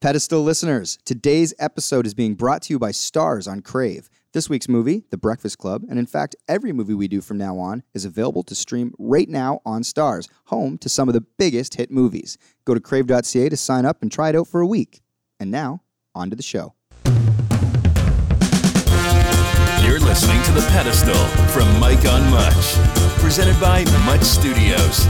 Pedestal listeners, today's episode is being brought to you by Stars on Crave. This week's movie, The Breakfast Club, and in fact, every movie we do from now on is available to stream right now on Stars, home to some of the biggest hit movies. Go to crave.ca to sign up and try it out for a week. And now, on to the show. You're listening to The Pedestal from Mike on Much, presented by Much Studios.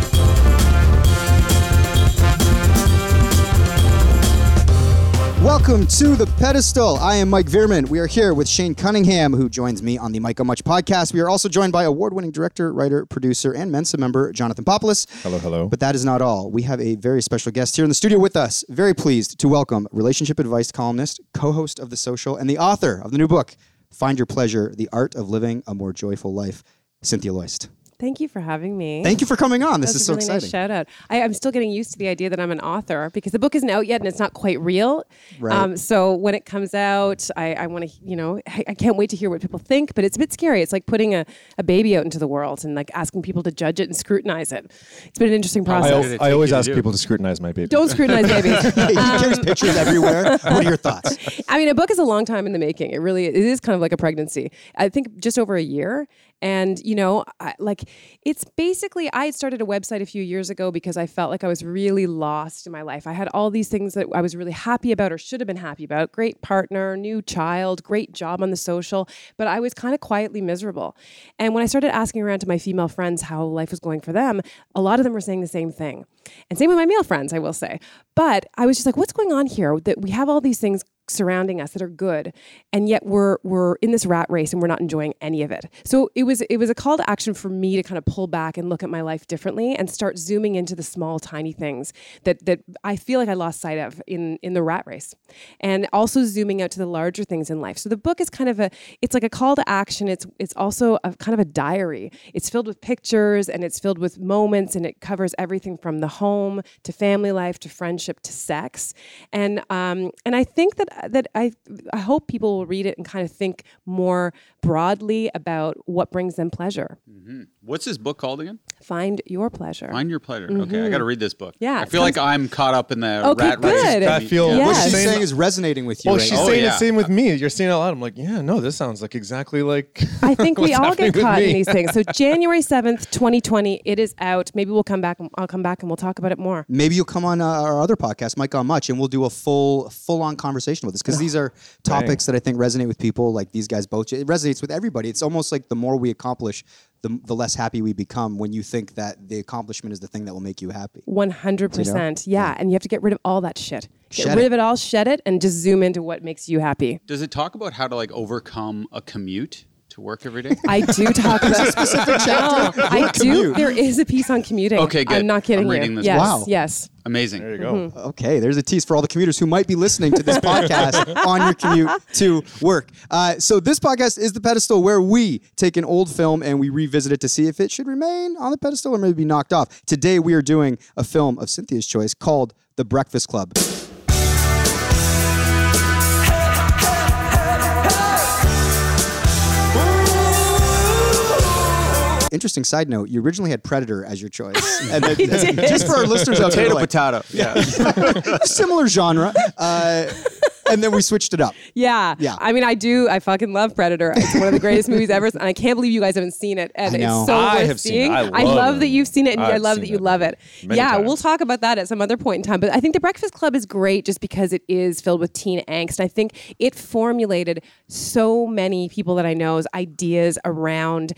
Welcome to The Pedestal. I am Mike Veerman. We are here with Shane Cunningham, who joins me on the Mike on Much podcast. We are also joined by award winning director, writer, producer, and Mensa member, Jonathan Popoulos. Hello, hello. But that is not all. We have a very special guest here in the studio with us. Very pleased to welcome relationship advice columnist, co host of The Social, and the author of the new book, Find Your Pleasure The Art of Living a More Joyful Life, Cynthia Loist. Thank you for having me. Thank you for coming on. This That's is so a really exciting. Nice shout out. I, I'm still getting used to the idea that I'm an author because the book isn't out yet and it's not quite real. Um, Right. so when it comes out, I, I want to, you know, I, I can't wait to hear what people think, but it's a bit scary. It's like putting a, a baby out into the world and like asking people to judge it and scrutinize it. It's been an interesting I, process. I always ask people to scrutinize my baby. Don't scrutinize babies. he carries Um, pictures everywhere. What are your thoughts? I mean, a book is a long time in the making. It really it is kind of like a pregnancy. I think just over a year. And you know, I, like it's basically I had started a website a few years ago because I felt like I was really lost in my life. I had all these things that I was really happy about or should have been happy about: great partner, new child, great job on the social. But I was kind of quietly miserable. And when I started asking around to my female friends how life was going for them, a lot of them were saying the same thing. And same with my male friends, I will say. But I was just like, what's going on here? That we have all these things surrounding us that are good and yet we're we're in this rat race and we're not enjoying any of it so it was it was a call to action for me to kind of pull back and look at my life differently and start zooming into the small tiny things that that i feel like i lost sight of in in the rat race and also zooming out to the larger things in life so the book is kind of a it's like a call to action it's it's also a kind of a diary it's filled with pictures and it's filled with moments and it covers everything from the home to family life to friendship to sex and um, and I think that that I I hope people will read it and kind of think more broadly about what brings them pleasure. What's this book called again? Find your pleasure. Hmm. Find Your Pleasure. Okay, I got to read this book. Mm-hmm. Yeah, I it feel like I'm caught up in the Okay, rat race. good. that I feel- we- Yeah. What she's Yes. saying is resonating with you Well, right she's now. Oh, saying the yeah. same with me. You're saying it a lot. I'm like, yeah, no, this sounds like exactly like. I think we what's all happening get with caught in me. these things. So January seventh, twenty twenty, it is out. Maybe we'll come back. and I'll come back and we'll talk about it more. Maybe you'll come on uh, our other podcast, Mike on Much, and we'll do a full, full-on conversation with us because these are topics that I think resonate with people. Like these guys both, it resonates with everybody. It's almost like the more we accomplish, the, the less happy we become. When you think that the accomplishment is the thing that will make you happy. One hundred percent. Yeah, and you have to get rid of all that shit. Get Shed rid it. of it all. Shed it and just zoom into what makes you happy. Does it talk about how to like overcome a commute to work every day? I do talk about specific chapter. I do. commute. There is a piece on commuting. Okay, good. I'm not kidding I'm you. reading this. Yes, Wow. yes. Amazing. There you go. Okay, there's a tease for all the commuters who might be listening to this podcast on your commute to work. Uh, so, this podcast is the pedestal where we take an old film and we revisit it to see if it should remain on the pedestal or maybe be knocked off. Today, we are doing a film of Cynthia's choice called The Breakfast Club. Interesting side note, you originally had Predator as your choice. And then, just for our listeners out there, Potato, like, potato. Yeah. similar genre. Uh, and then we switched it up. Yeah. Yeah. I mean, I do. I fucking love Predator. It's one of the greatest movies ever, and I can't believe you guys haven't seen it. And I know. it's so I worth have seen it. seeing. I I love love it. that you've seen it, and I I've love seen that you it love it. many yeah, we'll times. talk about that at some other point in time. But I think The Breakfast Club is great just because it is filled with teen angst. I think it formulated so many people that I know's ideas around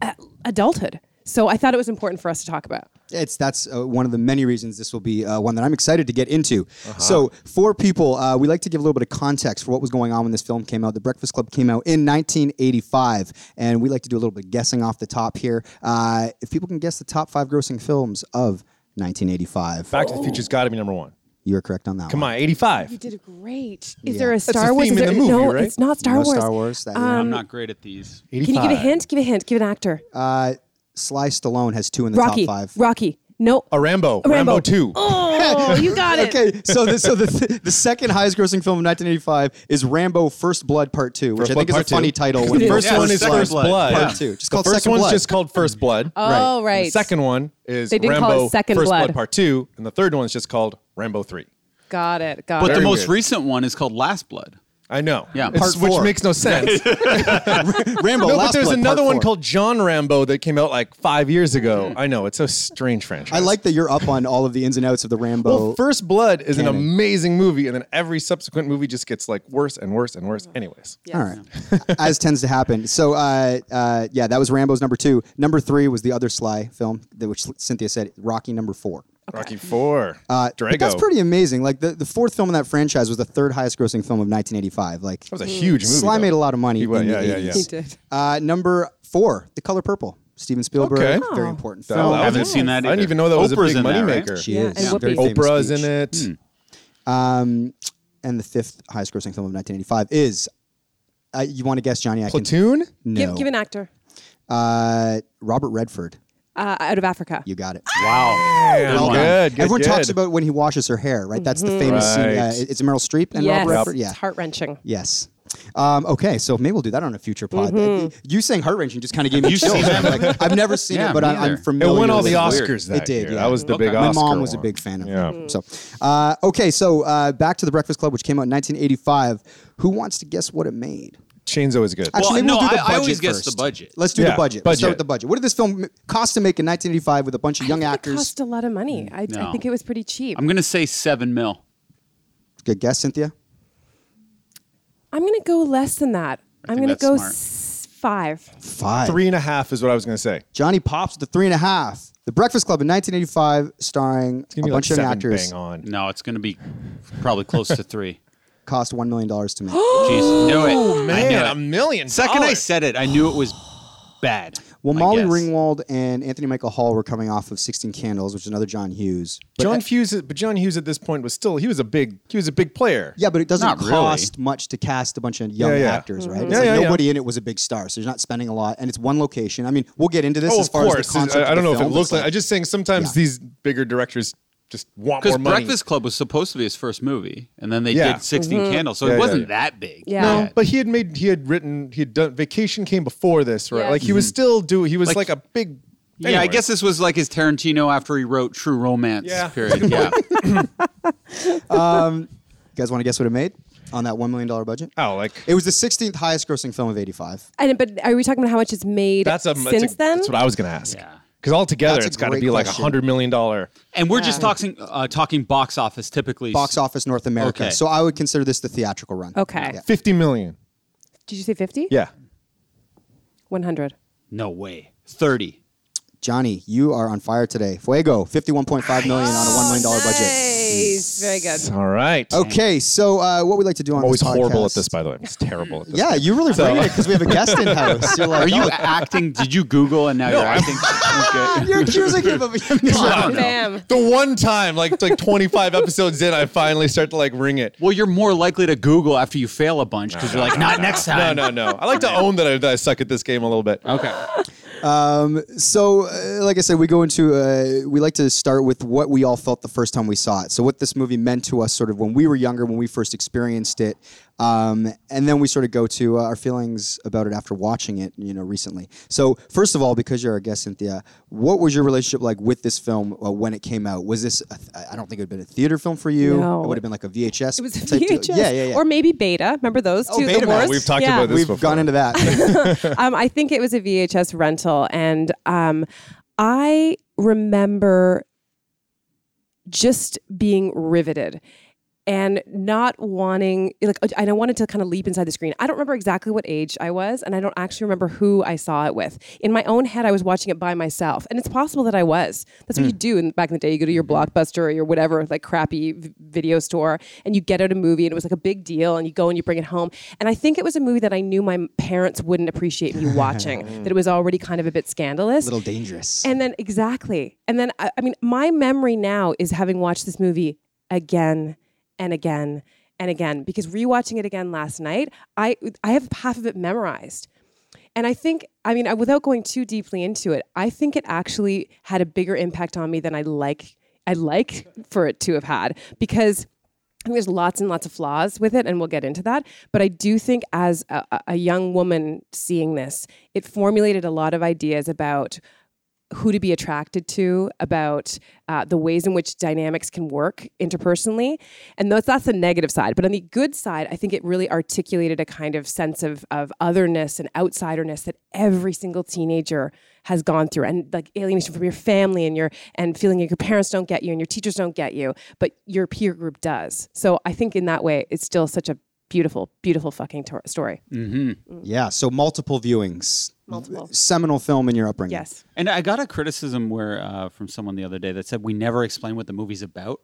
uh, adulthood. So I thought it was important for us to talk about. It's that's uh, one of the many reasons this will be uh, one that I'm excited to get into. So, for people, uh, we like to give a little bit of context for what was going on when this film came out. The Breakfast Club came out in 1985, and we like to do a little bit of guessing off the top here. Uh, if people can guess the top five grossing films of 1985, Back to the Future's got to be number one. you're correct on that. Come one. on, 85. You did great. Is there a the Star Wars? theme Is in there- the movie, no, right? it's not Star No Wars. Um, Star Wars. That, I'm not great at these. Can you give a 85. hint? Give a hint. Give an actor. uh, Sly Stallone has two in the Rocky. top five. Rocky. No. A Rambo. A Rambo, 2. Oh, you got it. Okay, so the, so the, the second highest grossing film of 1985 is Rambo First Blood Part 2, which First I think is a Blood Part Two. funny title. When The you first look at one it. is Second First Blood. Blood. Part Part 2. Just The called first Second one's Blood. just called First Blood. Oh, Right. right. The second one is They did Rambo call it Second First Blood. Blood Part 2. And the third one's just called Rambo 3. Got it. Got But it. the Very most weird. recent one is called Last Blood. I know. Yeah. It's- Part which four. makes no sense. Rambo. no, but Last there's Blood, another Part Four. one Hmm. called John Rambo that came out like five years ago. I know. It's a strange franchise. I like that you're up on all of the ins and outs of the Rambo. Well, First Blood is an Canon. amazing movie, and then every subsequent movie just gets like worse and worse and worse. Anyways, Yes. All right, as tends to happen. So, uh, uh, yeah, that was Rambo's number two. Number three was the other Sly film, that- which Cynthia said Rocky number four. Rocky Four, Uh, Drago. But that's pretty amazing. Like the, the fourth film in that franchise was the third highest grossing film of 1985. Like That was a huge movie. Sly though. made a lot of money. He was- in yeah, the yeah, 80s. yeah. He did. Uh, number four, The Color Purple. Steven Spielberg. Okay. Very Oh. important That- film. that was I haven't nice. seen that I didn't either. even know that was a Oprah's big in that, right? Hmm. moneymaker. She Yeah, is. and Whoopi. Very famous Oprah's speech. in it. Um, and the fifth highest grossing film of 1985 is, uh, you want to guess Johnny Atkins? Platoon. No. Give, give an actor uh, Robert Redford. uh, out of Africa. You got it. Wow. Good, Well done. good, Everyone good. talks about when he washes her hair, right? That's the famous scene. Uh, Right. it- it's Meryl Streep and Mm-hmm. yes. Robert Redford. Yeah. It's heart wrenching. Yes. Um, okay, so maybe we'll do that on a future pod. Mm-hmm. You saying heart wrenching just kind of gave me You chills. seen I'm that? like, I've never seen Yeah, it, but me I, I'm either. It familiar. won all the with Oscars Oscars that It did. year. yeah. That was the Okay. big My My Oscar. mom was a one. big fan of Yeah. Mm-hmm. him. So, uh, okay, so uh, back to the Breakfast Club, which came out in 1985. Who wants to guess what it made? Chainsaw is good. Well, maybe no, do the I- I always budget guess the first. budget. Let's do the Yeah, budget. Let's start budget. with the budget. What did this film cost to make in 1985 with a bunch of young I think actors? It cost a lot of money. I, I No. think it was pretty cheap. I'm I'm, going to say 7 mil. Good guess, Cynthia. going to go less than that. I'm think going to that's go smart. s- five. Five. Three and a half is what I was going to say. Johnny Pops with the three and a half. The Breakfast Club in 1985, starring a Give me like bunch of young seven actors, Bang on. No, it's going to be probably close to 3. cost one million dollars to make. Jeez. Knew it. I knew Man, it. a million. Second I dollars. said it, I knew it was bad. well, I Molly guess. Ringwald and Anthony Michael Hall were coming off of 16 Candles, which is another John Hughes. But John Hughes, but John Hughes at this point was still he was a big he was a big player. yeah, but it doesn't Not really. cost much to cast a bunch of young Yeah, yeah. Mm-hmm. actors, right? It's Yeah, like yeah, yeah. nobody in it was a big star, so you're not spending a lot, and it's one location. I mean, we'll get into this Oh, as of far course. as the concept. I, I of don't the know if it film. looks It's like. I just saying sometimes Yeah. these bigger directors just want Because more money. Breakfast Club was supposed to be his first movie, and then they Yeah. did 16 Candles, so Yeah, it yeah, wasn't yeah. that big. Yeah. No, but he had made he had written he had done Vacation came before this, right? Yes. Like he was still do he was like, Like- a big. Yeah, I Anyways. guess this was like his Tarantino after he wrote True Romance. Yeah. Period. Yeah. You guys want to guess what it made on that one million dollar budget? Oh, like It was the 16th highest grossing film of 85. And but are we talking about how much it's made that's a since that's a- then? That's what I was gonna ask. Yeah. Because altogether, That's a it's got to great be like a question. hundred million dollar. and we're just talking uh, talking box office typically. Box office North America. Okay. So I would consider this the theatrical run. Okay. Yeah. Fifty million. Did you say 50? Yeah. 100. No way. Thirty. Johnny, you are on fire today. Fuego, fifty-one point five million on a one million dollar budget. Nice. Very good. All right. Okay, so uh, what we like to do on Always this podcast, horrible at this, by the way. It's terrible at this. Yeah, you really bring it because we have a guest in house. You're like, Are you "Oh, acting? Did you Google and now you're acting? okay. you're accusing him of. I don't know. Bam. The one time, like like 25 episodes in, I finally start to like ring it. Well, you're more likely to Google after you fail a bunch because you're like, not next No, time. no, no. I like to own that I, that I suck at this game a little bit. Okay. so, uh, like I said, we go into uh, we like to start with what we all felt the first time we saw it. So, what this movie meant to us, sort of when we were younger, when we first experienced it, um, and then we sort of go to uh, our feelings about it after watching it, you know, recently. So, first of all, because you're our guest, Cynthia, what was your relationship like with this film uh, when it came out? Was this? A th- I don't think it would have been a theater film for you. No. It would have been like a VHS. It was type deal. VHS. Yeah, yeah, yeah. Or maybe Beta. Remember those two? the Betamax. wars? We've talked Yeah. about Oh, this We've before. gone into that. um, I think it was a VHS rental, and um, I remember just being riveted and not wanting like and I wanted to kind of leap inside the screen. I don't remember exactly what age I was and I don't actually remember who I saw it with. In my own head I was watching it by myself and it's possible that I was. That's what you do in back in the day you go to your blockbuster or your whatever like crappy v- video store and you get out a movie and it was like a big deal and you go and you bring it home. And I think it was a movie that I knew my parents wouldn't appreciate me watching. that it was already kind of a bit scandalous. a little dangerous. And then exactly. And then I, I mean, my memory now is having watched this movie again and again and again because rewatching it again last night, I I have half of it memorized. And I think, I mean, I, without going too deeply into it, I think it actually had a bigger impact on me than I like I like for it to have had because I think there's lots and lots of flaws with it, and we'll get into that. But I do think, as a, a- a young woman seeing this, it formulated a lot of ideas about who to be attracted to, about uh, the ways in which dynamics can work interpersonally. And that's, that's the negative side. But on the good side, I think it really articulated a kind of sense of, of otherness and outsiderness that every single teenager has gone through and like alienation from your family and your and feeling like your parents don't get you and your teachers don't get you but your peer group does so i think in that way it's still such a beautiful beautiful fucking tor- story Yeah, so multiple viewings. Multiple. Seminal film in your upbringing. yes And I got a criticism where uh, from someone the other day that said we never explain what the movie's about.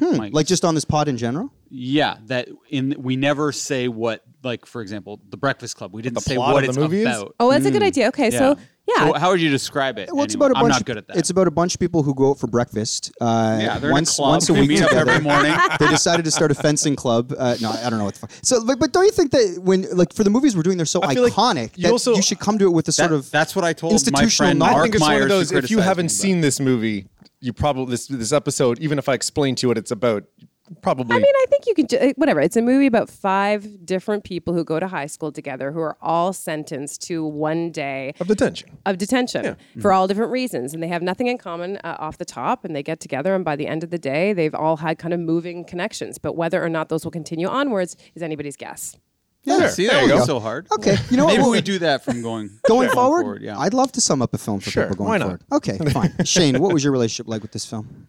Like, Like just on this pod in general? yeah, that in we never say what like for example The Breakfast Club. We didn't say plot what of it's the movie is? about. oh that's a good idea okay so yeah So how would you describe it? Well, it's anyway? about a bunch. I'm not of- good at that. It's about a bunch of people who go out for breakfast. Uh, yeah, they're once in a club. once a They week meet up together. every morning. they decided to start a fencing club. Uh, no, I don't know what the fuck. So, but, but don't you think that when like for the movies we're doing, they're so feel like iconic you that also- you should come to it with a sort That- of that's what I told my institutional friend knowledge. Mark I think it's one Myers of who those. If you criticized haven't me, but- seen this movie, you probably this this episode. Even if I explain to you what it's about, you probably. I mean, I think you can, ju- uh, whatever. It's a movie about five different people who go to high school together who are all sentenced to one day of detention. of detention Mm-hmm. for all different reasons. And they have nothing in common uh, off the top. And they get together. And by the end of the day, they've all had kind of moving connections. But whether or not those will continue onwards is anybody's guess. yeah. See, that was so hard. Okay, you know what? Maybe We'll- we do that from going Going forward, Yeah. I'd love to sum up a film for Sure, people going why not? forward. Okay, fine. Shane, what was your relationship like with this film?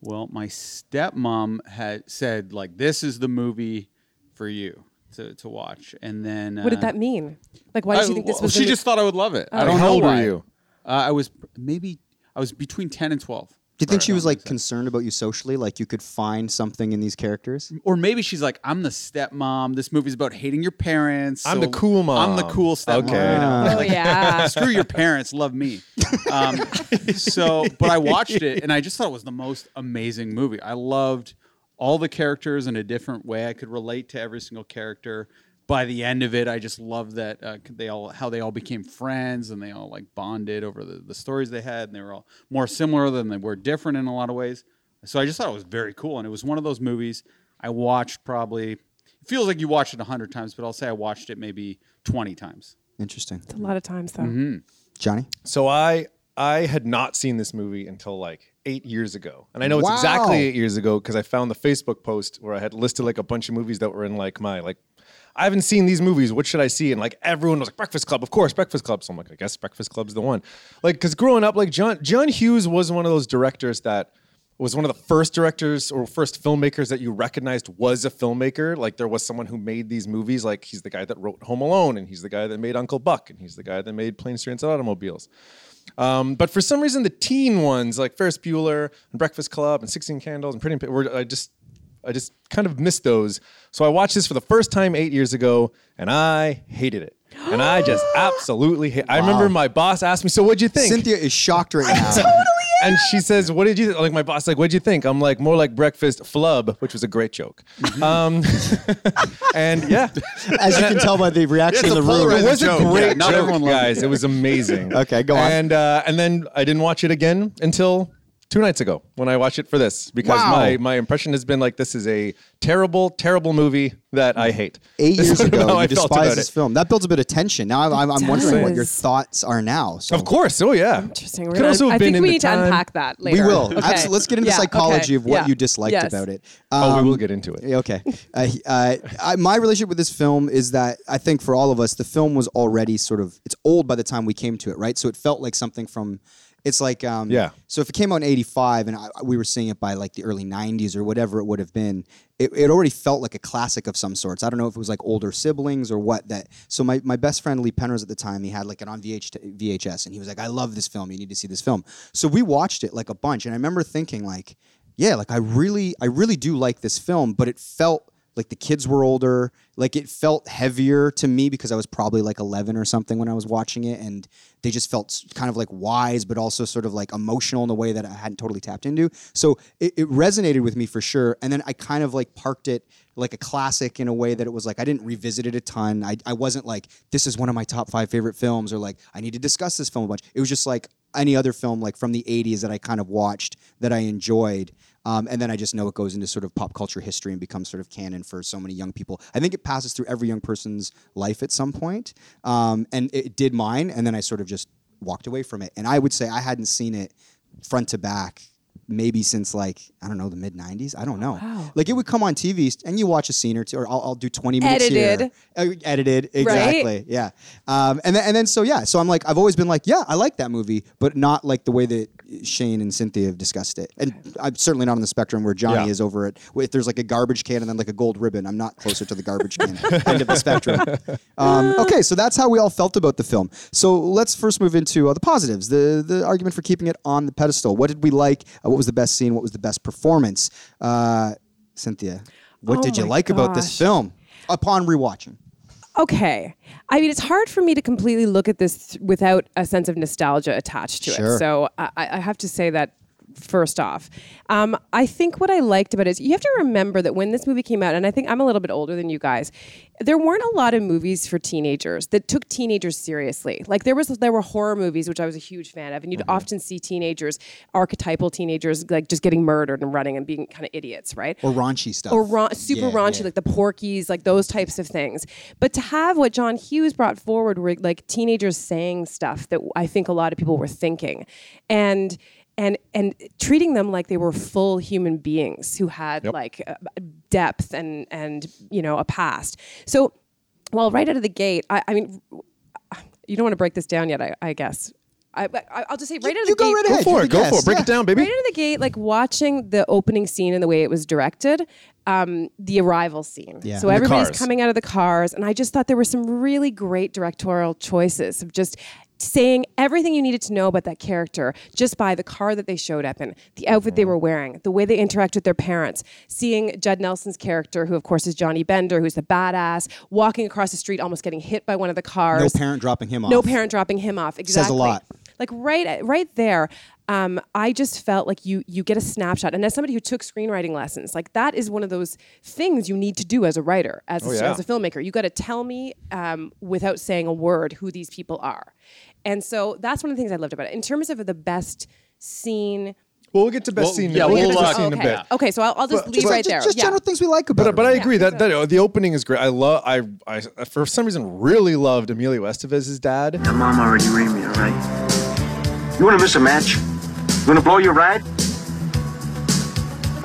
Well, my stepmom had said like this is the movie for you to, to watch, and then uh, What did that mean? Like, why did Uh, you think this was? she the- just thought I would love it. I don't How know old were why. you? Uh, I was maybe I was between ten and twelve, Do you think she was like concerned about you socially? Like you could find something in these characters? or maybe she's like, "I'm the stepmom. This movie's about hating your parents. I'm the cool mom. I'm the cool stepmom. Okay. you know? Oh yeah. screw your parents, love me. Um, so, but I watched it and I just thought it was the most amazing movie. I loved all the characters in a different way. I could relate to every single character. By the end of it, I just loved that uh, they all how they all became friends and they all like bonded over the, the stories they had and they were all more similar than they were different in a lot of ways. So I just thought it was very cool and it was one of those movies I watched probably. It feels like you watched it a hundred times, but I'll say I watched it maybe twenty times. Interesting. A lot of times though. Mm-hmm. Johnny? So I I had not seen this movie until like eight years ago, and I know it's Wow. exactly eight years ago because I found the Facebook post where I had listed like a bunch of movies that were in like my like. I haven't seen these movies. What should I see? And like everyone was like Breakfast Club, of course, Breakfast Club. So I'm like, I guess Breakfast Club's the one. Like, because growing up, like John John Hughes was one of those directors that was one of the first directors or first filmmakers that you recognized was a filmmaker. Like there was someone who made these movies. Like he's the guy that wrote Home Alone, and he's the guy that made Uncle Buck, and he's the guy that made Planes, Trains, and Automobiles. Um, but for some reason, the teen ones like Ferris Bueller and Breakfast Club and Sixteen Candles and Pretty in Pink were I just I just kind of missed those. So I watched this for the first time eight years ago, and I hated it. And I just absolutely hate. I remember my boss asked me, "So what'd you think?" Cynthia is shocked right now. and she says, "What did you like?" My boss like, "What'd you think?" I'm like, "More like breakfast flub," which was a great joke. Um, and yeah, As you can tell by the reaction in the room. it was a great Yeah, not joke, everyone loved it. guys. It was amazing. Okay, go on. And uh, and then I didn't watch it again until two nights ago when I watched it for this because Wow. my my impression has been like this is a terrible, terrible movie that I hate. Eight That's years sort of ago, how you I felt about despised this it. film. That builds a bit of tension. Now I'm, I'm, I'm wondering what your does. thoughts are now. So. Of course. Oh yeah. Interesting. We're Could gonna- also have I been think in we the need time- to unpack that later. We will. Okay. Absolutely. Let's get into Yeah, psychology okay, of what yeah. you disliked Yes. about it. Oh, we Um, will get into it. Yeah, Okay. Uh, he- uh, I, my relationship with this film is that I think for all of us, the film was already sort of it's old by the time we came to it, right? So it felt like something from. It's like um, Yeah. So if it came out in '85 and I, we were seeing it by like the early '90s or whatever it would have been, it, it already felt like a classic of some sorts. I don't know if it was like older siblings or what. That so my, my best friend Lee Penrose at the time he had like it on VH, VHS and he was like, "I love this film. You need to see this film." So we watched it like a bunch, and I remember thinking like, yeah, like I really, I really do like this film, but it felt like the kids were older. Like it felt heavier to me because I was probably like 11 or something when I was watching it. And they just felt s- kind of like wise, but also sort of like emotional in a way that I hadn't totally tapped into. So it, it resonated with me for sure. And then I kind of like parked it like a classic in a way that it was like I didn't revisit it a ton. I, I wasn't like, this is one of my top five favorite films or like I need to discuss this film a bunch. It was just like, any other film like from the 80s that I kind of watched that I enjoyed. Um, and then I just know it goes into sort of pop culture history and becomes sort of canon for so many young people. I think it passes through every young person's life at some point. Um, and it did mine. And then I sort of just walked away from it. And I would say I hadn't seen it front to back maybe since like I don't know the mid '90s. I don't know. Like it would come on TV and you watch a scene or two, or I'll, I'll do 20 minutes Edited. here, Uh, edited exactly, yeah. Um, and then and then so yeah, so I'm like I've always been like yeah, I like that movie, but not like the way that Shane and Cynthia have discussed it, and I'm certainly not on the spectrum where Johnny Yeah. is over it. If there's like a garbage can and then like a gold ribbon, I'm not closer to the garbage can end of the spectrum. Um, okay, so that's how we all felt about the film. So let's first move into uh, the positives, the the argument for keeping it on the pedestal. What did we like? Uh, what was the best scene? What was the best performance? Uh, Cynthia, what Oh did you my like about this gosh. film upon rewatching? okay. I mean, it's hard for me to completely look at this th- without a sense of nostalgia attached to Sure. it. So I, I I have to say that first off. Um, I think what I liked about it is you have to remember that when this movie came out, and I think I'm a little bit older than you guys, there weren't a lot of movies for teenagers that took teenagers seriously. Like there was there were horror movies, which I was a huge fan of, and Mm-hmm. you'd often see teenagers, archetypal teenagers, like just getting murdered and running and being kind of idiots, right? Or raunchy stuff? or ra- super Yeah, raunchy, yeah. like the Porkies, like those types of things. But to have what John Hughes brought forward, were like teenagers saying stuff that I think a lot of people were thinking, and and and treating them like they were full human beings who had like uh, depth and and you know a past. So, well, right out of the gate, I, I mean, you don't want to break this down yet, I, I guess. I, I, I'll just say right out of the you go gate. right Go ahead. for You're the it. Go for guest, it. Break yeah. it down, baby. Right out of the gate, like watching the opening scene and the way it was directed, um, the arrival scene. Yeah. So And the everybody's cars. coming out of the cars, and I just thought there were some really great directorial choices of just saying everything you needed to know about that character just by the car that they showed up in, the outfit Mm. they were wearing, the way they interact with their parents, seeing Judd Nelson's character, who of course is Johnny Bender, who's the badass, walking across the street, almost getting hit by one of the cars. No parent dropping him off. No parent dropping him off. Exactly. lot. Like right, right there. Um, I just felt like you you get a snapshot, and as somebody who took screenwriting lessons, like that is one of those things you need to do as a writer, as, Oh, a, yeah. as a filmmaker. You got to tell me um, without saying a word who these people are, and so that's one of the things I loved about it. In terms of the best scene, Well, we'll get to best Well, scene. yeah, we'll, we'll get to look- best oh, scene in a okay, bit. okay. So I'll, I'll just leave Just, right just- there. just Yeah. general things we like about But, it. but I agree that, that the opening is great. I love. I, I I for some reason really loved Emilio Estevez's dad. Your mom already rained me, all right? You wanna miss a match? You wanna blow your ride?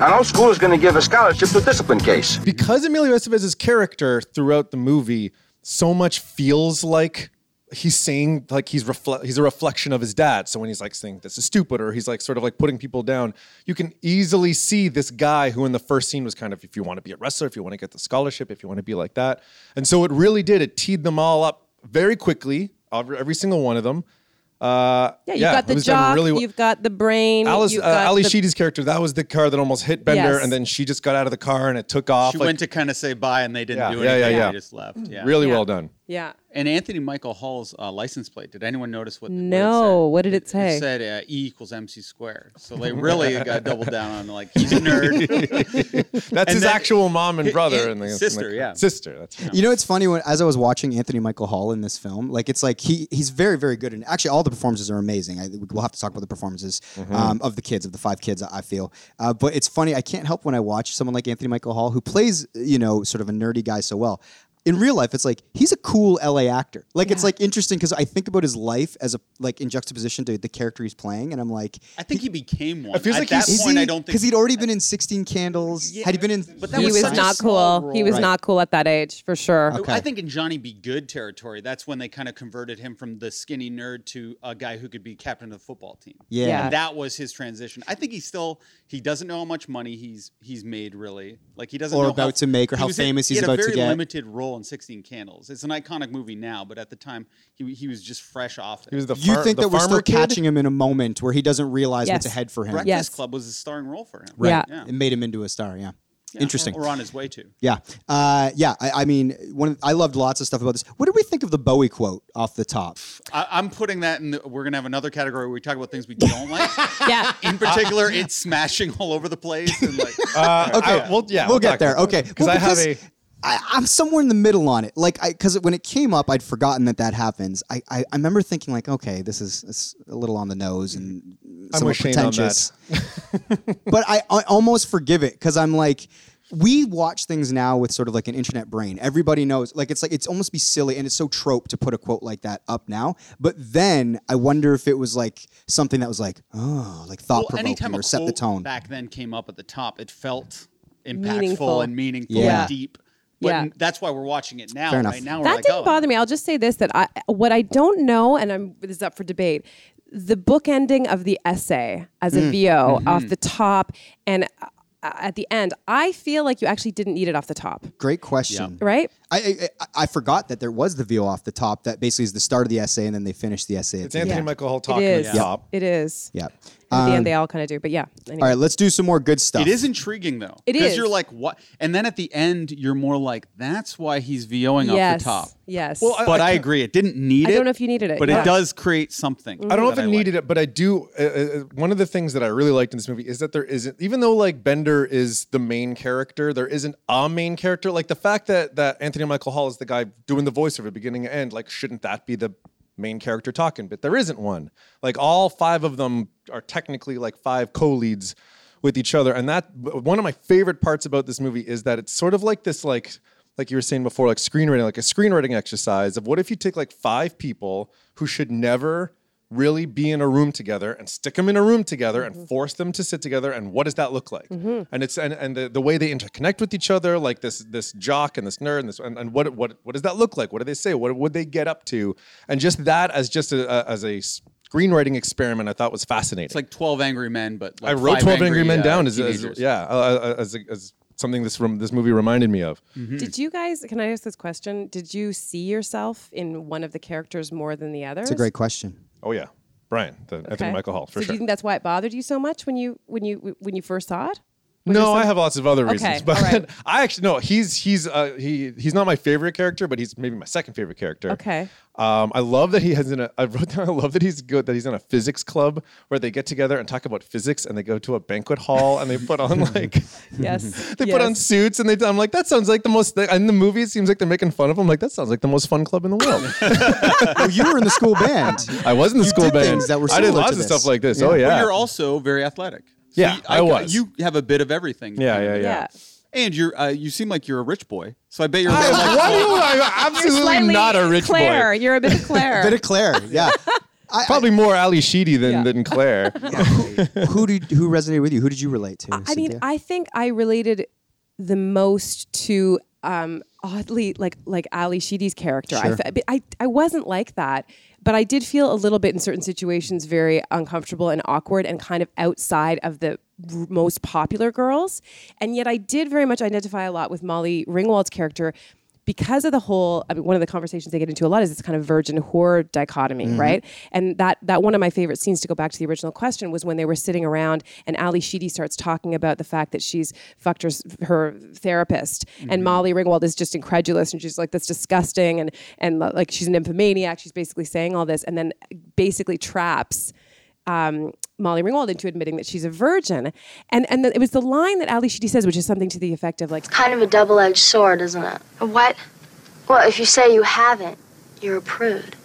I know school is gonna give a scholarship to discipline case. because Emilio Estevez's character throughout the movie so much feels like he's saying like he's refle- he's a reflection of his dad. So when he's like saying this is stupid or he's like sort of like putting people down, you can easily see this guy who in the first scene was kind of if you want to be a wrestler, if you want to get the scholarship, if you want to be like that. And so it really did it teed them all up very quickly, every every single one of them. Uh, yeah, you've yeah, got it the was done job, really well. you've got the brain. Alice, you've uh, got Ali the- Sheedy's character, that was the car that almost hit Bender, Yes. and then she just got out of the car and it took off. She like- went to kind of say bye, and they didn't Yeah, do yeah, anything. yeah, yeah. They just left. Yeah. Really Yeah. well done. Yeah. And Anthony Michael Hall's uh, license plate. Did anyone notice what? No, what did it say? It said uh, E equals MC squared. So they really got doubled down on like he's a nerd. That's And his then- actual mom and hi- brother hi- and the sister, and the- yeah. sister. That's You know, it's funny when as I was watching Anthony Michael Hall in this film, like it's like he he's very very good, and actually all the performances are amazing. I, we'll have to talk about the performances um, of the kids, of the five kids. I feel, uh, but it's funny. I can't help when I watch someone like Anthony Michael Hall, who plays you know sort of a nerdy guy so well. In real life, it's like he's a cool LA actor. Like it's like interesting because I think about his life as a like in juxtaposition to the character he's playing, and I'm like, I think he became one. It feels At like that he's- point, he? I don't think because he'd already been in Sixteen Candles. Had he been in? But that He was was such a not small cool. role. He was Right. not cool at that age, for sure. I think in Johnny B. Good territory, that's when they kind of converted him from the skinny nerd to a guy who could be captain of the football team. Yeah. Yeah. And that was his transition. I think he still he doesn't know how much money he's he's made really. Like he doesn't Or know how- about to make or he how was in- famous he he's had about to a very get. limited role in Sixteen Candles. It's an iconic movie now, but at the time he he was just fresh off. he was the you far- think the that we're farmer still kid? catching him in a moment where he doesn't realize what's Yes. ahead for him? Breakfast Yes. Club was a starring role for him. Right. Yeah. Yeah. It made him into a star. Yeah. Interesting. Or on his way to. Yeah. Uh, yeah. I, I mean, one. Of, I loved lots of stuff about this. What did we think of the Bowie quote off the top? I, I'm putting that in. The, we're gonna have another category where we talk about things we don't like. Yeah. In particular, it's smashing all over the place and like. Uh, okay, well, yeah, we'll get there. Okay. because Well, I have a. because I, I'm somewhere in the middle on it. Like, I because when it came up, I'd forgotten that that happens. I, I, I remember thinking like, okay, this is it's a little on the nose and I'm somewhat with Shane on that. pretentious. but I, I almost forgive it because I'm like, we watch things now with sort of like an internet brain. Everybody knows, like it's like it's almost be silly, and it's so trope to put a quote like that up now. But then I wonder if it was like something that was like, oh, like thought Well, provoking anytime a or set the quote tone. back then came up at the top, it felt impactful Meaningful. and meaningful Yeah. and deep. But Yeah. n- that's why we're watching it now. Fair enough. right now, we're that like, didn't oh, bother me. I'll just say this: that I, what I don't know, and I'm this is up for debate. The book ending of the essay as a VO off the top and uh, at the end, I feel like you actually didn't need it off the top, Great question. right? I, I- I I forgot that there was the VO off the top that basically is the start of the essay and then they finish the essay. at It's the Anthony end. Michael Hall It talking at is. the top. It is. Yeah. At the end, they all kind of do, but yeah. All Anyway. right, let's do some more good stuff. It is intriguing though. It Because is. you're like, what? And then at the end, you're more like, that's why he's VOing yes. off the top. Yes. Well, I- But I, agree, it didn't need I it. don't know if you needed it, But yeah. Mm-hmm. it does create something. I don't know if it needed it, but I do. Uh, uh, one of the things that I really liked in this movie is that there isn't, even though like Bender is the main character, there isn't a main character. Like the fact that that Anthony Michael Hall is the guy doing the voiceover beginning and end, like shouldn't that be the main character talking? But there isn't one. Like all five of them are technically like five co-leads with each other, and that one of my favorite parts about this movie is that it's sort of like this like like you were saying before, like screenwriting, like a screenwriting exercise of what if you take like five people who should never really be in a room together and stick them in a room together and force them to sit together and what does that look like and it's and, and the, the way they interconnect with each other like this this jock and this nerd and this and, and what what what does that look like what do they say what would they get up to and just that as just a, a as a screenwriting experiment i thought was fascinating It's like 12 Angry Men, but I like wrote five Twelve Angry, Men uh, down as, as teenagers. yeah uh, as, as something this from this movie reminded me of. Mm-hmm. Did you guys? Can I ask this question? Did you see yourself in one of the characters more than the others? It's a great question. Oh yeah, Brian, the Anthony Michael Hall for so Do sure. you think that's why it bothered you so much when you when you when you first saw it? No, I have lots of other reasons, but all right. I actually no. He's he's uh, he he's not my favorite character, but he's maybe my second favorite character. Okay. Um, I love that he has in a. I wrote down. I love that he's good. That he's in a physics club where they get together and talk about physics, and they go to a banquet hall and they put on like Yes. they put on suits, and they. I'm like, that sounds like the most. In the movie, it seems like they're making fun of him. Like that sounds like the most fun club in the world. oh, you were in the school band. I was in the school did band. things that were I did similar lots to of this. stuff like this. Oh yeah. But you're also very athletic. So Yeah, you- I was. You have a bit of everything. yeah, kind yeah, of. yeah. Yeah. And you're uh, you seem like you're a rich boy. So I bet you're a I- bit like why do you- I'm absolutely not a rich Claire. boy. You're a bit of Claire. Bit of Claire, yeah. I, Probably more Ali Sheedy than Yeah. than Claire. I- who did who resonated with you? Who did you relate to? I mean, Cynthia? I think I related the most to um, oddly like like Ali Sheedy's character. I, fe- but I I wasn't like that, but I did feel a little bit in certain situations very uncomfortable and awkward and kind of outside of the r- most popular girls. And yet I did very much identify a lot with Molly Ringwald's character because of the whole I mean, one of the conversations they get into a lot is this kind of virgin whore dichotomy right and that that one of my favorite scenes to go back to the original question was when they were sitting around and ali sheedy starts talking about the fact that she's fucked her, her therapist and molly ringwald is just incredulous and she's like that's disgusting and and uh, like she's an infomaniac she's basically saying all this and then basically traps um, Molly Ringwald into admitting that she's a virgin, and and the, it was the line that Ali Sheedy says, which is something to the effect of like, kind of a double-edged sword, isn't it? What? Well, if you say you haven't, you're a prude.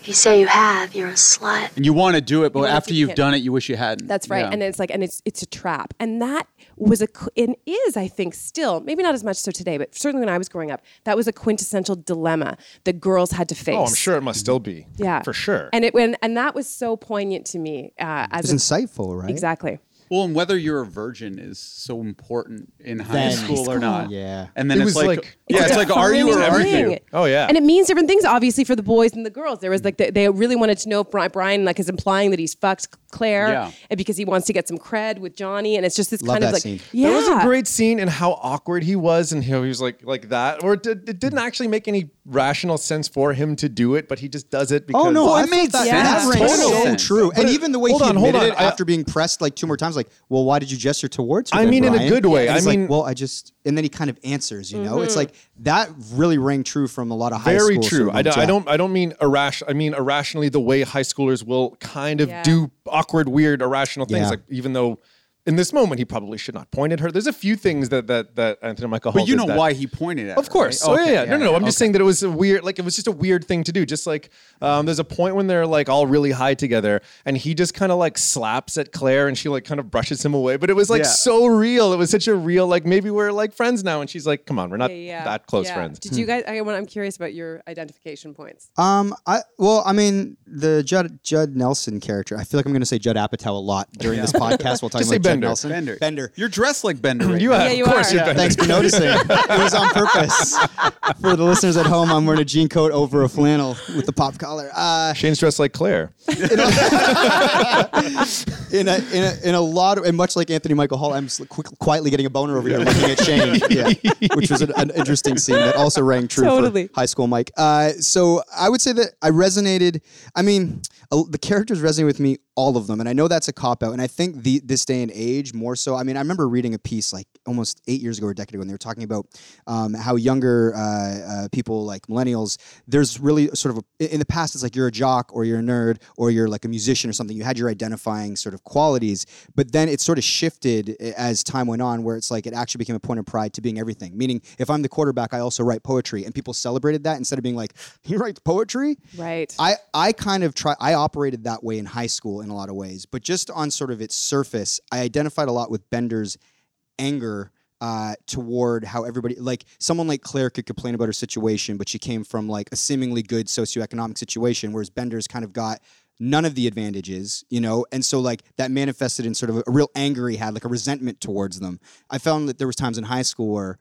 If you say you have, you're a slut. And you want to do it, but wanna after do you've it. done it, you wish you hadn't. That's right. Yeah. And it's like, and it's it's a trap. And that was a qu- and is I think still maybe not as much so today, but certainly when I was growing up, that was a quintessential dilemma that girls had to face. Oh, I'm sure it must still be. Yeah, for sure. And it when and that was so poignant to me uh, as it's a- insightful, right? exactly. Well, and whether you're a virgin is so important in high Then. school or not. Yeah. And then It it's was like, like- yeah, it's, like, are you or Defining are thing. you? Oh, yeah. and it means different things obviously for the boys and the girls. There was like the, they really wanted to know if Bri- Brian like is implying that he's fucked Claire, Yeah. and because he wants to get some cred with Johnny, and it's just this Love kind of that like scene. yeah, There was a great scene in how awkward he was and how he was like like that, or it, did, it didn't actually make any rational sense for him to do it, but he just does it because. Oh no! I made that. sense. That Total rang so sense. true, and But- even the way hold he on, hold admitted on. it I- after being pressed like two more times, like, "Well, why did you gesture towards her?" I then, mean, in a Brian?" good way. And I he's mean- like, "Well, I just," and then he kind of answers. You know, it's like that really rang true from a lot of high Very school. true. I, students, don't- I yeah. don't. I don't mean irrational. I mean irrationally, the way high schoolers will kind of Yeah. do awkward, weird, irrational things. Yeah. Like even though in this moment, he probably should not point at her. There's a few things that that that Anthony Michael Hall. But you did know that- why he pointed at. Of her, course. right? oh Okay, yeah, yeah. No, no, no. I'm just okay. saying that it was a weird. Like it was just a weird thing to do. Just like um, there's a point when they're like all really high together, and he just kind of like slaps at Claire, and she like kind of brushes him away. But it was like Yeah. so real. It was such a real. Like maybe we're like friends now, and she's like, "Come on, we're not that close yeah. friends." Hmm. Did you guys? I, I'm curious about your identification points. Um, I well, I mean the Judd Judd Nelson character. I feel like I'm going to say Judd Apatow a lot during this podcast. We'll talk about Just say Judd Bender. Nelson. Bender. Bender. You're dressed like Bender. Right You now. have, you of course, are. you're Yeah. better. Thanks for noticing. it was on purpose. For the listeners at home, I'm wearing a jean coat over a flannel with the pop collar. Uh, Shane's dressed like Claire. in a in a in a lot of, and much like Anthony Michael Hall, I'm sl- quick, quietly getting a boner over here looking at Shane, yeah, which was an, an interesting scene that also rang true Totally. for High School Mike. Uh, so I would say that I resonated. I mean, a- the characters resonate with me, all of them, and I know that's a cop out. And I think the this day and age more so. I mean, I remember reading a piece like almost eight years ago or a decade ago, and they were talking about um, how younger uh, uh, people like millennials. There's really sort of a, in the past, it's like you're a jock or you're a nerd or you're like a musician or something. You had your identifying sort of qualities, but then it sort of shifted i- as time went on, where it's like it actually became a point of pride to being everything. Meaning, if I'm the quarterback, I also write poetry, and people celebrated that instead of being like, "He writes poetry." Right. I, I kind of try I operated that way in high school in a lot of ways, but just on sort of its surface, I identified a lot with Bender's anger uh, toward how everybody like someone like Claire could complain about her situation, but she came from like a seemingly good socioeconomic situation, whereas Bender's kind of got none of the advantages, you know, and so like that manifested in sort of a, a real anger he had, like a resentment towards them. I found that there was times in high school where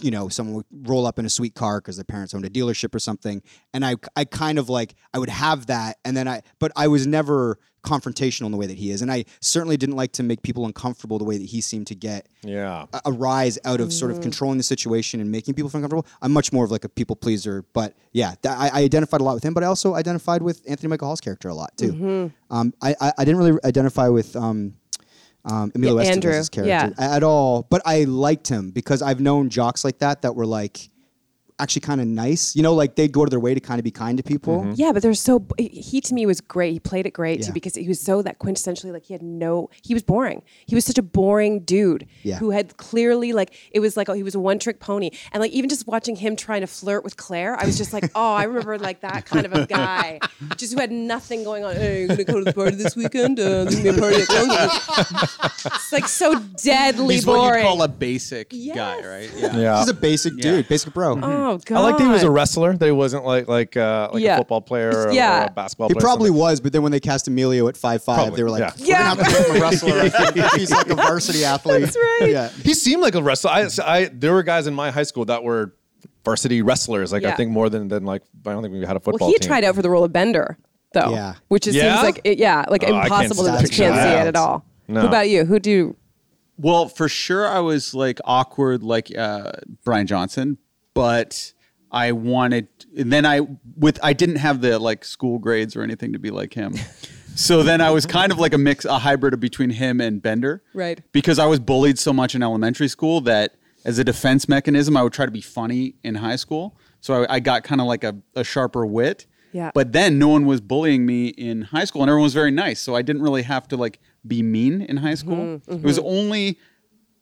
you know, someone would roll up in a sweet car because their parents owned a dealership or something. And I, I kind of like, I would have that. And then I, but I was never confrontational in the way that he is. And I certainly didn't like to make people uncomfortable the way that he seemed to get Yeah. a- arise out of sort of Mm-hmm. controlling the situation and making people feel uncomfortable. I'm much more of like a people pleaser, but yeah, th- I, I identified a lot with him, but I also identified with Anthony Michael Hall's character a lot too. Mm-hmm. Um, I, I, I didn't really identify with um, um, Emilio Yeah, Andrew, Estevez's character yeah. a- at all, but I liked him because I've known jocks like that that were like actually kind of nice, you know, like they'd go to their way to kind of be kind to people. Yeah, but there's so he to me was great. He played it great Yeah. too because he was so that quintessentially like he had no he was boring. He was such a boring dude Yeah. who had clearly like it was like oh he was a one trick pony and like even just watching him trying to flirt with Claire, I was just like oh I remember like that kind of a guy just who had nothing going on. Hey, you gonna go to the party this weekend? Uh, there's gonna be a party at Clover's." It's like so deadly He's what you boring. call a basic guy, Yes. right? Yeah. Yeah. He's a basic dude, basic bro. oh god! I like that he was a wrestler. That he wasn't like like uh, like Yeah. a football player or, Yeah. or a basketball He player. or probably something. was, but then when they cast Emilio at five five, Probably, they were like, yeah. "We're gonna have to put him a wrestler. I think. He's like a varsity athlete." That's right. Yeah. He seemed like a wrestler. I, I there were guys in my high school that were varsity wrestlers. Like I Yeah. think more than than like I don't think we had a football. Well, he team. tried out for the role of Bender, though. Yeah. Which it Yeah? seems like, it, yeah, like Oh, I can't impossible see that you that. can't see Yeah. it at all. No. What about you? Who do you? Well, for sure, I was like awkward, like uh, Brian Johnson, but I wanted. And then I with I didn't have the like school grades or anything to be like him, so then I was kind of like a mix, a hybrid between him and Bender, Right. Because I was bullied so much in elementary school that as a defense mechanism, I would try to be funny in high school, so I, I got kind of like a, a sharper wit. Yeah. But then no one was bullying me in high school and everyone was very nice. So I didn't really have to like be mean in high school. It was only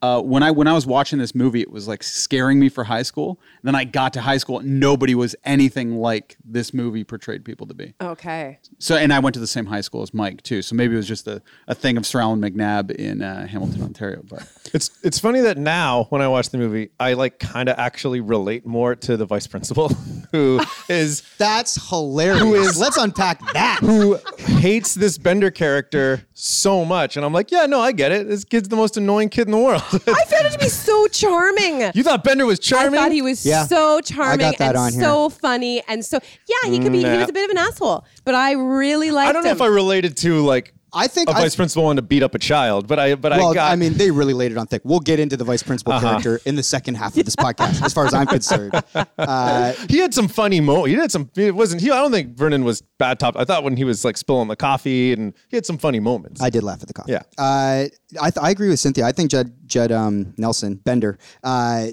uh, when I when I was watching this movie, it was like scaring me for high school. Then I got to high school, and nobody was anything like this movie portrayed people to be. Okay. So, and I went to the same high school as Mike too. So maybe it was just a, a thing of Sir Alan McNabb in uh, Hamilton, Ontario. But It's it's funny that now when I watch the movie, I like kind of actually relate more to the vice principal who is That's hilarious. Let's unpack that. who hates this Bender character so much, and I'm like, yeah, no, I get it. This kid's the most annoying kid in the world. I found it to be so charming. you thought Bender was charming? I thought he was Yeah. so I charming got that and on here. so funny and so yeah he could be Nah. he was a bit of an asshole but I really liked I don't know him. if I related to like I think a I- vice principal wanted to beat up a child, but I but I well, got. Uh-huh. I mean, they really laid it on thick. We'll get into the vice principal character in the second half of this podcast, as far as I'm concerned. Uh, he had some funny mo. He had some. It wasn't he? I don't think Vernon was bad top. I thought when he was like spilling the coffee, and he had some funny moments. I did laugh at the coffee. Yeah. Uh, I, th- I agree with Cynthia. I think Judd, Judd um, Nelson, Bender, uh,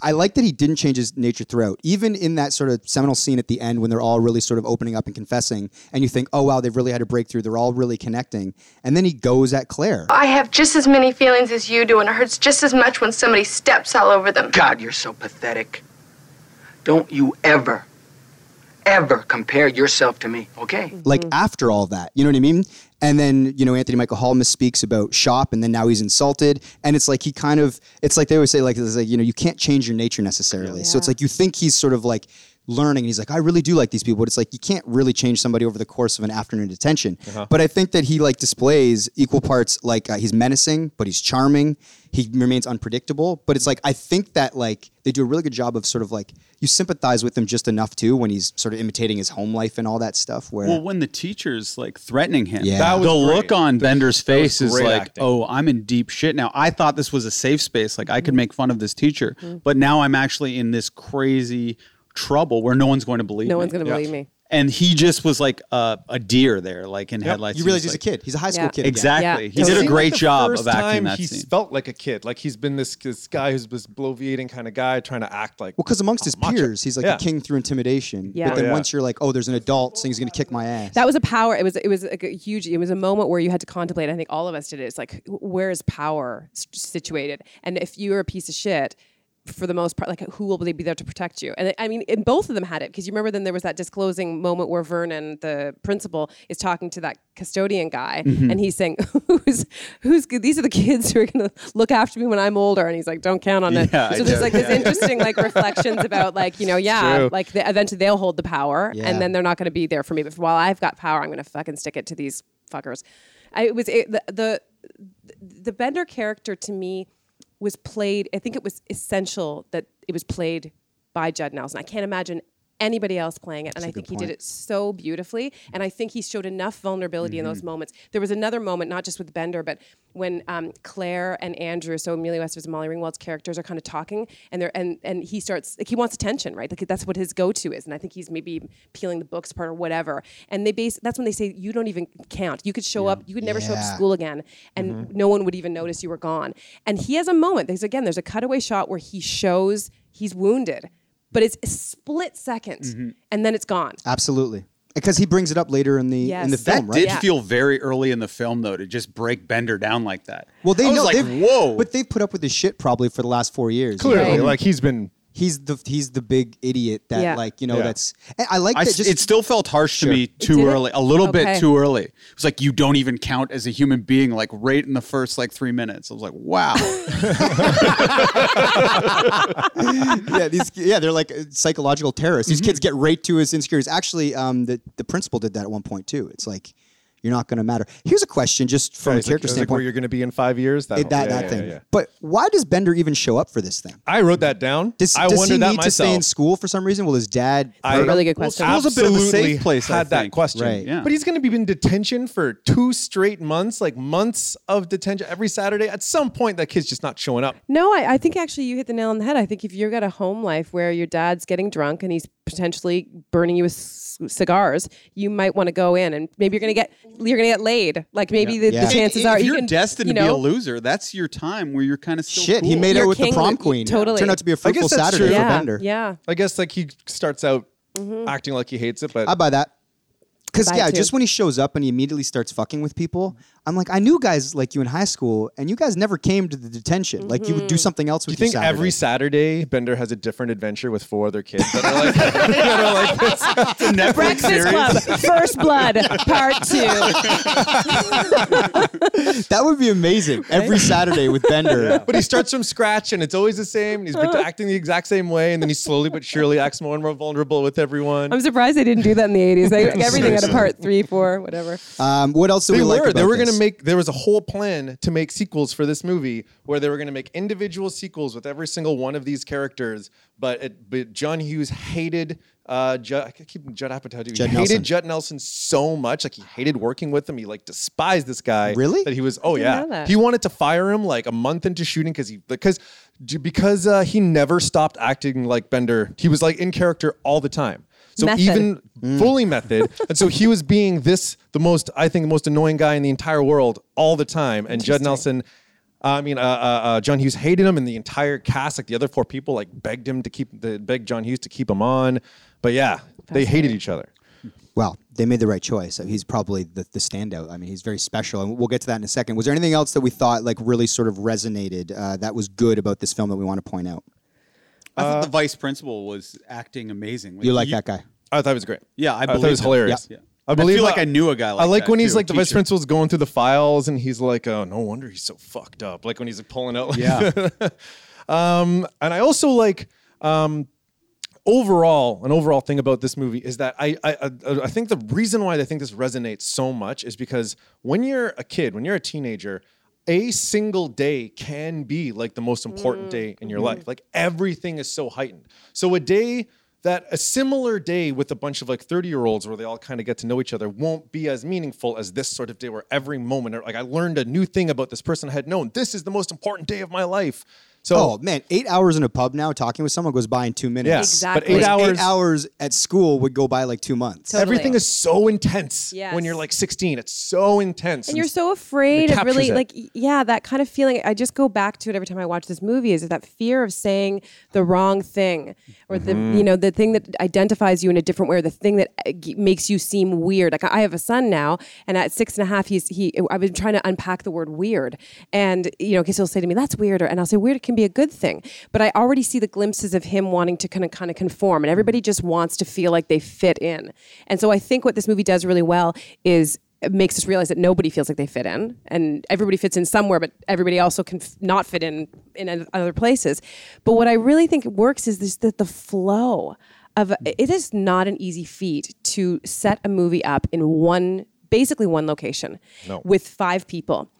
I like that he didn't change his nature throughout. Even in that sort of seminal scene at the end when they're all really sort of opening up and confessing, and you think, oh wow, they've really had a breakthrough. They're all really connecting, and then he goes at Claire. I have just as many feelings as you do, and it hurts just as much when somebody steps all over them. God, you're so pathetic. Don't you ever, ever compare yourself to me, okay? like after all that. You know what I mean? And then, you know, Anthony Michael Hall misspeaks about shop and then now he's insulted. And it's like he kind of it's like they always say, like, it's like, you know, you can't change your nature necessarily. So it's like you think he's sort of like learning and he's like, I really do like these people. But it's like you can't really change somebody over the course of an afternoon detention. But I think that he like displays equal parts like uh, he's menacing, but he's charming. He remains unpredictable. But it's like I think that like they do a really good job of sort of like you sympathize with him just enough too when he's sort of imitating his home life and all that stuff where Well, when the teacher's like threatening him, Yeah. That the was look on Bender's face is great like, acting. "Oh, I'm in deep shit now." I thought this was a safe space, like I could make fun of this teacher, Mm-hmm. but now I'm actually in this crazy trouble where no one's going to believe. No me. one's going to believe me. And he just was like a, a deer there, like in headlights. you realize he's was a like- kid. He's a high school Yeah. kid. again. Exactly. Yeah. He did Seemed a like great job of first acting time that he's scene. felt like a kid. Like he's been this this guy who's this bloviating kind of guy trying to act like. Well, because amongst his peers, he's like Yeah. a king through intimidation. Yeah. But then Oh, yeah. once you're like, oh, there's an adult, so he's going to kick my ass. That was a power. It was it was like a huge. It was a moment where you had to contemplate. I think all of us did it. It's like where is power s- situated? And if you're a piece of shit, for the most part, like who will they be there to protect you? And I- I mean, and both of them had it because you remember then there was that disclosing moment where Vernon, the principal, is talking to that custodian guy, Mm-hmm. and he's saying, "Who's who's these are the kids who are going to look after me when I'm older?" And he's like, "Don't count on it." Yeah, I so there's did. like this interesting like reflections about like you know yeah true. like they, eventually they'll hold the power Yeah. and then they're not going to be there for me. But while I've got power, I'm going to fucking stick it to these fuckers. I it was it, the, the the Bender character to me was played. I think it was essential that it was played by Judd Nelson. I can't imagine anybody else playing it, and I think he did it so beautifully. And I think he showed enough vulnerability in those moments. There was another moment, not just with Bender, but when um, Claire and Andrew, so Amelia Wester's and Molly Ringwald's characters are kind of talking, and they're and and he starts like he wants attention, right? Like that's what his go-to is, and I think he's maybe peeling the books apart or whatever. And they base that's when they say you don't even count. You could show up, you could never show Yeah. up to Mm-hmm. school school again and no one would even notice you were gone and he has a moment there's again there's a cutaway shot where he shows he's wounded but it's a split 2nd Mm-hmm. and then it's gone Absolutely. Because he brings it up later in the in the Yes. film, That right? did Yeah. feel very early in the film, though, to just break Bender down like that. Well, they I was know. like, they've- whoa. But they've put up with this shit probably for the last four years. you Clearly, know? like he's been. he's the he's the big idiot that Yeah. like you know Yeah. that's. and I like I that. s- just it still felt harsh to me did too it? early, a little Okay. bit too early. It was like you don't even count as a human being, like right in the first like three minutes. I was like, wow, yeah, these yeah, they're like uh, psychological terrorists. These kids get right to his insecurities. Actually, um, the the principal did that at one point too. It's like you're not going to matter. Here's a question, just from Yeah, a he's like- character he's like, where standpoint. you're going to be in five years? That, it- whole- that yeah, that yeah, thing. yeah, yeah. But why does Bender even show up for this thing? I wrote that down. Does, I does he wondered need that to stay in myself. school for some reason? Will his dad? I- Really good question. Well, School's a bit of a safe absolutely place, I Had that think. question, Right. Yeah. but he's going to be in detention for two straight months, like months of detention every Saturday. At some point, that kid's just not showing up. no I, I think actually you hit the nail on the head i think if you've got a home life where your dad's getting drunk and he's potentially burning you with c- cigars you might want to go in and maybe you're gonna get you're gonna get laid like maybe the, Yeah. the chances if are you you're can, destined you to be know, a loser. That's your time where you're kind of still Shit, he cool. made You're out with the king, prom you- queen. totally. Turned out to be a I guess fruitful that's Saturday true. for yeah Bender. yeah I guess like he starts out acting like he hates it, but I buy that. Because Buy it yeah, too. just when he shows up and he immediately starts fucking with people, I'm like, I knew guys like you in high school, and you guys never came to the detention. Like you would Mm-hmm. do something else Do you with think your Saturday. every Saturday Bender has a different adventure with four other kids that are like, that are like this? Netflix breakfast series. club first blood part two that would be amazing. Every Saturday with Bender. But he starts from scratch and it's always the same. And he's been acting the exact same way. And then he slowly but surely acts more and more vulnerable with everyone. I'm surprised they didn't do that in the 80s. They took everything out of part three, four, whatever. Um, what else do they we were. like? they about were going this? to make, there was a whole plan to make sequels for this movie where they were going to make individual sequels with every single one of these characters. But, it, but John Hughes hated. Uh, Judd, I keep Judd Apatow. Dude. Judd he Nelson. hated Judd Nelson so much, like he hated working with him. He like despised this guy. Really? That he was. Oh didn't yeah. know that. He wanted to fire him like a month into shooting because he because because uh, he never stopped acting like Bender. He was like in character all the time. So Method. even fully method, and so he was being this the most I think the most annoying guy in the entire world all the time. And Judd Nelson I mean, uh, uh, uh, John Hughes hated him, and the entire cast, like the other four people, like begged him to keep, the, begged John Hughes to keep him on. But yeah, they hated each other. Well, they made the right choice. He's probably the, the standout. I mean, he's very special, and we'll get to that in a second. Was there anything else that we thought like really sort of resonated uh, that was good about this film that we want to point out? I thought the vice principal was acting amazingly. Uh, You like that guy? I thought it was great. Yeah, I thought it believe was him. hilarious. Yeah. I I believe feel like I knew a guy like I like that, when he's too, like a the vice teacher. principal's going through the files, and he's like, "Oh, no wonder he's so fucked up." Like when he's pulling out. Like, Yeah. um, and I also like um, overall an overall thing about this movie is that I, I I I think the reason why I think this resonates so much is because when you're a kid, when you're a teenager. A single day can be like the most important day in your life. Like everything is so heightened. So a day that a similar day with a bunch of like 30 year olds where they all kind of get to know each other won't be as meaningful as this sort of day where every moment like I learned a new thing about this person I had known. This is the most important day of my life. So Oh man, eight hours in a pub now talking with someone goes by in two minutes. yeah, Exactly. But eight Eight hours, hours at school would go by like two months. Totally. everything is so intense Yes. when you're like 16. It's so intense. and you're so afraid it of really captures it. like y- yeah that kind of feeling i just go back to it every time i watch this movie is that fear of saying the wrong thing or the Mm-hmm. you know the thing that identifies you in a different way or the thing that uh, g- makes you seem weird like i have a son now and at six and a half he's he uh, i've been trying to unpack the word weird and you know because he'll say to me that's weirder and i'll say weird can be a good thing but i already see the glimpses of him wanting to kind of kind of conform and everybody just wants to feel like they fit in and so i think what this movie does really well is it makes us realize that nobody feels like they fit in and everybody fits in somewhere but everybody also can f- not fit in in oth- other places but what i really think works is this that the flow of it is not an easy feat to set a movie up in one basically one location with five people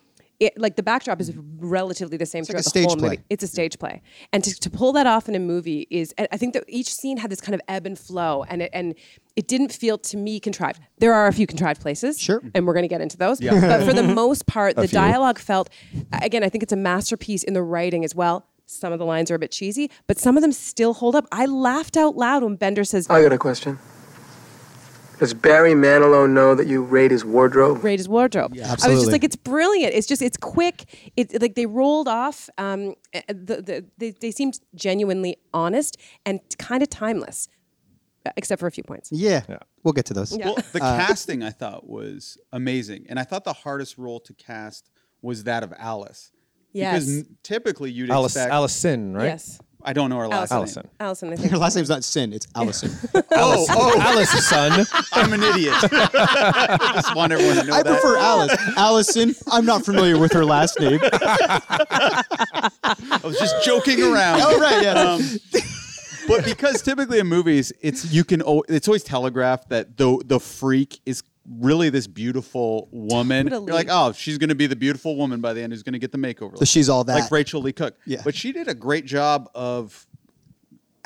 it, like the backdrop is relatively the same like a throughout the whole stage play. movie. It's a stage play, and to, to pull that off in a movie is. I I think that each scene had this kind of ebb and flow, and it, and it didn't feel to me contrived. There are a few contrived places, Sure. and we're going to get into those. but for the most part, the dialogue felt. Again, I think it's a masterpiece in the writing as well. Some of the lines are a bit cheesy, but some of them still hold up. I laughed out loud when Bender says, I got a question. Does Barry Manilow know that you raid his wardrobe? raid his wardrobe. I was Absolutely. just like, it's brilliant. It's just, it's quick. It's like they rolled off. Um, eh, the, the, they, they seemed genuinely honest and kind of timeless, uh, except for a few points. Yeah. We'll get to those. Well, the Uh, casting I thought was amazing, and I thought the hardest role to cast was that of Alice. Yes. Because n- typically you'd Alice, expect Allison, right? Yes. I don't know her last Allison. name. Allison, I Her think. last name's not Sin, it's Allison. Oh, oh, Alice's son. I'm an idiot. I just want everyone to know I that. prefer Alice. Allison, I'm not familiar with her last name. I was just joking around. Um, Oh, right, yeah. but because typically in movies, it's you can al- it's always telegraphed that the the freak is really this beautiful woman. Totally. You're like, oh, she's going to be the beautiful woman by the end who's going to get the makeover. So she's all that. like Rachel Lee Cook. Yeah. but she did a great job of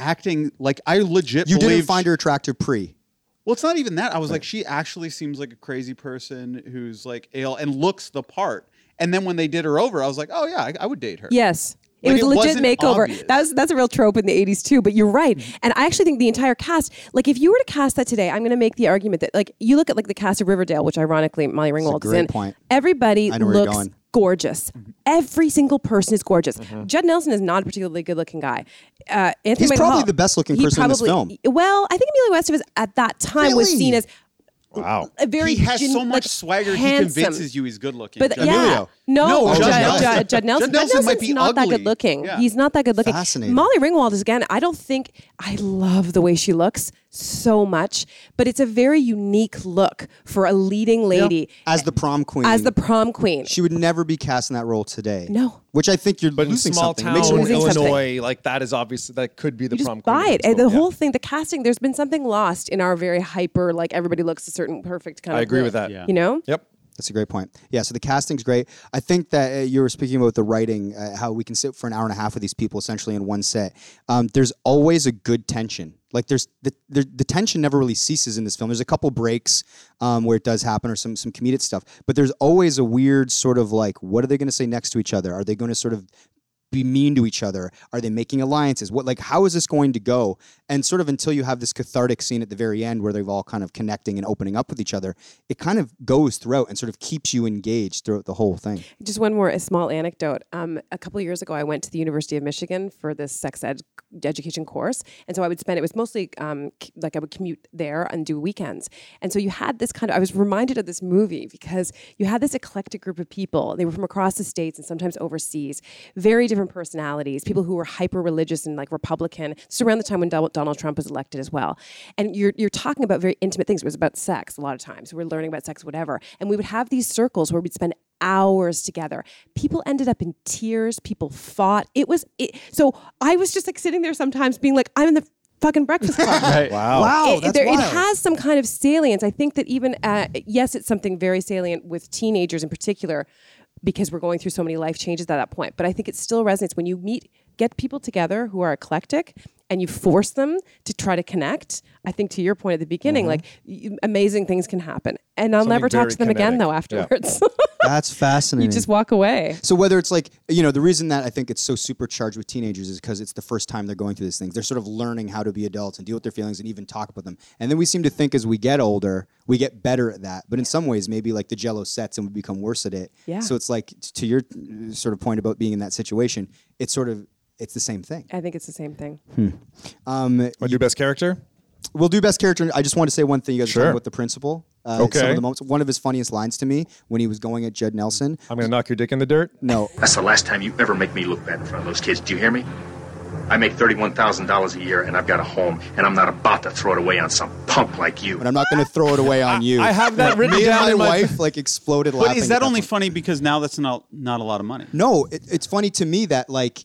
acting. Like I legit you believed didn't find her attractive pre. Well, it's not even that. I was like, she actually seems like a crazy person who's like ill and looks the part. And then when they did her over, I was like, oh yeah, I, I would date her. Yes. It was Like, a it legit wasn't makeover. obvious. That was, that's a real trope in the 80s too, but you're right. And I actually think the entire cast, like if you were to cast that today, I'm going to make the argument that like you look at like the cast of Riverdale, which ironically Molly Ringwald is great in. point. Everybody I know where you're looks going. Mm-hmm. gorgeous. Every single person is gorgeous. Judd Nelson is not a particularly good-looking guy. Uh, Anthony He's Michael probably Hall, the best-looking he person in this probably- Well, I think Amelia Westover at that time was Really? seen as Wow. a very he has gen- so like, much swagger. handsome. He convinces you he's good looking. But Judd yeah, Nelson. no, No, Judd, Judd Judd, Nelson. Judd, Nelson. Judd Nelson might be Nelson's not that ugly. good looking. Yeah. He's not that good looking. Fascinating. Molly Ringwald is again. I don't think I love the way she looks so much, but it's a very unique look for a leading lady As the prom queen. as the prom queen. She would never be cast in that role today. No. Which I think you're But in losing small something. town Makes you Losing Illinois, something. like that is obviously that could be the you prom just queen buy of it. the And the school, yeah. whole thing, the casting. There's been something lost in our very hyper, like everybody looks a certain perfect kind I of. agree look, with that. Yeah. You know. Yep. That's a great point. Yeah, so the casting's great. I think that uh, you were speaking about the writing, uh, how we can sit for an hour and a half with these people essentially in one set. Um, there's always a good tension. Like there's the, the the tension never really ceases in this film. There's a couple breaks um, where it does happen, or some some comedic stuff. But there's always a weird sort of like, what are they going to say next to each other? Are they going to sort of be mean to each other? Are they making alliances? What like how is this going to go? And sort of until you have this cathartic scene at the very end where they've all kind of connecting and opening up with each other, it kind of goes throughout and sort of keeps you engaged throughout the whole thing. Just one more a small anecdote. Um, a couple of years ago, I went to the University of Michigan for this sex ed education course, and so I would spend. It was mostly um, c- like I would commute there and do weekends, and so you had this kind of. I was reminded of this movie because you had this eclectic group of people. They were from across the states and sometimes overseas, very different personalities. People who were hyper religious and like Republican. This is around the time when Donald Donald Trump was elected as well, and you're you're talking about very intimate things. It was about sex a lot of times. We we're learning about sex, whatever, and we would have these circles where we'd spend hours together. People ended up in tears. People fought. It was it, so I was just like sitting there sometimes being like, I'm in the fucking breakfast club. Wow. Wow. It, there- it has some kind of salience. I think that even uh, yes, it's something very salient with teenagers in particular, because we're going through so many life changes at that point. But I think it still resonates when you meet, get people together who are eclectic, and you force them to try to connect. I think to your point at the beginning, like you, amazing things can happen, and I'll Mm-hmm. Something never talk very to them again kinetic. though. Yeah. Afterwards, That's fascinating. you just walk away. So whether it's like you know the reason that I think it's so supercharged with teenagers is because it's the first time they're going through these things. They're sort of learning how to be adults and deal with their feelings and even talk about them. And then we seem to think as we get older, we get better at that. But in some ways, maybe like the Jello sets and we become worse at it. Yeah. So it's like t- to your uh, sort of point about being in that situation, it's sort of it's the same thing. I think it's the same thing. Want to do best character? We'll do best character. I just want to say one thing. You guys are Sure. talking about the principal. Uh, Some Okay. of the moments. One of his funniest lines to me when he was going at Judd Nelson. I'm gonna knock your dick in the dirt. No, That's the last time you ever make me look bad in front of those kids. Do you hear me? I make $31,000 a year and I've got a home and I'm not about to throw it away on some punk like you. but I'm not going to throw it away on you. I have that written me down and in my my- wife like exploded laughing. But is at that only point. funny because now that's not not a lot of money? No, it, it's funny to me that like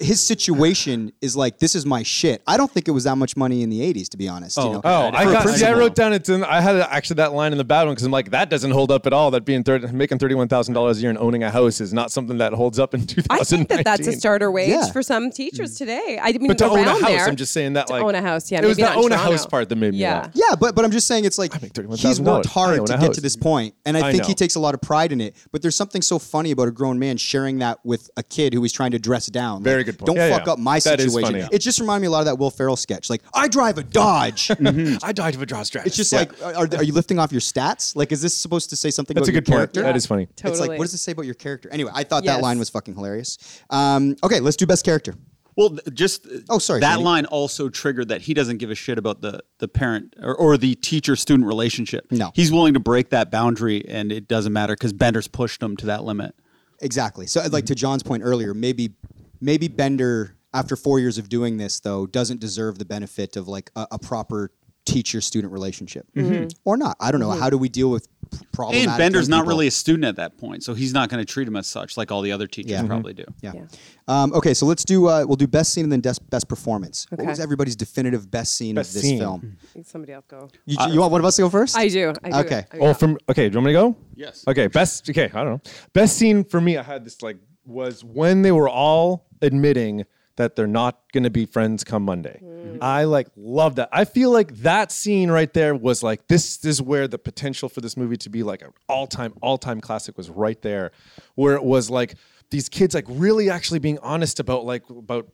his situation is like this is my shit. I don't think it was that much money in the '80s, to be honest. you know? Oh, I For got. See, I principal. wrote down it's. In, I had actually that line in the bad one because I'm like, that doesn't hold up at all. That being thirty, making thirty-one thousand dollars a year and owning a house is not something that holds up in two I thousand. think that that's a starter wage Yeah. for some teachers today. I mean, But to around own a house, there, I'm just saying that to like own a house, yeah, it was maybe the not in own a house Toronto. part that made me Yeah. laugh. Yeah, but but I'm just saying it's like make $31,000. he's worked I hard own to a get house. to this point, and I, I think he know. takes a lot of pride in it. But there's something so funny about a grown man sharing that with a kid who he's trying to dress down. Very Like, good point. Don't Yeah, fuck yeah. up my That is situation. funny. It just reminded me a lot of that Will Ferrell sketch. Like I drive a Dodge. I died of a drawstring. It's just like are, are you lifting off your stats? Like is this supposed to say something? That's a about your good point. character? That is funny. totally. It's like, what does this say about your character? Anyway, I thought Yes. that line was fucking hilarious. Um, okay, let's do best character. Well, th- just uh, Oh, sorry, That Tony. line also triggered that he doesn't give a shit about the the parent or, or the teacher student relationship. No. he's willing to break that boundary, and it doesn't matter because Bender's pushed him to that limit. Exactly. So, like to Mm-hmm. John's point earlier, maybe, maybe Bender, after four years of doing this, though, doesn't deserve the benefit of like a, a proper teacher-student relationship, Mm-hmm. Mm-hmm. or not. I don't know. How do we deal with p- problematic? And Bender's young not people? really a student at that point, so he's not going to treat him as such, like all the other teachers Yeah. Mhm. probably do. Yeah. Um, okay, so let's do. Uh, we'll do best scene and then des- best performance. Okay. What was everybody's definitive best scene Best of this scene. Mm-hmm. film? I think somebody else go. You, you want one of us to go first? I do. I do. Okay. I Oh, from okay. Do you want me to go? Yes. Okay. Best. Okay. I don't know. Best scene for me. I had this like was when they were all admitting that they're not going to be friends come Monday. I like love that. I feel like that scene right there was like this is where the potential for this movie to be like an all time all time classic was right there, where it was like these kids like really actually being honest about like about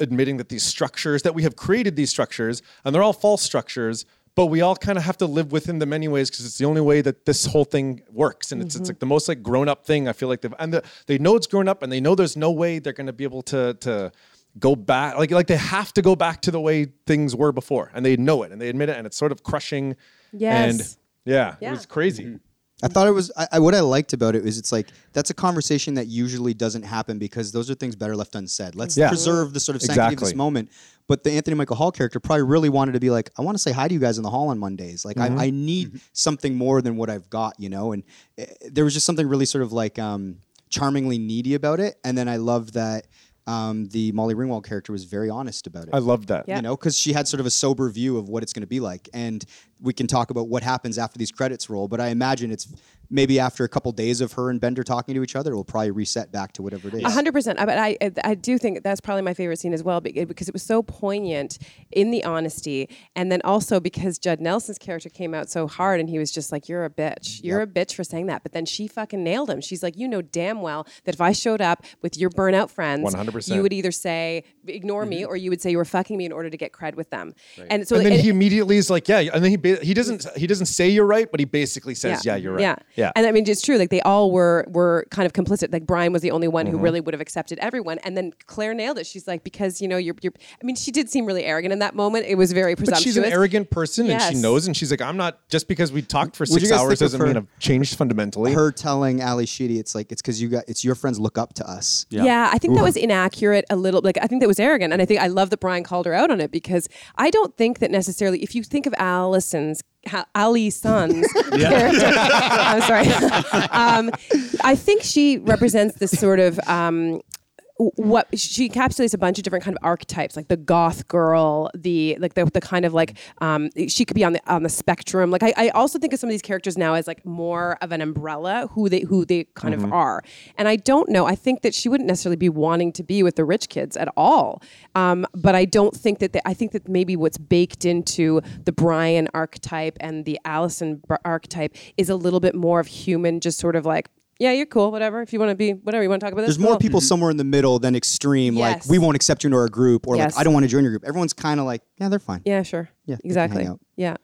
admitting that these structures that we have created these structures and they're all false structures but we all kind of have to live within them anyways because it's the only way that this whole thing works and Mm-hmm. it's, it's like the most like grown up thing i feel like they've and the, they know it's grown up and they know there's no way they're going to be able to to go back like like they have to go back to the way things were before and they know it and they admit it and it's sort of crushing Yes. and yeah, Yeah. it was crazy I thought it was I, I, what I liked about it is it's like that's a conversation that usually doesn't happen because those are things better left unsaid. Let's Yeah. preserve the sort of sanctity of this Exactly. moment. But the Anthony Michael Hall character probably really wanted to be like, I want to say hi to you guys in the hall on Mondays. Like I, I need something more than what I've got, you know. And uh, there was just something really sort of like um, charmingly needy about it. And then I love that um, the Molly Ringwald character was very honest about it i loved that Yeah. you know, because she had sort of a sober view of what it's going to be like. And we can talk about what happens after these credits roll. But I imagine it's maybe after a couple days of her and Bender talking to each other, we'll probably reset back to whatever it is. A hundred percent. I- But I, I, I do think that's probably my favorite scene as well be- because it was so poignant in the honesty, and then also because Judd Nelson's character came out so hard, and he was just like, "You're a bitch. You're a bitch for saying that." But then she fucking nailed him. She's like, "You know damn well that if I showed up with your burnout friends, 100%. you would either say ignore me, or you would say you were fucking me in order to get cred with them." And so and then and- he immediately is like, yeah, and then he ba- he doesn't he doesn't say you're right, but he basically says, yeah, you're right. Yeah, yeah. And I mean, it's true. Like they all were were kind of complicit. Like Brian was the only one Mm-hmm. who really would have accepted everyone. And then Claire nailed it. She's like, because you know, you're, you're. I mean, she did seem really arrogant in that moment. It was very but presumptuous. she's an arrogant person, and she Yes. knows, and she's like, I'm not just because we talked for Would you six guys hours think of doesn't her- mean I've changed fundamentally. her telling Ali Sheedy, it's like it's because you got it's your friends look up to us. Yeah. I think that was inaccurate a little. Like I think that was arrogant, and I think I love that Brian called her out on it because I don't think that necessarily. If you think of Allison's Ha- Ali Son's character, I'm sorry. um, I think she represents this sort of. Um, Mm-hmm. what she encapsulates a bunch of different kind of archetypes, like the goth girl, the like the, the kind of like um, she could be on the on the spectrum. Like I, I also think of some of these characters now as like more of an umbrella who they who they kind Mm-hmm. of are. And I don't know. I think that she wouldn't necessarily be wanting to be with the rich kids at all. Um, but I don't think that they, I think that maybe what's baked into the Brian archetype and the Allison bar- archetype is a little bit more of human, just sort of like. Yeah, you're cool. Whatever. If you want to be, whatever you want to talk about. There's that's more cool." people somewhere in the middle than extreme. Like Yes. we won't accept you into our group, or Yes. like I don't want to join your group. Everyone's kind of like, yeah, they're fine. Yeah, sure. Yeah, they can hang exactly. out. Yeah.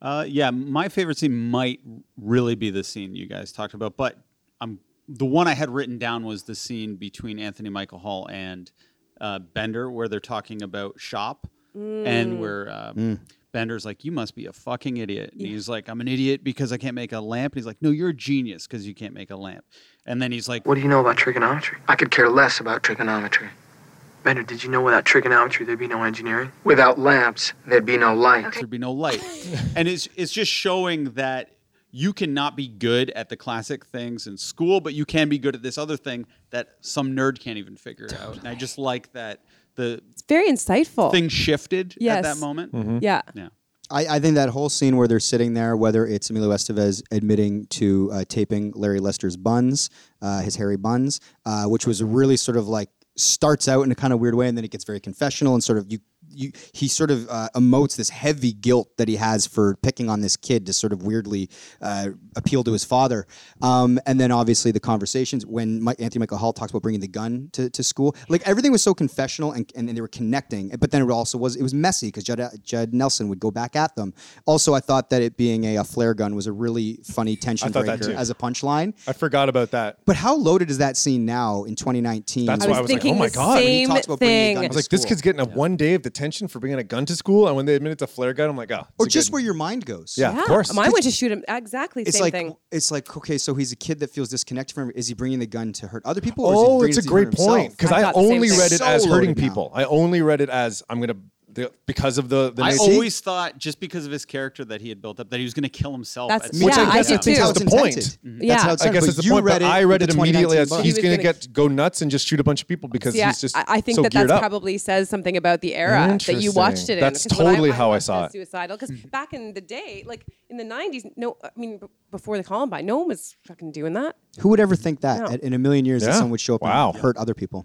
Uh, yeah, my favorite scene might really be the scene you guys talked about, but um, the one I had written down was the scene between Anthony Michael Hall and uh, Bender, where they're talking about shop, and where um, Bender's like, "You must be a fucking idiot," and he's like, "I'm an idiot because I can't make a lamp," and he's like, "No, you're a genius because you can't make a lamp," and then he's like, What do you know about trigonometry? I could care less about trigonometry. Bender, did you know without trigonometry there'd be no engineering? Without lamps, there'd be no light. there'd be no light. and it's it's just showing that you cannot be good at the classic things in school, but you can be good at this other thing that some nerd can't even figure out. And I just like that the Very insightful. thing shifted at Oh. that Yes. Mm-hmm. moment. Yeah. Yeah. I, I think that whole scene where they're sitting there, whether it's Emilio Estevez admitting to uh, taping Larry Lester's buns, uh, his hairy buns, uh, which was really sort of like starts out in a kind of weird way, and then it gets very confessional and sort of you. You, he sort of uh, emotes this heavy guilt that he has for picking on this kid to sort of weirdly uh, appeal to his father, um, and then obviously the conversations when Mike, Anthony Michael Hall talks about bringing the gun to, to school, like everything was so confessional and, and, they were connecting, but then it also was it was messy because Judd, Judd Nelson would go back at them. Also, I thought that it being a, a flare gun was a really funny tension thought that breaker too. as a punchline. I forgot about that. But how loaded is that scene now in 2019? That's I why was I was like, thinking oh my the God, when he same talks about bringing a thing. gun to I was like, this school. kid's getting a one day of detention for bringing a gun to school, and when they admit it's a flare gun, I'm like, oh, it's or a just good- where your mind goes. yeah, Yeah. of course. Mine went to shoot him. Exactly It's same like thing. it's like okay, so he's a kid that feels disconnected from. Is he bringing the gun to hurt other people? Or is he Oh, bringing it's a it to great hurt himself? point because I I thought the same only thing. read it So as hurting loaded now. people. I only read it as I'm gonna the, because of the the I nature- always thought just because of his character that he had built up that he was going to kill himself. That's- at Me some too. point. Yeah, I guess do that's how too. it's That's the point. intended. Yeah. That's how it's I guess intended, but it's the you point. but read it I read with it the immediately 2019 as book. he's He was gonna, gonna- get go nuts and just shoot a bunch of people because yeah, he's just. I I think so that geared that's up. probably says something about the era that you Interesting. watched it in. That's 'Cause when totally how I watched saw it. Suicidal, because back in the day, like in the '90s, no, I mean b- before the Columbine, no one was fucking doing that. Who would ever think that No. at- in a million years that Yeah. someone would show up Wow. and hurt other people?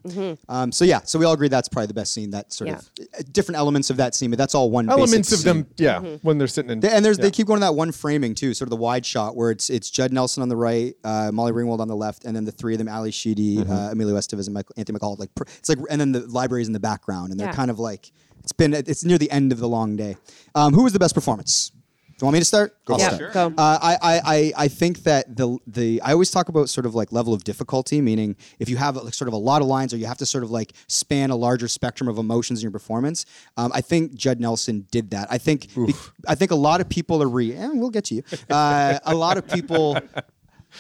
Um, so yeah, so we all agree that's probably the best scene. That sort of uh, different elements of that scene, but that's all one. basic Elements of scene. them, yeah, Mm-hmm. when they're sitting in. They- and there's yeah. they keep going to that one framing too, sort of the wide shot where it's it's Judd Nelson on the right, uh, Molly Ringwald on the left, and then the three of them: Ali Sheedy, uh, Emilio Estevez, and Michael, Anthony McCall. Like pr- it's like, and then the library's in the background, and they're Yeah. kind of like it's been it's near the end of the long day. Um, who was the best performance? Do you want me to start? I'll yeah, start. go. Uh, I, I, I, I think that the the I always talk about sort of like level of difficulty, meaning if you have like sort of a lot of lines or you have to sort of like span a larger spectrum of emotions in your performance. Um, I think Judd Nelson did that. I think be- I think a lot of people are re. And we'll get to you. Uh, a lot of people.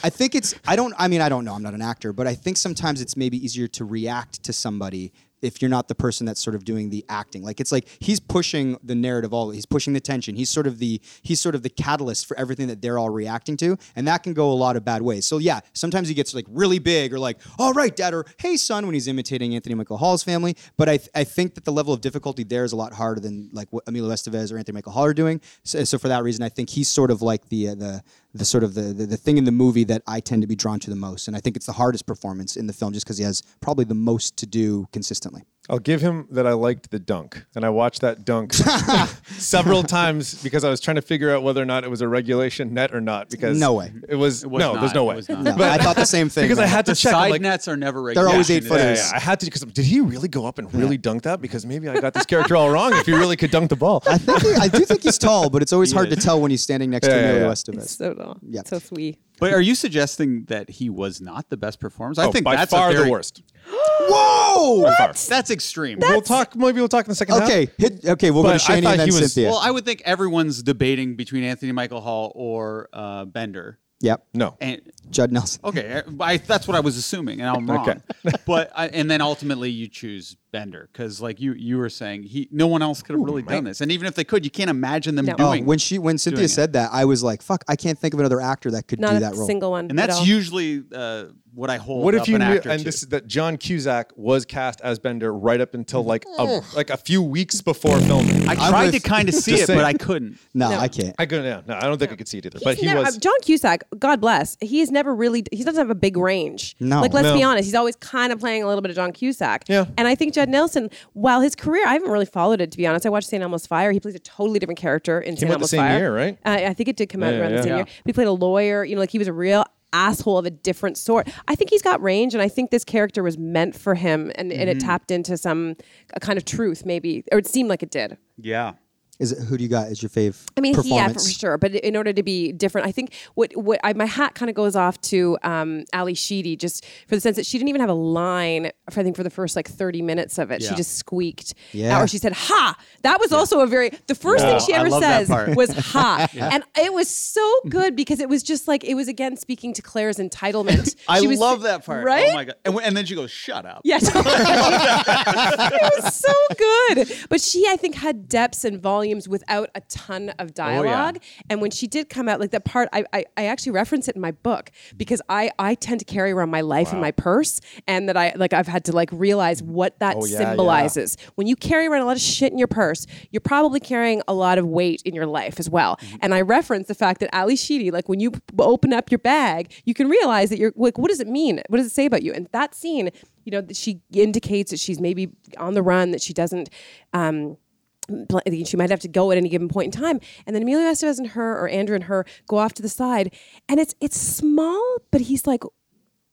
I think it's I don't I mean I don't know I'm not an actor but I think sometimes it's maybe easier to react to someb if you're not the person that's sort of doing the acting. Like it's like he's pushing the narrative all he's pushing the tension. He's sort of the he's sort of the catalyst for everything that they're all reacting to. And that can go a lot of bad ways. So yeah, sometimes he gets like really big or like, all right, dad, or hey son, when he's imitating Anthony Michael Hall's family. But I, I think that the level of difficulty there is a lot harder than like what Emilio Estevez or Anthony Michael Hall are doing. So, so for that reason, I think he's sort of like the uh, the the sort of the, the the thing in the movie that I tend to be drawn to the most. And I think it's the hardest performance in the film just because he has probably the most to do consistently. I'll give him that I liked the dunk, and I watched that dunk several times because I was trying to figure out whether or not it was a regulation net or not. Because No way. it was, was no, not. there's no It way. was not. No, I thought the same thing. because I had to The check. I'm side like, nets are never regular. They're always eight Yeah, yeah, footers. yeah, I had to because did he really go up and really dunk that? Because maybe I got this character all wrong. If he really could dunk the ball, I, think he- I do think he's tall, but it's always hard to tell when he's standing next to Yeah, yeah, Emilio yeah. Estevez. It's so long. Yeah. So sweet. But are you suggesting that he was not the best performance? I Oh, think by that's a far very- the worst. Whoa! By far. That's extreme. We'll talk. Maybe we'll talk in the second half. Okay, hit, okay, we'll go But to I Shani thought and then he was- Cynthia. Well, I would think everyone's debating between Anthony Michael Hall or uh, Bender. yep, No. And Judd Nelson. okay, I, that's what I was assuming, and I'm wrong. but I, and then ultimately you choose Bender because, like you you were saying, he no one else could have really done this, and even if they could, you can't imagine them No. Oh, doing. when she when Cynthia it. said that, I was like, "Fuck! I can't think of another actor that could Not do a that role." single one. and at that's all. usually uh, what I hold. What up if you an knew, actor and to. this is that John Cusack was cast as Bender right up until like a, like a few weeks before filming. Hmm. I I, tried with- to kind of see Just it, saying. but I couldn't. No, I can't. couldn't. Yeah, no, I don't think I could see it either. He's but he never- was. uh, John Cusack. God bless. He's never really. He doesn't have a big range. No. like let's No. be honest. He's always kind of playing a little bit of John Cusack. Yeah. And I think Judd Nelson, while his career, I haven't really followed it to be honest. I watched St. Elmo's Fire. He plays a totally different character in St. out the Elmo's same Fire. year, right? Uh, I think it did come out Yeah, around the yeah. same year. But he played a lawyer. You know, like he was a real asshole of a different sort. I think he's got range, and I think this character was meant for him, and, and Mm-hmm. it tapped into some a kind of truth, maybe, or it seemed like it did. Yeah. Is it who do you got as your fave? I mean, yeah, for performance? sure. But in order to be different, I think what what I, my hat kind of goes off to um, Ali Sheedy, just for the sense that she didn't even have a line. For, I think for the first like thirty minutes of it, she Yeah. just squeaked, Yeah. or she said "ha." That was also a very the first Yeah. thing she I ever love that says part. was "ha," and it was so good because it was just like it was again speaking to Claire's entitlement. I She was- love that part. right? Oh my god! And, w- and then she goes, "Shut up." Yeah, totally. it was so good. But she, I think, had depths and volumes without a ton of dialogue. And when she did come out, like that part, I, I, I actually reference it in my book because I, I tend to carry around my life in my purse, and that I like I've had to like realize what that symbolizes. When you carry around a lot of shit in your purse, you're probably carrying a lot of weight in your life as well. And I reference the fact that Ali Sheedy, like when you p- open up your bag, you can realize that you're like, what does it mean? What does it say about you? And that scene you know, that she indicates that she's maybe on the run, that she doesn't. Um, bl- she might have to go at any given point in time, and then Emilio Estevez and her, or Andrew and her, go off to the side, and it's it's small, but he's like,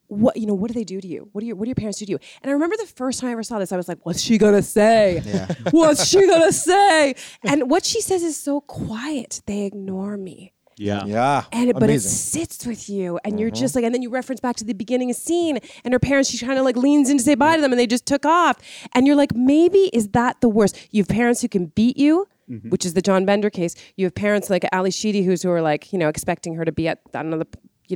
"What you know? What do they do to you? What do your what do your parents do to you?" And I remember the first time I ever saw this, I was like, "What's she gonna say? What's she gonna say?" And what she says is so quiet; they ignore me Yeah. yeah, and it, but it amazing. sits with you and Mm-hmm. you're just like and then you reference back to the beginning of scene and her parents she kind of like leans in to say bye to them and they just took off and you're like maybe is that the worst you have parents who can beat you Mm-hmm. which is the john bender case you have parents like ali sheedy who's who are like you know expecting her to be at another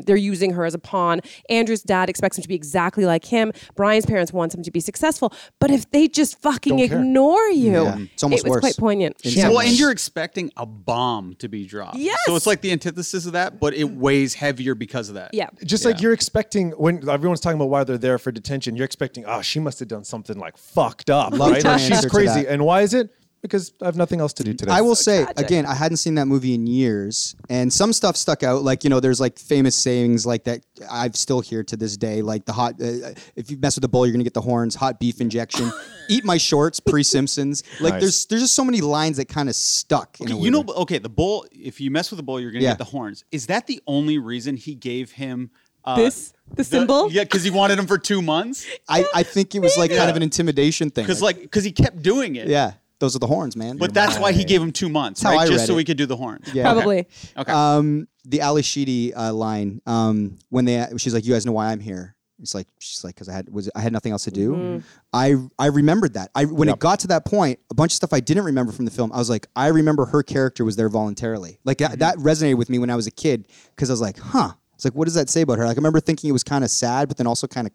they're using her as a pawn. Andrew's dad expects him to be exactly like him. Brian's parents want him to be successful. But if they just fucking ignore you, Yeah. It's almost it was worse. quite poignant. Yeah. Well, and you're expecting a bomb to be dropped. Yes. So it's like the antithesis of that, but it weighs heavier because of that. yeah. Uh, Just like you're expecting when everyone's talking about why they're there for detention, you're expecting, oh, she must have done something like fucked Love up, right? my Like, answer she's to crazy. that. And why is it? Because I have nothing else to do today. I will say again, I hadn't seen that movie in years, and some stuff stuck out. Like you know, there's like famous sayings like that I've still hear to this day. Like the hot, uh, if you mess with the bull, you're gonna get the horns. Hot beef injection. Eat my shorts. Pre Simpsons. Like Nice. there's there's just so many lines that kind of stuck. in a Okay, you weird know, way. okay, the bull, if you mess with the bull, you're going to Yeah. get the horns. Is that the only reason he gave him uh, This- the symbol? Yeah, because he wanted him for two months. I, I think it was like kind of an intimidation thing. Because like, because he kept doing it. yeah, those are the horns, man. But that's why he gave him two months, That's how right? I Just read so it. he could do the horns. Yeah. Probably. Okay. um, the Ali Sheedy uh, line um, when they she's like, "You guys know why I'm here." It's like she's like, "Cause I had was I had nothing else to do." Mm-hmm. I I remembered that. I when it got to that point, a bunch of stuff I didn't remember from the film. I was like, I remember her character was there voluntarily. Like Mm-hmm. that, that resonated with me when I was a kid because I was like, "Huh." It's like, what does that say about her? Like I remember thinking it was kind of sad, but then also kind of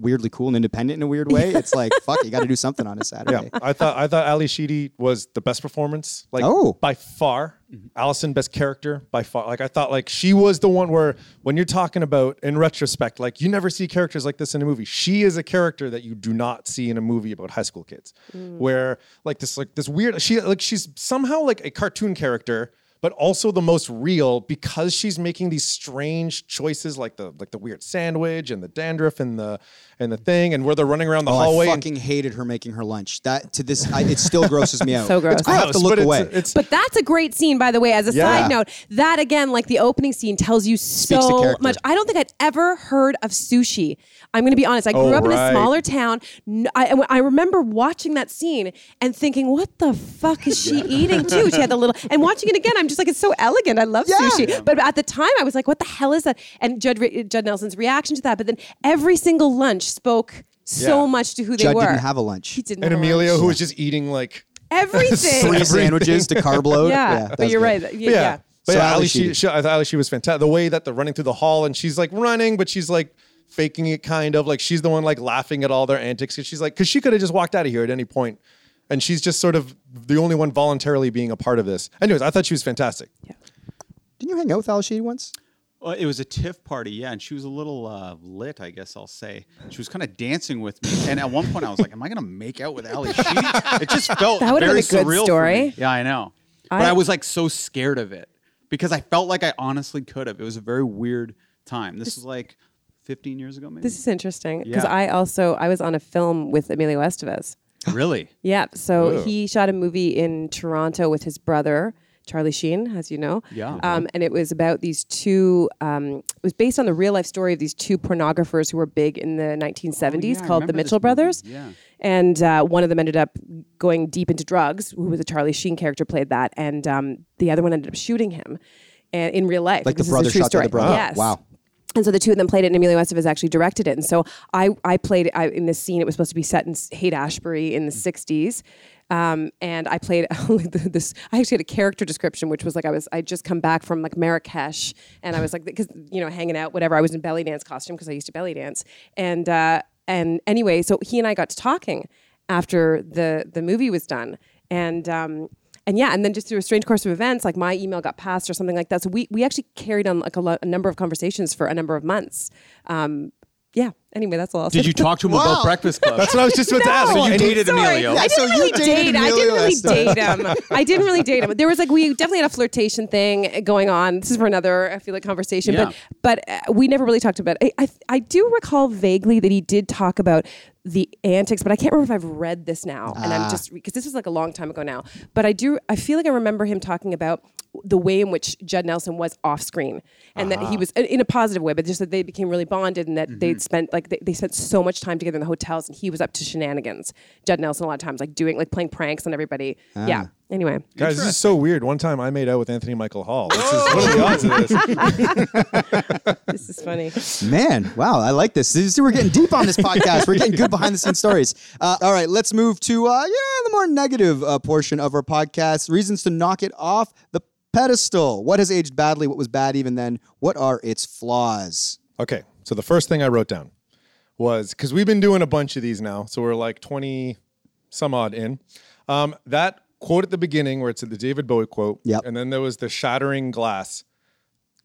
weirdly cool and independent in a weird way. It's like fuck, you got to do something on a Saturday. Yeah, Oh, I thought I thought Ali Sheedy was the best performance, like Oh. by far. Allison best character by far. Like I thought, like she was the one where when you're talking about in retrospect, like you never see characters like this in a movie. She is a character that you do not see in a movie about high school kids, where like this like this weird she like she's somehow like a cartoon character. But also the most real because she's making these strange choices, like the like the weird sandwich and the dandruff and the and the thing, and where they're running around the Oh, hallway. I and- fucking hated her making her lunch. That to this, I, it still grosses me out. So gross. I have to gross, look but away. It's, it's But that's a great scene, by the way. As a Yeah. side note, that again, like the opening scene, tells you to so character. much. I don't think I'd ever heard of sushi. I'm going to be honest. I grew Oh, up in right. a smaller town. N- I, I remember watching that scene and thinking, "What the fuck is she eating?" Too. She had the little. And watching it again, I'm just like, "It's so elegant. I love sushi." But at the time, I was like, "What the hell is that?" And Judd, Re- Judd Nelson's reaction to that. But then every single lunch spoke. So Yeah. much to who they Judd were. didn't have a lunch. He didn't. and have a Emilio, lunch. who was just eating like everything. Three sandwiches to carb load. yeah, that but was you're good. right. That- Yeah, yeah. But So yeah, Ali Ali, she, Sheedy. she, I thought Ali, she was fantastic. The way that they're running through the hall and she's like running, but she's like faking it kind of like she's the one like laughing at all their antics. 'Cause She's like, because she could have just walked out of here at any point, and she's just sort of the only one voluntarily being a part of this. Anyways, I thought she was fantastic. Didn't you hang out with Al Sheedy once? Well, it was a TIFF party, yeah, and she was a little uh, lit, I guess I'll say. She was kind of dancing with me, and at one point I was like, "Am I going to make out with Ali?" Sheedy?" It just felt That would've very been a good surreal for story. me. Yeah, I know, but I- I was like so scared of it because I felt like I honestly could have. It was a very weird time. This is like 15 years ago, maybe. This is interesting because Yeah. I also I was on a film with Emilio Estevez. really Yeah, so he shot a movie in Toronto with his brother Charlie Sheen, as you know. Yeah. Uh-huh. Um, and it was about these two. Um, it was based on the real life story of these two pornographers who were big in the 1970s, Oh, I called the remember this Mitchell movie. Brothers. Yeah. And uh, one of them ended up going deep into drugs. Who was a Charlie Sheen character played that, and um, the other one ended up shooting him, and in real life, Like the this is a brother true shot the story. other brother. Yes. Wow. And so the two of them played it, and Emilio Estevez actually directed it. And so I, I played I, in this scene. It was supposed to be set in S- Haight Ashbury in the '60s, um, and I played this. I actually had a character description, which was like I was I just come back from like Marrakesh, and I was like because you know hanging out, whatever. I was in belly dance costume because I used to belly dance, and uh, and anyway, so he and I got to talking after the the movie was done, and. Um, and yeah, and then just through a strange course of events, like my email got passed or something like that. So we we actually carried on like a, lo- a number of conversations for a number of months. Um, yeah. Anyway, that's all. I'll Did say. you talk to him about Breakfast Club? That's what I was just about to ask. So you And- dated Sorry, Emilio. I So didn't you really dated date. I Emilio didn't really Estevez. date him. I didn't really date him. There was like we definitely had a flirtation thing going on. This is for another I feel like conversation, Yeah. but but uh, we never really talked about. It. I, I I do recall vaguely that he did talk about the antics, but I can't remember if I've read this now. And I'm just because this is like a long time ago now. But I do I feel like I remember him talking about the way in which Judd Nelson was off screen, and that he was in a positive way, but just that they became really bonded, and that they'd spent like they, they spent so much time together in the hotels, and he was up to shenanigans. Judd Nelson a lot of times like doing like playing pranks on everybody. Yeah. Anyway, Guys, this is so weird. One time I made out with Anthony Michael Hall. This is, Oh. what are the odds of this? this is funny. Man, wow, I like this. This- we're getting deep on this podcast. We're getting good behind the scenes stories. Uh, all right, let's move to uh, yeah, the more negative uh, portion of our podcast. Reasons to knock it off the pedestal. What has aged badly? What was bad even then? What are its flaws? Okay, so the first thing I wrote down was because we've been doing a bunch of these now, so we're like twenty some odd in. Um, that quote at the beginning where it's the David Bowie quote, Yep. and then there was the shattering glass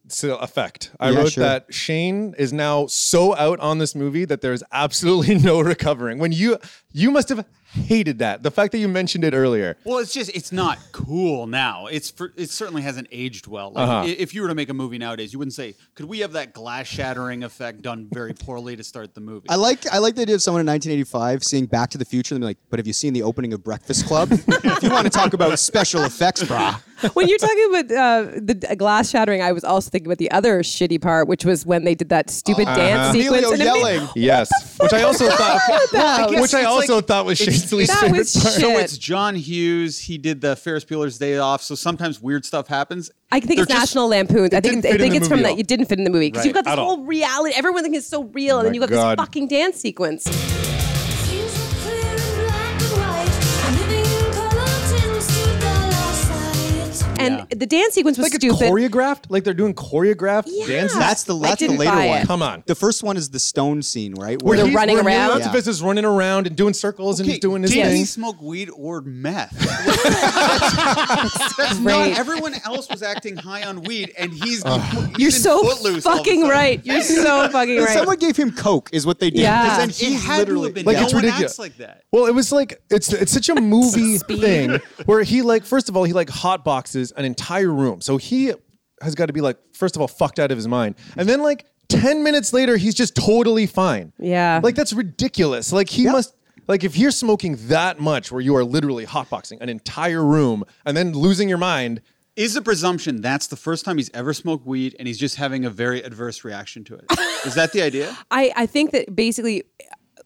s- effect. I Yeah, wrote sure. that Shane is now so out on this movie that there's absolutely no recovering. When you you must have hated that the fact that you mentioned it earlier. Well, it's just it's not cool now. It's for, it certainly hasn't aged well. Like i- if you were to make a movie nowadays, you wouldn't say, "Could we have that glass shattering effect done very poorly to start the movie?" I like I like the idea of someone in 1985 seeing Back to the Future and be like, but have you seen the opening of Breakfast Club? if you want to talk about special effects, brah. when you're talking about uh, the d- glass shattering, I was also thinking about the other shitty part, which was when they did that stupid dance sequence. Emilio and it made- yelling. Yes, which I also thought, which I also thought was Shane's least that favorite was part. shit. So it's John Hughes. He did the Ferris Bueller's Day Off. So sometimes weird stuff happens. I think it's They're just- National Lampoon. I didn't think, it's- I fit in think the it's from movie at that. all. It didn't fit in the movie because Right, you've got this at all. whole reality. Everyone thinks it's so real, and my then you've got God. this fucking dance sequence. Clear in black and white, living in color tends to dull our sight. And the dance sequence was like it's stupid. choreographed, like they're doing choreographed dances. That's the I that's the didn't later buy one. it. Come on. The first one is the stone scene, right? Where they're he's- running Emilio around? Estevez is running around and doing circles and he's doing his did thing. he smoke weed or meth? That's Great. not. Everyone else was acting high on weed, and he's he's You're in so Footloose all of a fucking sudden. right. You're so fucking And right. Someone gave him coke, is what they did. Yeah. 'Cause then It It he's had to literally have been. Like, no it's one ridiculous. acts like that. Well, it was like it's it's such a movie thing where he like first of all he like hot boxes an entire room, so he has got to be like first of all fucked out of his mind, and then like ten minutes later he's just totally fine. Yeah. like that's ridiculous. Like he must. Like if you're smoking that much, where you are literally hotboxing an entire room and then losing your mind, Is the presumption that's the first time he's ever smoked weed, and he's just having a very adverse reaction to it? Is that the idea? I, I think that basically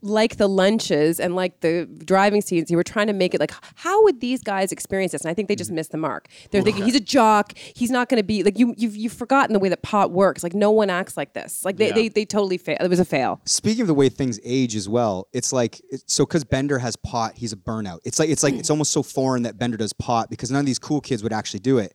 like the lunches and like the driving scenes you were trying to make it like how would these guys experience this and i think they just missed the mark they're thinking he's a jock he's not going to be like you you've, you've forgotten the way that pot works like no one acts like this like they, they, they totally fail it was a fail speaking of the way things age as well, it's like it- so because Bender has pot, he's a burnout. It's like it's like it's almost so foreign that Bender does pot because none of these cool kids would actually do it.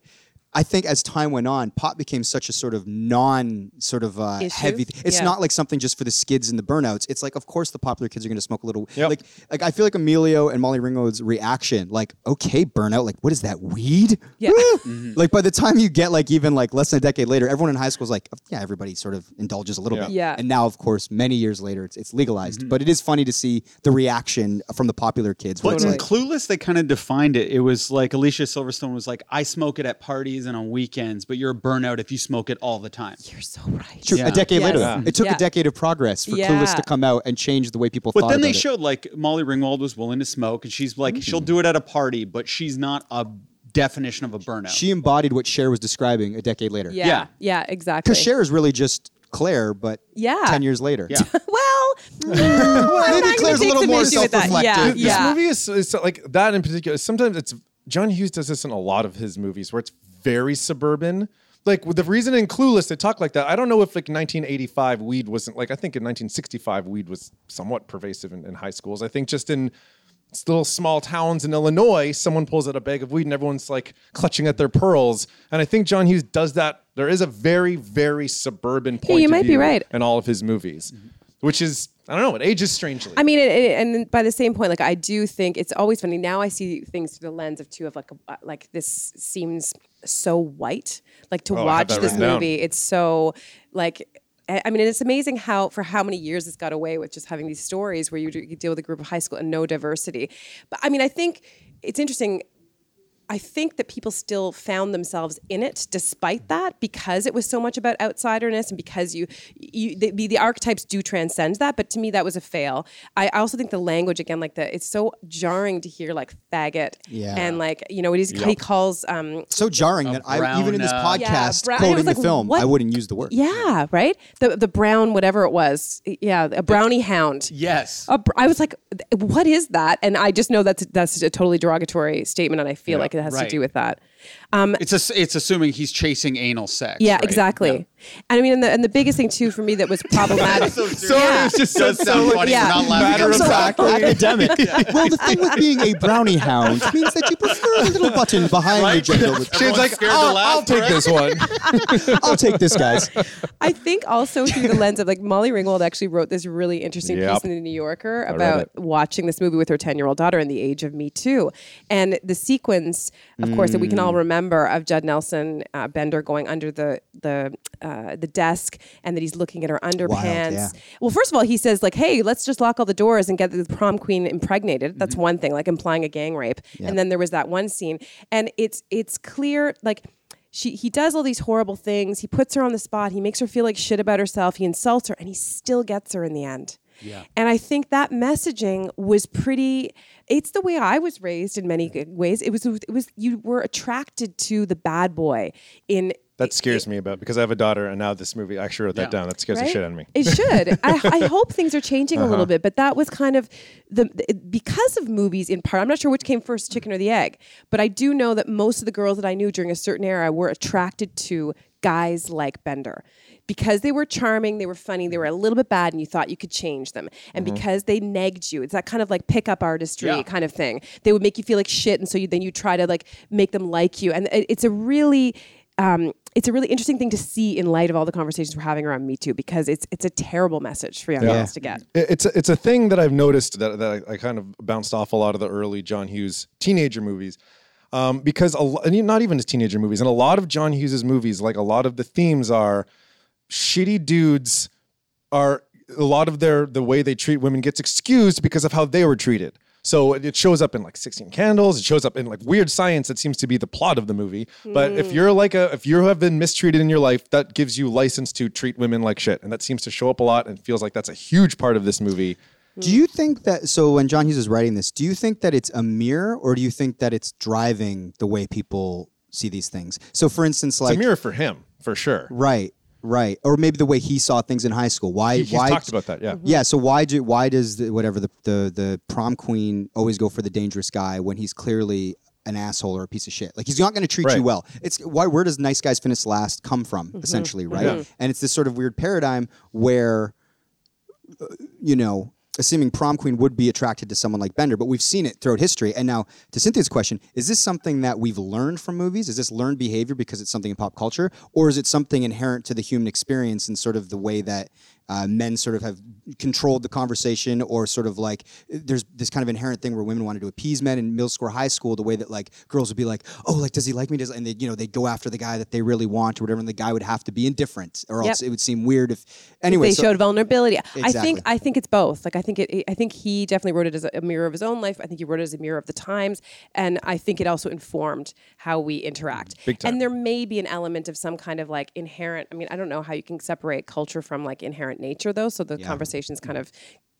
I think as time went on, pot became such a sort of non sort of uh, Issue? heavy. Th- it's Yeah. not like something just for the skids and the burnouts. It's like of course the popular kids are going to smoke a little. Yep. Like like I feel like Emilio and Molly Ringwald's reaction, like okay burnout, like what is that weed? Yeah. Mm-hmm. Woo! Like by the time you get like even like less than a decade later, everyone in high school is like oh, yeah, everybody sort of indulges a little bit. Yeah. And now of course many years later it's, it's legalized Mm-hmm. but it is funny to see the reaction from the popular kids where But it's in like, Clueless, they kind of defined it. It was like Alicia Silverstone was like, "I smoke it at parties and on weekends, but you're a burnout if you smoke it all the time." you're so right True, Yeah. a decade Yes. later Yeah. it took Yeah. a decade of progress for clueless Yeah. to come out and change the way people But thought then they about it. showed like Molly Ringwald was willing to smoke, and she's like, she'll do it at a party, but she's not a definition of a burnout. she embodied what Cher was describing a decade later yeah Yeah. yeah, exactly because Cher is really just Claire but Yeah. 10 years later Yeah. well mm, I'm maybe not Claire's gonna a take little some more issue with that. yeah self-reflective. This yeah movie is, is like that in particular. Sometimes it's John Hughes does this in a lot of his movies where it's very suburban. Like with the reason in Clueless they talk like that. I don't know if like 1985 weed wasn't like I think in 1965 weed was somewhat pervasive in, in high schools. I think just in s- little small towns in Illinois, someone pulls out a bag of weed and everyone's like clutching at their pearls. And I think John Hughes does that. There is a very very suburban point. you of might be view right. in all of his movies, which is I don't know. It ages strangely. I mean, and, and and by the same point, like I do think it's always funny. Now I see things through the lens of two of like uh, like this seems so white. Like to Oh, I have watch that this written down. movie, it's so like. I I mean, it's amazing how for how many years it's got away with just having these stories where you, do- you deal with a group of high school and no diversity. But I mean, I think it's interesting I think that people still found themselves in it despite that because it was so much about outsiderness and because you, you the, the the archetypes do transcend that. But to me, that was a fail. I I also think the language again, like the it's so jarring to hear like faggot Yeah. and like you know what he's, he calls um so jarring that I even in this brown, uh, Yeah, podcast brown- I was quoting like, the film what? I wouldn't use the word yeah right the the brown whatever it was yeah a brownie hound yes. a br- I was like, what is that? And I just know that's that's a totally derogatory statement, and I feel like it has right. to do with that. It's ass- it's assuming he's chasing anal sex. Yeah, right? exactly. And I mean, and the, and the biggest thing too for me that was problematic. Sorry, Yeah. it just does sound funny. yeah. We're not laughing. Matter of at it. fact, academic. Well, the thing with being a brownie hound means that you prefer a little button behind your genital. with- Everyone's like, scared to I'll, laugh, I'll take right? this one. I'll take this, guys. I think also through the lens of like Molly Ringwald actually wrote this really interesting Yep. piece in the New Yorker read about it. watching this movie with her 10 year old daughter in the age of Me Too. And the sequence, of course, that we can all remember of Judd Nelson uh, Bender going under the the uh, the desk and that he's looking at her underpants. yeah. Well, first of all, he says like, "Hey, let's just lock all the doors and get the prom queen impregnated." That's one thing, like implying a gang rape. And then there was that one scene, and it's it's clear like she he does all these horrible things. He puts her on the spot. He makes her feel like shit about herself. He insults her, and he still gets her in the end. Yeah. And I think that messaging was pretty. It's the way I was raised in many good ways. It was it was you were attracted to the bad boy in That scares me about because I have a daughter, and now this movie. I actually wrote that down. That scares the right? shit out of me. Uh-huh. It should. I, I hope things are changing a little bit, but that was kind of the it- because of movies in part. I'm not sure which came first, chicken or the egg, but I do know that most of the girls that I knew during a certain era were attracted to guys like Bender because they were charming, they were funny, they were a little bit bad, and you thought you could change them. Mm-hmm. And because they negged you, it's that kind of like pickup artistry Yeah. kind of thing. They would make you feel like shit, and so you, then you try to like make them like you. And it- it's a really um, it's a really interesting thing to see in light of all the conversations we're having around Me Too because it's it's a terrible message for young girls to get. It- It's a, it's a thing that I've noticed that, that I, I kind of bounced off a lot of the early John Hughes teenager movies. Um, because a, lo- and not even his teenager movies, and a lot of John Hughes's movies, like a lot of the themes are shitty dudes are a lot of their the way they treat women gets excused because of how they were treated. So it it shows up in like 16 candles, it shows up in like weird science that seems to be the plot of the movie. But if Hmm. you're like a if you have been mistreated in your life, that gives you license to treat women like shit. And that seems to show up a lot and feels like that's a huge part of this movie. Do you think that so when John Hughes is writing this, do you think that it's a mirror or do you think that it's driving the way people see these things? So for instance, It's like a mirror for him, for sure. right, right, or maybe the way he saw things in high school. Why? He, he's why? Mm-hmm. talked about that, yeah. Yeah. So why do why does the, whatever the, the the prom queen always go for the dangerous guy when he's clearly an asshole or a piece of shit? Like he's not going to treat Right. you well. It's why where does nice guys finish last come from essentially, right? And it's this sort of weird paradigm where, uh, you know. Assuming prom queen would be attracted to someone like Bender, but we've seen it throughout history. And now, to Cynthia's question, is this something that we've learned from movies? Is this learned behavior because it's something in pop culture, or is it something inherent to the human experience and sort of the way that uh, men sort of have controlled the conversation or sort of like there's this kind of inherent thing where women wanted to appease men in middle school or high school the way that like girls would be like oh like does he like me does and they you know they go after the guy that they really want or whatever and the guy would have to be indifferent or Yep. else it would seem weird if anyway they so- showed vulnerability. I think Exactly. I think it's both. Like I think it, I think he definitely wrote it as a mirror of his own life. I think he wrote it as a mirror of the times, and I think it also informed how we interact. Big time. And there may be an element of some kind of like inherent. I mean, I don't know how you can separate culture from like inherent nature though. So the conversation's kind of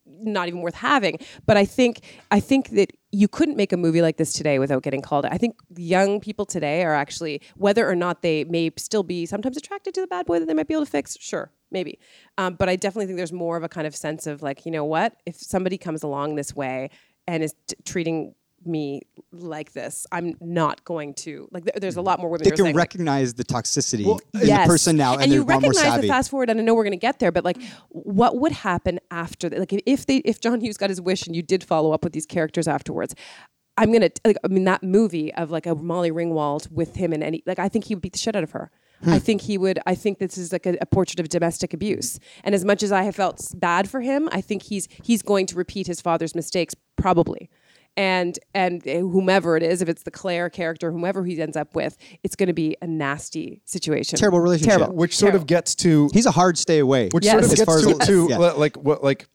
not even worth having. But I think I think that you couldn't make a movie like this today without getting called. out. I think young people today are actually, whether or not they may still be sometimes attracted to the bad boy that they might be able to fix, sure, maybe. Um, but I definitely think there's more of a kind of sense of like, you know what, if somebody comes along this way and is t- treating me like this, I'm not going to like. There, there's a lot more women. they who are can saying, like, recognize the toxicity in Yes. the person now and, you they're a lot more recognize the savvy fast forward, and I know we're going to get there, but like, what would happen after? That? Like, if they, if John Hughes got his wish, and you did follow up with these characters afterwards, I'm gonna, like, I mean, that movie of like a Molly Ringwald with him and any, like, I think he would beat the shit out of her. I think he would. I think this is like a, a portrait of domestic abuse. And as much as I have felt s- bad for him, I think he's he's going to repeat his father's mistakes probably and and eh, whomever it is, if it's the Claire character, whomever he ends up with, it's going to be a nasty situation. Terrible relationship. Terrible. Which sort of gets to he's a hard stay away which Yes. As sort far of as gets to, to yeah. li- like what like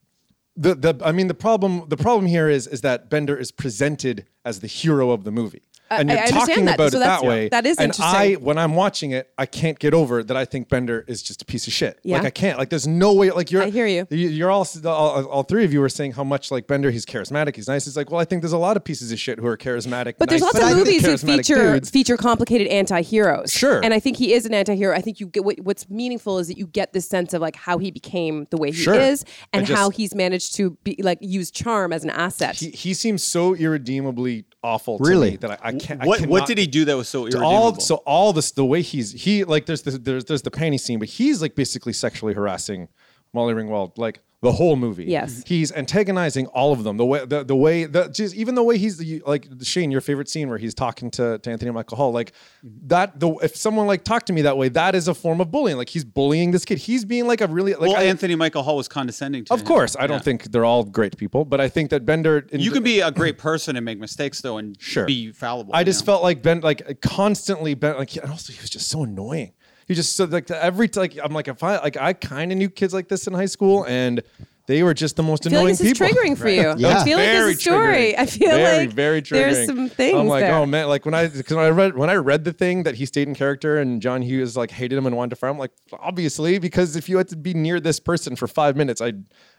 the the I mean the problem the problem here is is that Bender is presented as the hero of the movie. And I- you're I understand talking that. about So it that's- that way. that is and interesting. I, when I'm watching it, I can't get over that I think Bender is just a piece of shit. Yeah. Like I can't. Like there's no way. Like you're. I hear you. You're all, all. All three of you were saying how much like Bender. He's charismatic. He's nice. It's like well, I think there's a lot of pieces of shit who are charismatic. But there's nice, lots of I think movies who charismatic feature dudes. feature complicated anti-heroes. Sure. And I think he is an anti-hero. I think you get what, what's meaningful is that you get this sense of like how he became the way he Sure. is and And just- how he's managed to be like use charm as an asset. He, he seems so irredeemably awful. Really? to me that I, I can't. I What what cannot- did he do that was so So irredeemable? all so all this the way he's he like there's the, there's there's the panty scene, but he's like basically sexually harassing Molly Ringwald like the whole movie. Mm-hmm. Yes. he's antagonizing all of them. The way the, the way the just even the way he's the, like Shane, your favorite scene where he's talking to, to Anthony Michael Hall, like Mm-hmm. that. The if someone like talked to me that way, that is a form of bullying. Like he's bullying this kid. He's being like a really like well, I- Anthony Michael Hall was condescending to Of him. course, I don't Yeah. think they're all great people, but I think that Bender. in- You can be a great person and make mistakes though, and Sure. be fallible. I you just know? felt like Ben, like constantly Ben, like, and also he was just so annoying. He just so like the- every like I'm like if I like I kind of knew kids like this in high school, and they were just the most I feel like annoying this is people. triggering for you. I Yeah. feel like Very this is story. triggering. I feel very, like very triggering. there's some things. I'm like, there. oh man, like when I because I read when I read the thing that he stayed in character and John Hughes like hated him and wanted to fire him, like obviously because if you had to be near this person for five minutes, I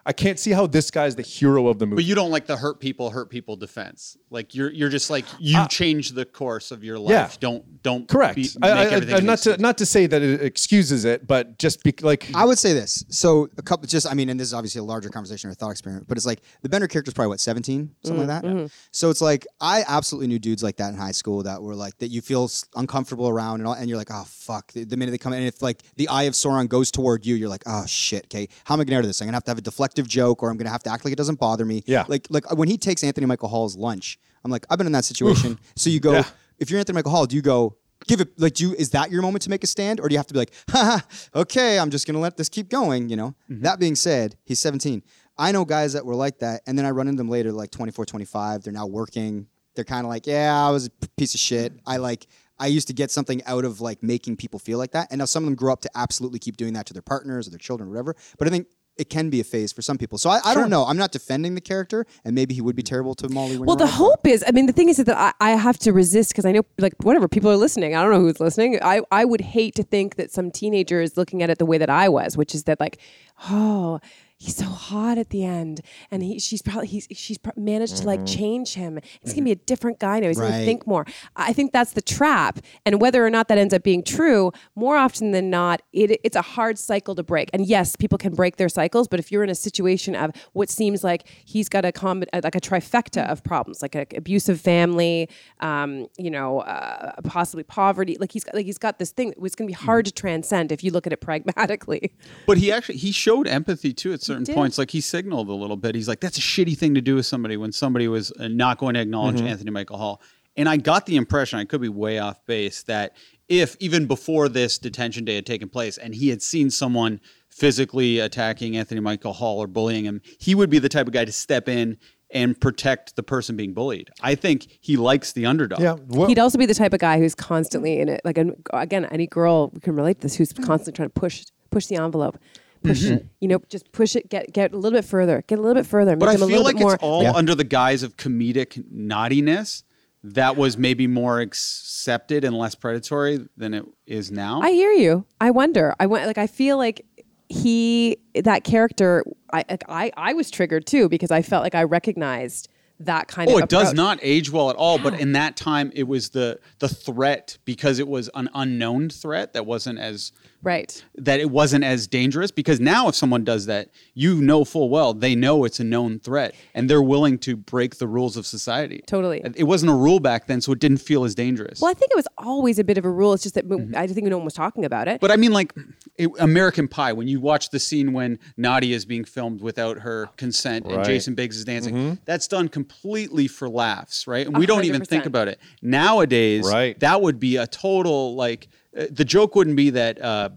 I can't see how this guy's the hero of the movie. But you don't like the hurt people hurt people defense. Like you're you're just like you change the course of your life. yeah. Don't don't Correct. Be, I, make I- I- everything not against to it. not to say that it excuses it, but just be, like I would say this. So a couple, just I mean, and this is obviously a larger conversation or thought experiment, but it's like the Bender character is probably what seventeen, something Mm, like that. mm-hmm. So it's like I absolutely knew dudes like that in high school that were like that you feel s- uncomfortable around, and all, and you're like, oh fuck. The, the minute they come in, and if like the eye of Sauron goes toward you, you're like, oh shit. Okay, how am I gonna get out of this? I'm gonna have to have a deflective joke, or I'm gonna have to act like it doesn't bother me. Yeah. Like like when he takes Anthony Michael Hall's lunch, I'm like, I've been in that situation. so you go, if you're Anthony Michael Hall, do you go? give it like do you is that your moment to make a stand or do you have to be like ha ha, okay i'm just gonna let this keep going you know that being said he's 17 i know guys that were like that and then i run into them later like 24 25 they're now working they're kind of like yeah i was a p- piece of shit i like i used to get something out of like making people feel like that and now some of them grow up to absolutely keep doing that to their partners or their children or whatever but i think it can be a phase for some people so i, I don't know i'm not defending the character and maybe he would be terrible to molly when Well, the hope is, I mean, the thing is that I, I have to resist because I know, like, whatever, people are listening. I don't know who's listening. I, I would hate to think that some teenager is looking at it the way that I was, which is that, like, oh, he's so hot at the end. And he, she's probably, he's, she's pro- managed to, like, change him. He's going to be a different guy now. He's going Right. to think more. I think that's the trap. And whether or not that ends up being true, more often than not, it, it's a hard cycle to break. And yes, people can break their cycles, but if you're in a situation of what seems like he's got a com- uh, like a trifecta of problems, like an abusive family, um, you know, uh, possibly poverty, like he's got, like he's got this thing. It's going to be hard to transcend if you look at it pragmatically. But he actually he showed empathy too at certain did. points. Like he signaled a little bit. He's like, "That's a shitty thing to do with somebody when somebody was uh, not going to acknowledge Anthony Michael Hall." And I got the impression I could be way off base that if even before this detention day had taken place and he had seen someone physically attacking Anthony Michael Hall or bullying him, he would be the type of guy to step in and protect the person being bullied. I think he likes the underdog. yeah, what, He'd also be the type of guy who's constantly in it. Like and again, any girl we can relate to this Mm-hmm. who's constantly trying to push push the envelope, push you know, just push it, get get a little bit further, get a little bit further, But make I him a feel little like bit more. it's all under the guise of comedic naughtiness that was maybe more accepted and less predatory than it is now. I hear you. I wonder. I went like I feel like he that character. I like, I I was triggered too because I felt like I recognized that kind oh, of. it does approach. not age well at all. But in that time, it was the the threat because it was an unknown threat that wasn't as Right. that it wasn't as dangerous because now if someone does that you know full well they know it's a known threat and they're willing to break the rules of society Totally. it wasn't a rule back then so it didn't feel as dangerous Well, I think it was always a bit of a rule. It's just that I think no one was talking about it. Mm-hmm. But I mean, like it, American Pie, when you watch the scene when Nadia is being filmed without her consent and Right. Mm-hmm. Jason Biggs is dancing, that's done completely for laughs, right? And we don't even think 100%. about it nowadays. Right. That would be a total like uh, the joke wouldn't be that. Uh,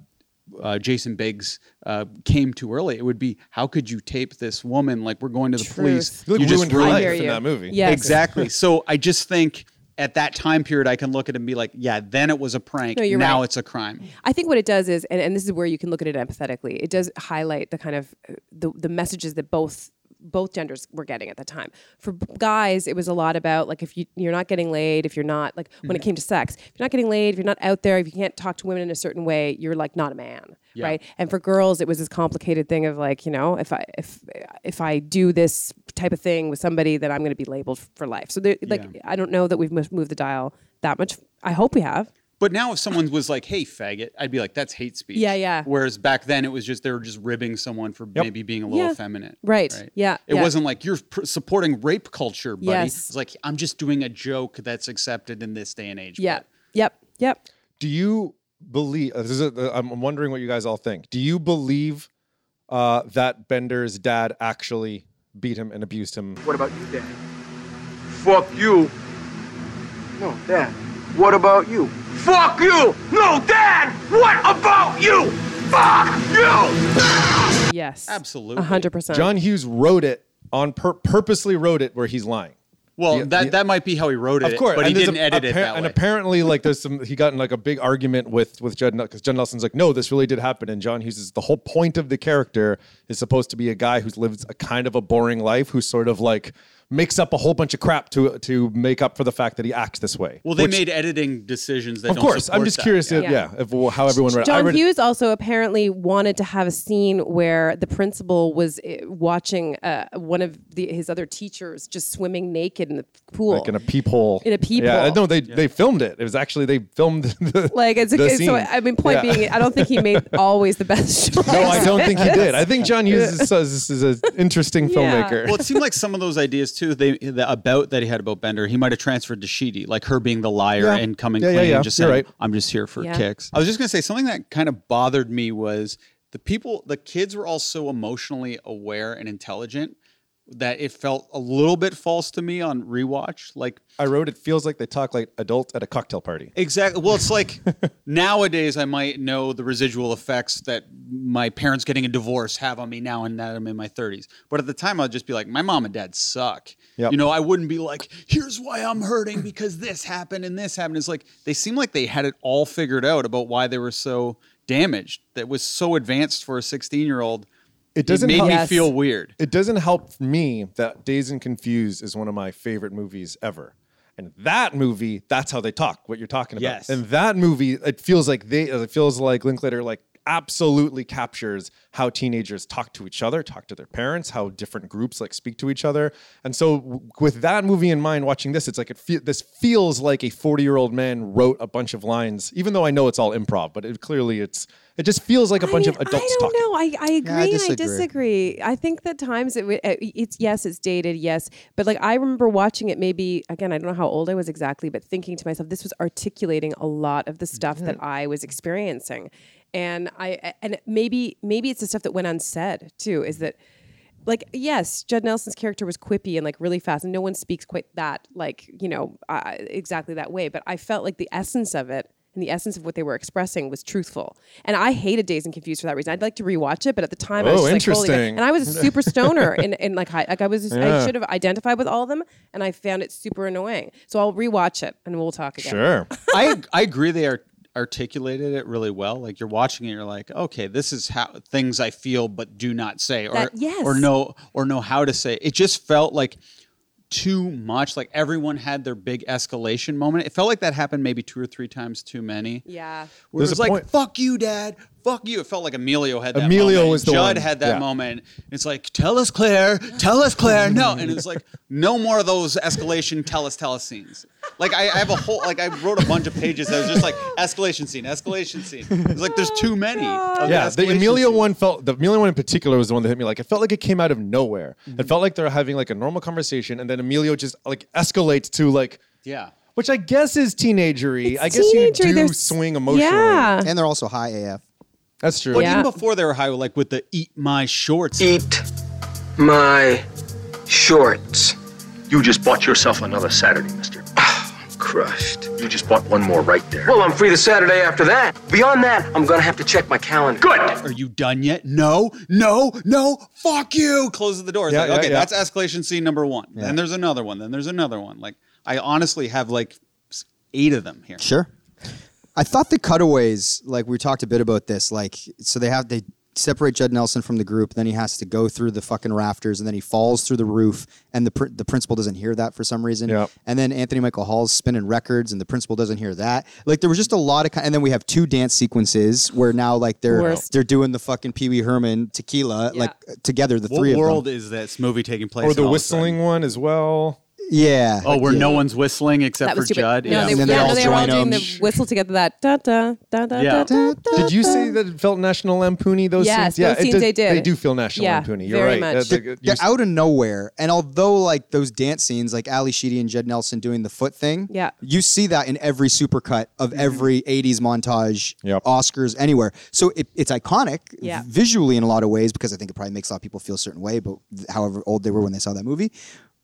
uh, Jason Biggs uh, came too early. It would be, how could you tape this woman? Like we're going to the police. you, like You ruined her I ruined life hear in you. that movie. Yes. Exactly. so I just think at that time period, I can look at it and be like, yeah, then it was a prank. No, you're now right. it's a crime. I think what it does is, and, and this is where you can look at it empathetically. It does highlight the kind of uh, the, the messages that both both genders were getting at the time. For b- guys, it was a lot about like if you you're not getting laid, if you're not like when it Mm-hmm. came to sex, if you're not getting laid, if you're not out there, if you can't talk to women in a certain way, you're like not a man, right? And for girls, it was this complicated thing of like you know if I if if I do this type of thing with somebody, then I'm going to be labeled for life. So there- like I don't know that we've mo- moved the dial that much. I hope we have. But now, if someone was like, "Hey, faggot," I'd be like, "That's hate speech." Yeah, yeah. Whereas back then, it was just they were just ribbing someone for maybe being a little Yeah. effeminate. Right. Yeah, It yeah. wasn't like you're pr- supporting rape culture, buddy. Yes. It's like I'm just doing a joke that's accepted in this day and age. Yeah. but- Yep. Yep. Do you believe? uh, This is a, I'm wondering what you guys all think. Do you believe uh, that Bender's dad actually beat him and abused him? What about you, Dad? Fuck you. No, Dad. What about you? Fuck you. No, Dad. What about you? Fuck you. Yes. Absolutely. hundred percent. John Hughes wrote it on pur- purposely wrote it where he's lying. Well, Yeah, that yeah. that might be how he wrote it, Of course, but he and there's didn't a- edit it appar- that And way. apparently, like there's some he got in like a big argument with with Judd because Judd Nelson's like, no, this really did happen. And John Hughes is the whole point of the character is supposed to be a guy who's lived a kind of a boring life, who's sort of like makes up a whole bunch of crap to to make up for the fact that he acts this way. Well, they Which- made editing decisions that of don't course. I'm support just that. curious. Yeah. if- Yeah, if, how everyone read. it. I John read it- Hughes also apparently wanted to have a scene where the principal was eh, watching uh, one of the, his other teachers just swimming naked in the pool. like in a peephole. In a Yeah, peephole. no, they they filmed it. It was actually they filmed. The, like it's, the it's so scene. I mean, point Yeah. being, I don't think he made always the best choice. No, I don't think he did. I think John Hughes is, is, is an interesting filmmaker. well, it seemed like some of those ideas too. They the, about that he had about Bender, he might have transferred to Sheedy, like her being the liar Yeah. and coming Yeah, yeah, clean yeah. and just You're saying, right. "I'm just here for Yeah. kicks." I was just gonna say something that kind of bothered me was the people, the kids were all so emotionally aware and intelligent that it felt a little bit false to me on rewatch. Like I wrote it feels like they talk like adults at a cocktail party. Exactly. Well, it's like nowadays I might know the residual effects that my parents getting a divorce have on me now and that I'm in my 30s. But at the time I'd just be like, my mom and dad suck. Yep. You know, I wouldn't be like, here's why I'm hurting because this happened and this happened. It's like they seem like they had it all figured out about why they were so damaged. That was so advanced for a 16 year old. It doesn't made help- me Yes. feel weird. It doesn't help me that Days and Confused is one of my favorite movies ever. And that movie, that's how they talk, what you're talking about. Yes. And that movie, it feels like they it feels like Linklater like absolutely captures how teenagers talk to each other, talk to their parents, how different groups like speak to each other. And so w- with that movie in mind watching this, it's like it fe- this feels like a 40-year-old man wrote a bunch of lines, even though I know it's all improv, but it clearly it's it just feels like a bunch mean, of adults I don't talking. know. I, I agree. I and disagree. I disagree. I think that times it, w- uh, it's yes, it's dated, yes, but like I remember watching it. Maybe again, I don't know how old I was exactly, but thinking to myself, this was articulating a lot of the stuff that I was experiencing, and I and maybe maybe it's the stuff that went unsaid too. Is that like yes, Judd Nelson's character was quippy and like really fast, and no one speaks quite that like you know uh, exactly that way. But I felt like the essence of it and the essence of what they were expressing was truthful. And I hated Days and Confused for that reason. I'd like to rewatch it, but at the time I was Oh, just like, holy God. interesting. and I was a super stoner, and and like I, like I was just, I should have identified with all of them, and I found it super annoying. So I'll rewatch it and we'll talk again. Sure. I I agree they are articulated it really well. Like you're watching it, you're like, okay, this is how things I feel but do not say, or That- yes. or know or know how to say. It just felt like too much. Like everyone had their big escalation moment. It felt like that happened maybe two or three times too many. Yeah. Where There's it was a like, point- fuck you, dad. Fuck you. It felt like Emilio had that Emilio moment. was the one. Judd had that Yeah. moment. It's like, tell us, Claire. Tell us, Claire. No. And it's like, no more of those escalation, tell us, tell us scenes. Like, I, I have a whole, like, I wrote a bunch of pages that was just like, escalation scene, escalation scene. It's like, there's too many. of Yeah, the escalation Emilio scenes. one felt the Emilio one in particular was the one that hit me. Like it felt like it came out of nowhere. Mm-hmm. It felt like they're having like a normal conversation, and then Emilio just like escalates to like, Yeah. which I guess is teenagery. I guess teenagery, you do they're s- swing emotionally. Yeah. And they're also high AF. that's true. But Yeah. even before they were high, like with the eat my shorts. Eat my shorts. You just bought yourself another Saturday, mister. Crushed. You just bought one more right there. Well, I'm free the Saturday after that. Beyond that, I'm gonna have to check my calendar. good. Are you done yet? No, no, no, fuck you. Closes the door. It's Yeah, like, yeah, okay, yeah. that's escalation scene number one. Then there's another one. Then there's another one. Like, I honestly have like s- eight of them here. Sure. I thought the cutaways, like we talked a bit about this, like so they have they separate Judd Nelson from the group, then he has to go through the fucking rafters, and then he falls through the roof, and the pr- the principal doesn't hear that for some reason, Yep. and then Anthony Michael Hall's spinning records, and the principal doesn't hear that. Like there was just a lot of, ki- and then we have two dance sequences where now like they're Worst. they're doing the fucking Pee Wee Herman tequila Yeah. like together, the What three world of them. is this movie taking place? or the in all of a sudden? whistling one as well. Yeah. Oh, where no one's whistling except That for was stupid. Judd. No, yeah. they, And then they yeah, all no, they were all join doing them. the whistle together. That da da da da da Yeah. da. da, Did you da. say that it felt National Lampoony? Those Yes, scenes, yeah, those it scenes does- they did. They do feel National Yeah, Lampoony. You're very right. much. That- they're, that- you they're out of nowhere. And although like those dance scenes, like Ali Sheedy and Judd Nelson doing the foot thing, Yeah. Mm-hmm. you see that in every supercut of every '80s montage, Yep. Oscars, anywhere. So it, it's iconic Yeah. visually in a lot of ways because I think it probably makes a lot of people feel a certain way, but th- however old they were when they saw that movie.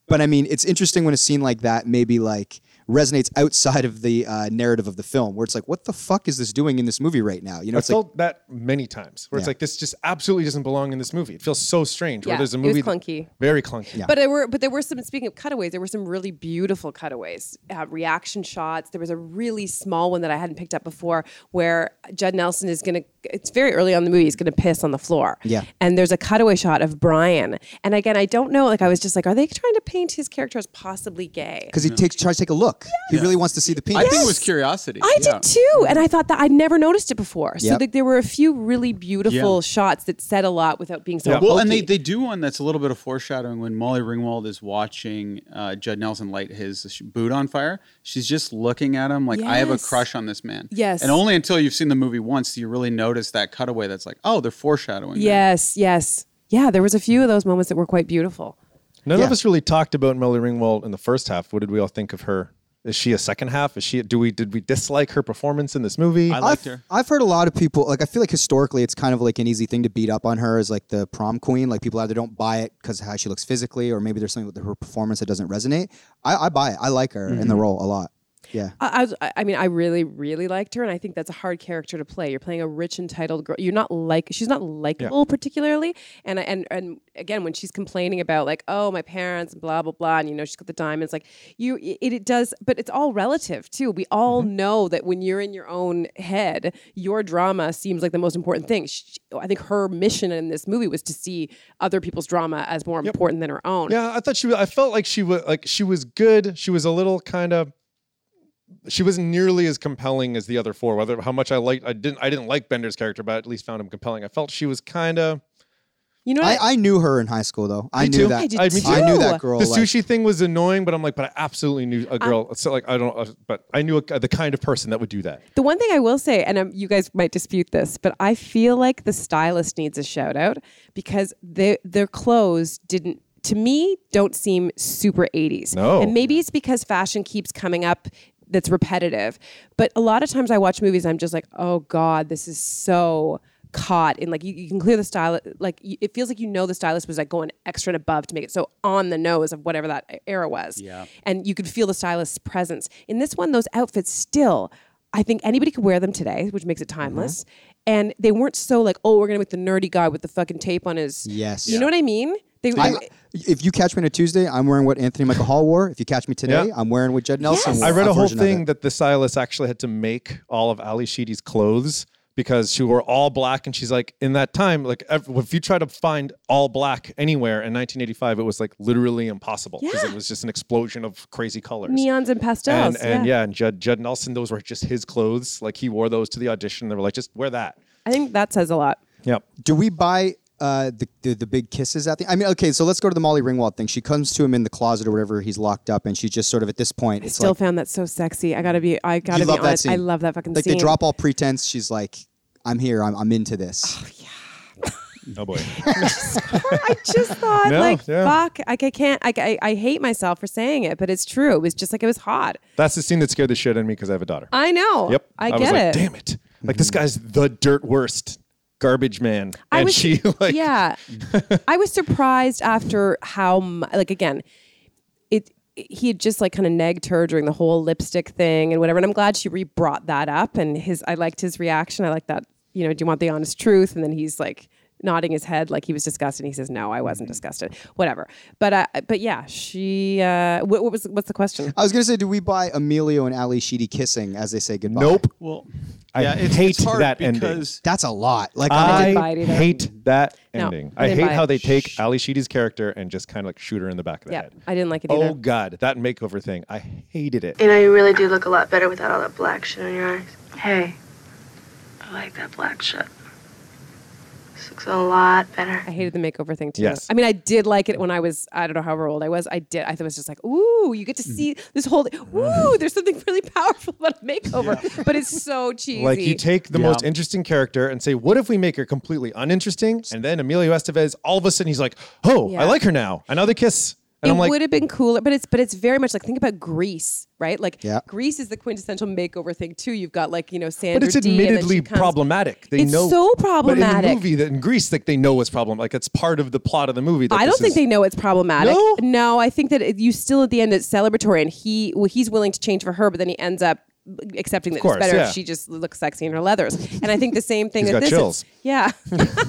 But I mean, it's interesting when a scene like that maybe like resonates outside of the uh, narrative of the film, where it's like, what the fuck is this doing in this movie right now? You know, I it's like felt that many times where it's Yeah. like this just absolutely doesn't belong in this movie. It feels so strange. Where Yeah, there's a it was movie clunky. very clunky. But there were, but there were some. Speaking of cutaways, there were some really beautiful cutaways, uh, reaction shots. There was a really small one that I hadn't picked up before, where Judd Nelson is going to it's very early on in the movie. He's going to piss on the floor. Yeah. And there's a cutaway shot of Brian. And again, I don't know. Like I was just like, are they trying to paint his character as possibly gay? Because he takes tries to take a look. He really wants to see the penis. I think it was curiosity. I yeah. did too, and I thought that I'd never noticed it before. So Yep. like, there were a few really beautiful shots that said a lot without being so. Well, and they, hokey. they do one that's a little bit of foreshadowing when Molly Ringwald is watching uh, Judd Nelson light his sh- boot on fire. She's just looking at him like, I have a Yes. crush on this man. Yes. And only until you've seen the movie once do you really notice that cutaway that's like, oh, they're foreshadowing. that. Yes, yes, yeah. There was a few of those moments that were quite beautiful. None of us really talked about Molly Ringwald in the first half. What did we all think of her? Is she a second half? Is she? Do we did we dislike her performance in this movie? I liked I've, her. I've heard a lot of people like I feel like historically it's kind of like an easy thing to beat up on her as like the prom queen. Like people either don't buy it because how she looks physically, or maybe there's something with her performance that doesn't resonate. I, I buy it. I like her in the Mm-hmm. role a lot. Yeah. I, I was- I, I mean, I really, really liked her, and I think that's a hard character to play. You're playing a rich, entitled girl. You're not like she's not likable particularly, and I- and and again, when she's complaining about like, oh, my parents, and blah blah blah, and you know she's got the diamonds, like you, it, it does, but it's all relative too. We all Mm-hmm. know that when you're in your own head, your drama seems like the most important thing. She, I think her mission in this movie was to see other people's drama as more important than her own. Yeah, I thought she. Was, I felt like she was like she was good. She was a little kind of. She wasn't nearly as compelling as the other four. Whether how much I liked, I didn't. I didn't like Bender's character, but I at least found him compelling. I felt she was kind of. You know, what I, I knew her in high school though. I knew too. that. I did I- me too. knew that too. girl. The like- sushi thing was annoying, but I'm like, but I absolutely knew a girl. so like, I don't. uh, But I knew a, the kind of person that would do that. The one thing I will say, and um, you guys might dispute this, but I feel like the stylist needs a shout out because their their clothes didn't. To me, don't seem super 80s. No. And maybe it's because fashion keeps coming up that's repetitive. But a lot of times I watch movies, I'm just like, oh God, this is so caught. And like, you, you can clear the style. Like, you, it feels like you know the stylist was like going extra and above to make it so on the nose of whatever that e-, era was. Yeah. And you could feel the stylist's presence. In this one, those outfits still, I think anybody could wear them today, which makes it Mm-hmm. timeless. And they weren't so like, oh, we're going to make the nerdy guy with the fucking tape on his. Yes. You know what I mean? They, I- if you catch me on a Tuesday, I'm wearing what Anthony Michael Hall wore. If you catch me today, Yeah. I'm wearing what Judd Nelson wore. I read a whole version of thing it. that the stylist actually had to make all of Ali Sheedy's clothes because she wore all black, and she's like, in that time, like ev- if you try to find all black anywhere in 1985, it was like literally impossible because it was just an explosion of crazy colors. neons and pastels. and, and yeah. and Judd, Judd Nelson, those were just his clothes. Like he wore those to the audition. They were like, just wear that. I think that says a lot. Yep. Do we buy uh, the, the the big kisses at the? I mean, okay, so let's go to the Molly Ringwald thing. She comes to him in the closet or whatever. He's locked up, and she's just sort of at this point. It's Still like, found that so sexy. I gotta be. I gotta you be love that honest. scene. I love that fucking like scene. they drop all pretense. She's like, "I'm here. I'm, I'm into this." Oh boy. I just thought, No, like, yeah. fuck. Like, I can't. I, I, I hate myself for saying it, but it's true. It was just like it was hot. That's the scene that scared the shit out of me because I have a daughter. I know. Yep. I, was get like, it. Damn it. Like Mm-hmm. this guy's the dirt worst garbage man. I and was, she like yeah. I was surprised after how mu- like again, it he had just like kind of negged her during the whole lipstick thing and whatever. And I'm glad she re brought that up. And his I liked his reaction. I like that. You know, do you want the honest truth? And then he's like nodding his head like he was disgusted. He says, "No, I wasn't disgusted." Whatever. But uh, but yeah, she. Uh, what, what was what's the Oh, question? I was gonna say, do we buy Emilio and Ali Sheedy kissing as they say goodbye? Nope. Well, I yeah, it's, hate it's hard that ending. because That's a lot. Like, I'm I like- buy it either. hate that No, ending. I I didn't hate buy how it. they take Ali Sheedy's character and just kind of like shoot her in the back of the Yeah, head. I didn't like it either. Oh god, that makeover thing. I hated it. You know, you really do look a lot better without all that black shit on your eyes. Hey, I like that black shit. This looks a lot better. I hated the makeover thing too. Yes. I mean, I did like it when I was, I don't know however old I was. I did. I thought it was just like, ooh, you get to see this whole, Mm. ooh, there's something really powerful about a makeover. But it's so cheesy. Like you take the Yeah. most interesting character and say, "What if we make her completely uninteresting?" And then Emilio Estevez, all of a sudden, he's like, "Oh, Yeah. I like her now." And now they kiss, and it I'm like, would have been cooler, but it's but it's very much like think about Greece, right? Like Yeah. Greece is the quintessential makeover thing too. You've got like you know Sandra, but it's Dee, and then admittedly she comes- problematic. They It's know so But in the problematic. movie, that in Greece, like they know it's problem. Like it's part of the plot of the movie. That I don't this think is- they know it's problematic. No? I think that it, you still at the end it's celebratory, and he well, he's willing to change for her, but then he ends up accepting that course, it's better yeah. if she just looks sexy in her leathers. And I think the same thing He's that this got chills. is. Yeah,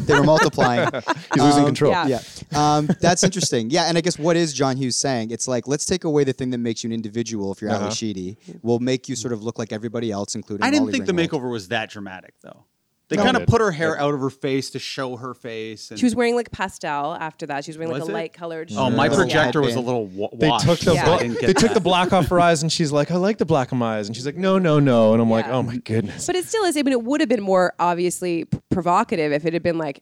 they were multiplying. He's losing control. Um, yeah. yeah, um, that's interesting. Yeah, and I guess what is John Hughes saying? It's like let's take away the thing that makes you an individual. If you're Uh-huh. Ali Sheedy, will make you sort of look like everybody else, including. I didn't Molly think the Ringwald. makeover was that dramatic, though. They No. kind of Did. put her hair out of her face to show her face. And She was wearing like pastel after that. She was wearing like Was a it? light colored. Oh, my Yeah. projector was a Headband. little wa- They washed. took the Yeah. so I bla- didn't get they took that. the black off her eyes, and she's like, "I like the black on my eyes," and she's like, "No, no, no," and I'm like, Yeah. "Oh my goodness." But it still is. I mean, it would have been more obviously p- provocative if it had been like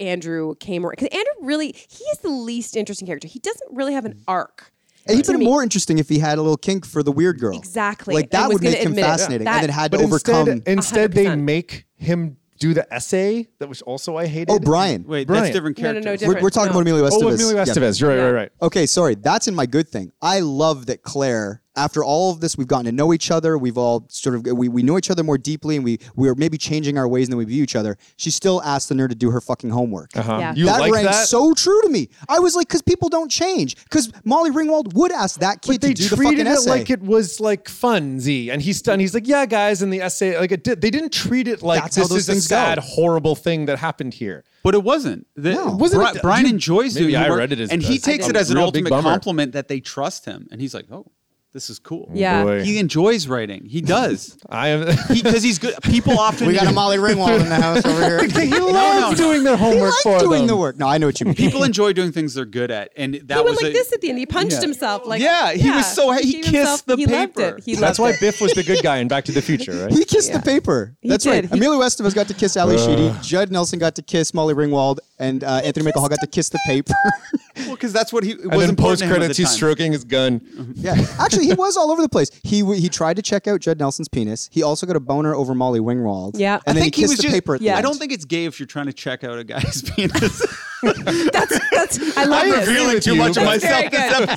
Andrew came around. Because Andrew really, he is the least interesting character. He doesn't really have an arc. And he'd To been me. more interesting if he had a little kink for the weird girl. Exactly. Like And that was would gonna make him admit it. fascinated, That- and then had to But overcome. instead, instead they 100%. make him do the essay that was also I hated. oh, Brian. Wait, Brian. that's different No, no, no, characters. different. We're, we're talking No. about Emilio Estevez. Oh, Emilio Yeah. Estevez. You're right, right, right. Okay, sorry. That's in my good thing. I love that Claire, after all of this, we've gotten to know each other. We've all sort of, we, we know each other more deeply and we, we're maybe changing our ways and then we view each other. She still asked the nerd to do her fucking homework. Uh-huh. Yeah. You that like rang that? so true to me. I was like, because people don't change. Because Molly Ringwald would ask that kid but they to do the treated fucking it essay. like it was like fun, Z. And he's done. He's like, yeah, guys, in the essay, like it did. They didn't treat it like That's how this those is a things go. sad, horrible thing that happened here. But it wasn't. The, No. wasn't Wasn't Bri- it- Brian you- enjoys Maybe doing I homework, read it as- and he as takes a it as an real big ultimate bummer. compliment that they trust him, and he's like, "Oh, this is cool." Yeah. Boy. he enjoys writing. He does I am. because he's good. People often we got a Molly Ringwald in the house over here. he loves doing their He homework liked for doing them. the work. No, I know what you mean. people enjoy doing things they're good at, and that He was went like a- this at the end. He punched himself. Like Yeah, he was so- he gave kissed the he Loved paper. it. He That's why loved it. Biff was the good guy in Back to the Future, right? He kissed the paper. He That's did. right. He- Emilio Estevez got to kiss Ali Sheedy. Judd Nelson got to kiss Molly Ringwald, and uh, Anthony Michael Hall got to kiss the paper. because that's what he it and was then important post to him at credits, the he's time. stroking his gun. yeah, actually, he was all over the place. He w- he tried to check out Judd Nelson's penis. He also got a boner over Molly Ringwald. Yeah. and I then think he kissed was the just- paper. At yeah. the I end. don't think it's gay if you're trying to check out a guy's penis. That's, that's, I love I'm this. revealing too you, much of but- myself. Very good.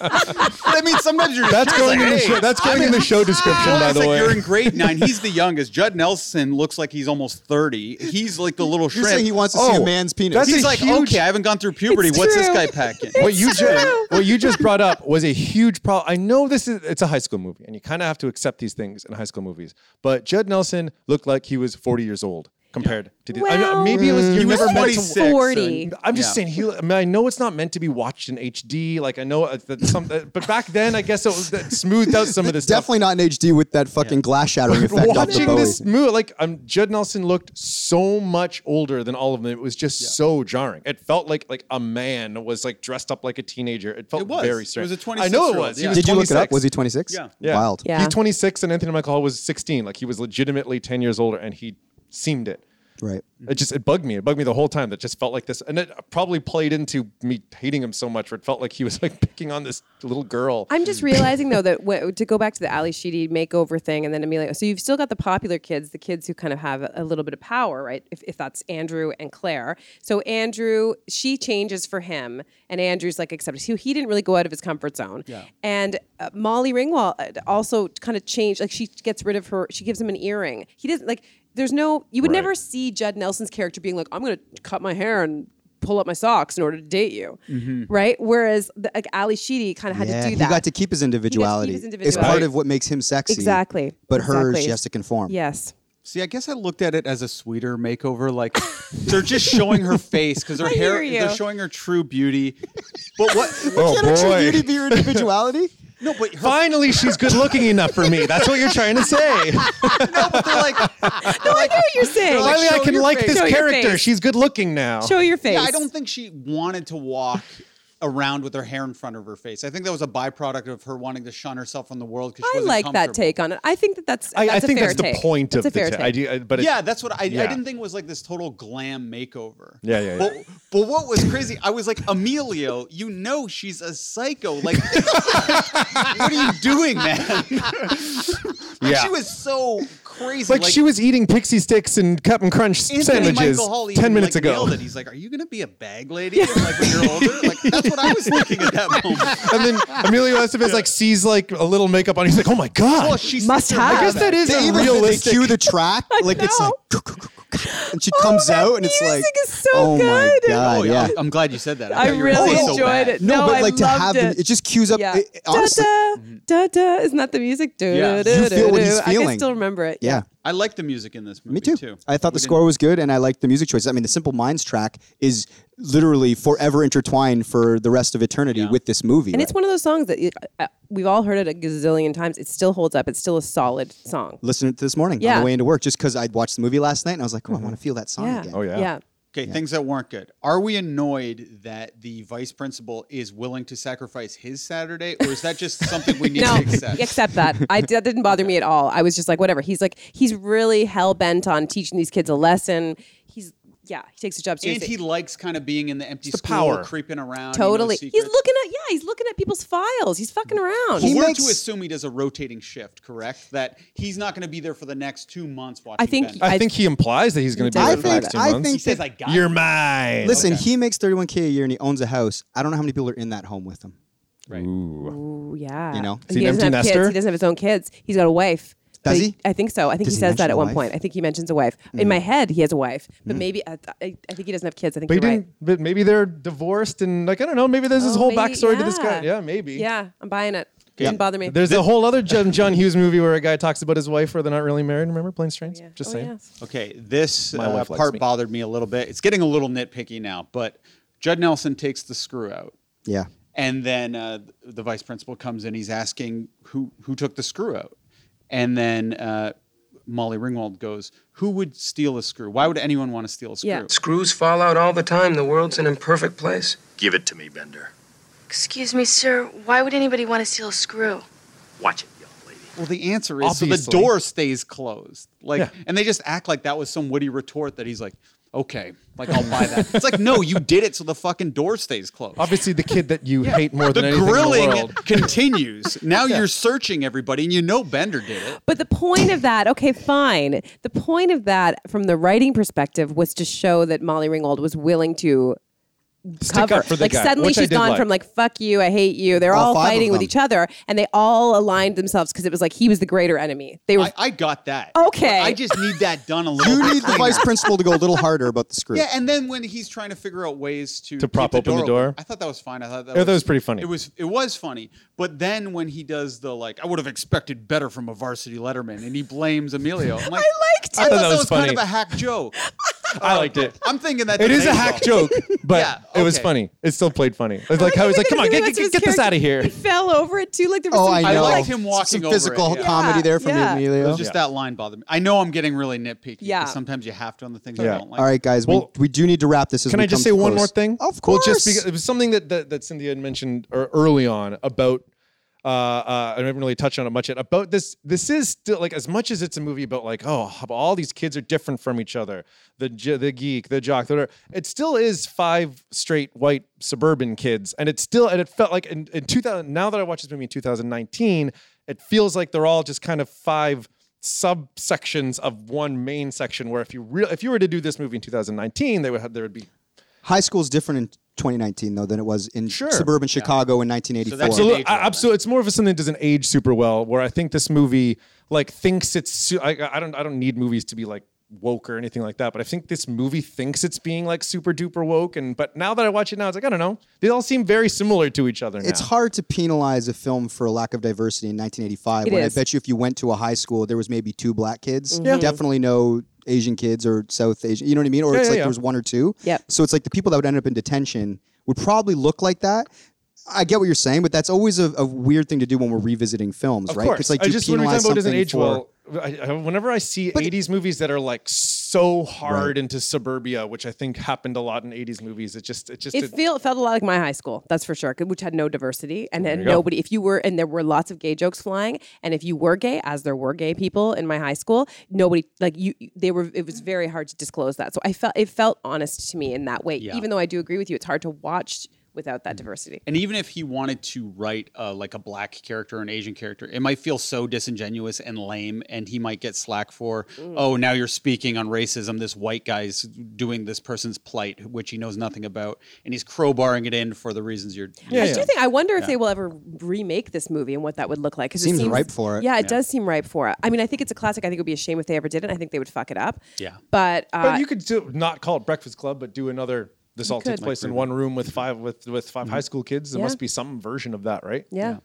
But I mean, sometimes you're That's just going like, in the hey, show. That's going I'm in the show description, Well, by it's the like way. You're in grade nine. He's the youngest. Judd Nelson looks like he's almost thirty. He's like the little You're shrimp. saying he wants to see a Oh, man's penis. that's he's a like, huge- okay, I haven't gone through puberty. It's What's this true. guy packing? what you just what you just brought up was a huge problem. I know this is it's a high school movie, and you kind of have to accept these things in high school movies. But Judd Nelson looked like he was 40 years old compared to the. I know- Well, maybe it was Mm, He you was never meant to. 26. so- 40. I'm just Yeah. saying he. I, mean, I know it's not meant to be watched in HD. Like I know uh, that some, that- but back then I guess it, was, that smoothed out some of this. stuff. Definitely not in HD with that fucking glass shattering effect. off the Watching Bowie. this movie, like um, Judd Nelson looked so much older than all of them. It was just so jarring. It felt like like a man was like dressed up like a teenager. It felt It was. very It strange. was a I know it 26-year-old, was. He yeah. was Did you look it up? 26. Was he 26? Yeah. Yeah. Wild. Yeah. He's 26 and Anthony Michael Hall was 16. Like he was legitimately 10 years older and he seemed it. Right. It just it bugged me. It bugged me the whole time. That just felt like this, and it probably played into me hating him so much. Where it felt like he was like picking on this little girl. I'm just realizing though that w- to go back to the Ali Sheedy makeover thing and then Amelia. So you've still got the popular kids, the kids who kind of have a little bit of power, right? If, if that's Andrew and Claire. So Andrew, she changes for him, and Andrew's like accepted. He, he didn't really go out of his comfort zone. Yeah. And uh, Molly Ringwald uh, also kind of changed. Like she gets rid of her. She gives him an earring. He doesn't like. There's no. You would Right. never see Judd Nelson's character being like, "I'm going to cut my hair and." Pull up my socks in order to date you, right? Whereas the, like Ali Sheedy kind of had Yeah, to do he that. got to keep his individuality. It's individuality. part Right. of what makes him sexy. Exactly. But her, Exactly. she has to conform. Yes. See, I guess I looked at it as a sweeter makeover. Like they're just showing her face because her I hair. hear you. They're showing her true beauty. But what? oh Can't your beauty be your individuality? No, but her, Finally, she's good looking enough for me. That's what you're trying to say. no, but they're like. No, I know what you're saying. Like, Finally, I show can your like face. this Show your character. face. She's good looking now. Show your face. Yeah, I don't think she wanted to walk around with her hair in front of her face. I think that was a byproduct of her wanting to shun herself from the world because she I wasn't like that comfortable. take on it. I think that that's. I, that's I a think fair that's the take. point That's a of the fair ta- take. I do, I- but it- yeah, that's what I, I Yeah. didn't think it was like this total glam makeover. Yeah, yeah, yeah. But, but what was crazy, I was like, Emilio, you know she's a psycho. Like, what are you doing, man? Yeah. She was so crazy. like, she was eating pixie sticks and Captain Crunch Anthony sandwiches Michael Hall even, ten minutes like, ago, nailed it. He's like, "Are you gonna be a bag lady like when you're older?" Like that's what I was thinking at that moment. and then Emilio Estevez like sees like a little makeup on. He's like, "Oh my god!" Well, she Must sits there- have. I guess that is they a even realistic. cue the track. Like it's like, and she comes Oh, that out, and it's like, music is so oh good. my god, Oh, yeah. yeah. I'm- I'm glad you said that. I thought you were really gonna say enjoyed bad. it. No, No, but I like to loved have it. the- it just cues up. Yeah. Mm-hmm. It, it- honestly, da da da da. Isn't that the music? Do, Yeah. do, You do, feel what do. he's I feeling. can still remember it. yeah. I like the music in this movie Me too. I thought the score was good, and I liked the music choices. I mean, the Simple Minds track is literally forever intertwined for the rest of eternity with this movie. And right? it's one of those songs that it, uh, we've all heard it a gazillion times. It still holds up. It's still a solid song. listening to this morning on Yeah. Mm-hmm. the way into work just because I'd watched the movie last night and I was like, oh, I want to feel that song Yeah. again. Oh, yeah. Yeah. Okay, things that weren't good. Are we annoyed that the vice principal is willing to sacrifice his Saturday, or is that just something we need No, to accept? accept that. I that didn't bother me at all. I was just like, whatever. He's like, he's really hell bent on teaching these kids a lesson. He's yeah, he takes his job And seriously. he likes kind of being in the empty It's the school, power. creeping around. he knows totally. He's secrets. looking at yeah, he's looking at people's files. He's fucking around. But He we're makes- to assume he does a rotating shift, correct? That he's not going to be there for the next two months I watching. think- Ben. I, I- think he implies that he's going to be I there for the think- next two I he think- months. says, "I got You're you." mine. Listen, he makes 31K a year and he owns a house. I don't know how many people are in that home with him. Ooh, Oh, yeah. You know? Is he he an doesn't have empty nester? kids. He doesn't have his own kids. He's got a wife. Does But he? I think so. I think Does he he says mention that at a one wife? Mm. point. I think he mentions a wife. In my head, he has a wife, but maybe I, I, I think he doesn't have kids. I think But he you're right. didn't. But maybe they're divorced, and like I don't know. Maybe there's this Oh, whole maybe- backstory to this yeah. guy. Yeah, maybe. Yeah, I'm buying it. Doesn't bother me. There's a whole other John, John Hughes movie where a guy talks about his wife, where they're not really married. Remember Planes, Trains? Yeah. Just Oh, saying. yes. Okay, this My uh, wife likes part me. bothered me a little bit. It's getting a little nitpicky now, but Judd Nelson takes the screw out, Yeah. and then uh, the vice principal comes in. He's asking who who took the screw out, and then uh, Molly Ringwald goes, "Who would steal a screw? Why would anyone want to steal a screw?" Yeah. Screws fall out all the time. The world's an imperfect place. Give it to me, Bender. Excuse me, sir. Why would anybody want to steal a screw? Watch it, young lady. Well, the answer is so Obviously. the door stays closed. Like, Yeah. and they just act like that was some witty retort that he's like, "Okay, like I'll buy that." it's like, no, you did it, so the fucking door stays closed. Obviously, the kid that you hate more than the anything in grilling the world. continues. Now you're searching everybody, and you know Bender did it. But the point of that, okay, fine. The point of that, from the writing perspective, was to show that Molly Ringwald was willing to Stick cover. up for the like guy, suddenly which I she's did gone like. from like "fuck you," "I hate you." They're All all, five of fighting with them. each other, and they all aligned themselves because it was like he was the greater enemy. They were I, I got that. Okay. But I just need that done a little. You bit need the cleaner. vice principal to go a little harder about the screw. Yeah, and then when he's trying to figure out ways to To prop keep open the door? open, I thought that was fine. I thought that, Yeah, was, that was pretty funny. It was it was funny, but then when he does the like, I would have expected better from a varsity Letterman, and he blames Emilio. I'm like, I liked I it. that thought that was was kind funny. of a hack joke. I liked it. I'm thinking that It is a hack joke, but Yeah, it was okay. funny. It still played funny. It's like how he's like, "Come on, get, get, get this out of here." He fell over it too. Like there was Oh, some I know. I liked him Some walking over it, physical yeah. comedy Yeah, there from yeah. It Emilio. was just that line bothered me. I know I'm getting really nitpicky. 'cause Yeah. Sometimes you have to on the things Yeah. I don't like. All right, guys, Well, we, we do need to wrap this. As Can we I just come say one close. more thing? Of Well, course. just because it was something that, that that Cynthia had mentioned er- early on about. Uh, uh, I haven't really touched on it much yet. About this, this is still like as much as it's a movie about like oh, how all these kids are different from each other. The j- the geek, the jock, whatever. It still is five straight white suburban kids, and it still and it felt like in, in 2000. Now that I watched this movie in 2019, it feels like they're all just kind of five subsections of one main section. Where if you real if you were to do this movie in 2019, they would have, there would be High school is different in 2019 though than it was in Sure. suburban Chicago in 1984. that's absolutely, age well I- absolutely. It's more of a something that doesn't age super well. Where I think this movie like thinks it's. Su- I, I don't. I don't need movies to be like woke or anything like that. But I think this movie thinks it's being like super duper woke. And but now that I watch it now, it's like I don't know. They all seem very similar to each other. Now. It's hard to penalize a film for a lack of diversity in 1985. It when is. I bet you, if you went to a high school, there was maybe two black Mm-hmm. kids. Definitely no Asian kids or South Asian. You know what I mean? Or Yeah, it's yeah, like yeah. there was one or two. Yep. So it's like the people that would end up in detention would probably look like that. I get what you're saying, but that's always a, a weird thing to do when we're revisiting films, Of right? course. It's like I do you just when we talk penalize about it doesn't something age for- well. I, I, whenever I see 80s movies that are like so hard into suburbia, which I think happened a lot in 80s movies, it just it just It feel, it felt a lot like my high school, that's for sure, which had no diversity and had you go. nobody. If you were, and there were lots of gay jokes flying, and if you were gay, as there were gay people in my high school, nobody like you. They were. It was very hard to disclose that. So I felt it felt honest to me in that way. Even though I do agree with you, it's hard to watch without Mm. that diversity. And even if he wanted to write uh, like a black character or an Asian character, it might feel so disingenuous and lame, and he might get slack for, Mm. oh, now you're speaking on racism. This white guy's doing this person's plight, which he knows nothing about, and he's crowbarring it in for the reasons you're. Yeah, I yeah. do think I wonder if they will ever remake this movie and what that would look like. 'cause Seems ripe for it. Yeah, it does seem ripe for it. I mean, I think it's a classic. I think it would be a shame if they ever did it. I think they would fuck it up. Yeah. but, uh, But you could do, not call it Breakfast Club, but do another. This all takes could. Mm-hmm. place in one room with five with with 5 high school kids. There Yeah. must be some version of that, right? yeah.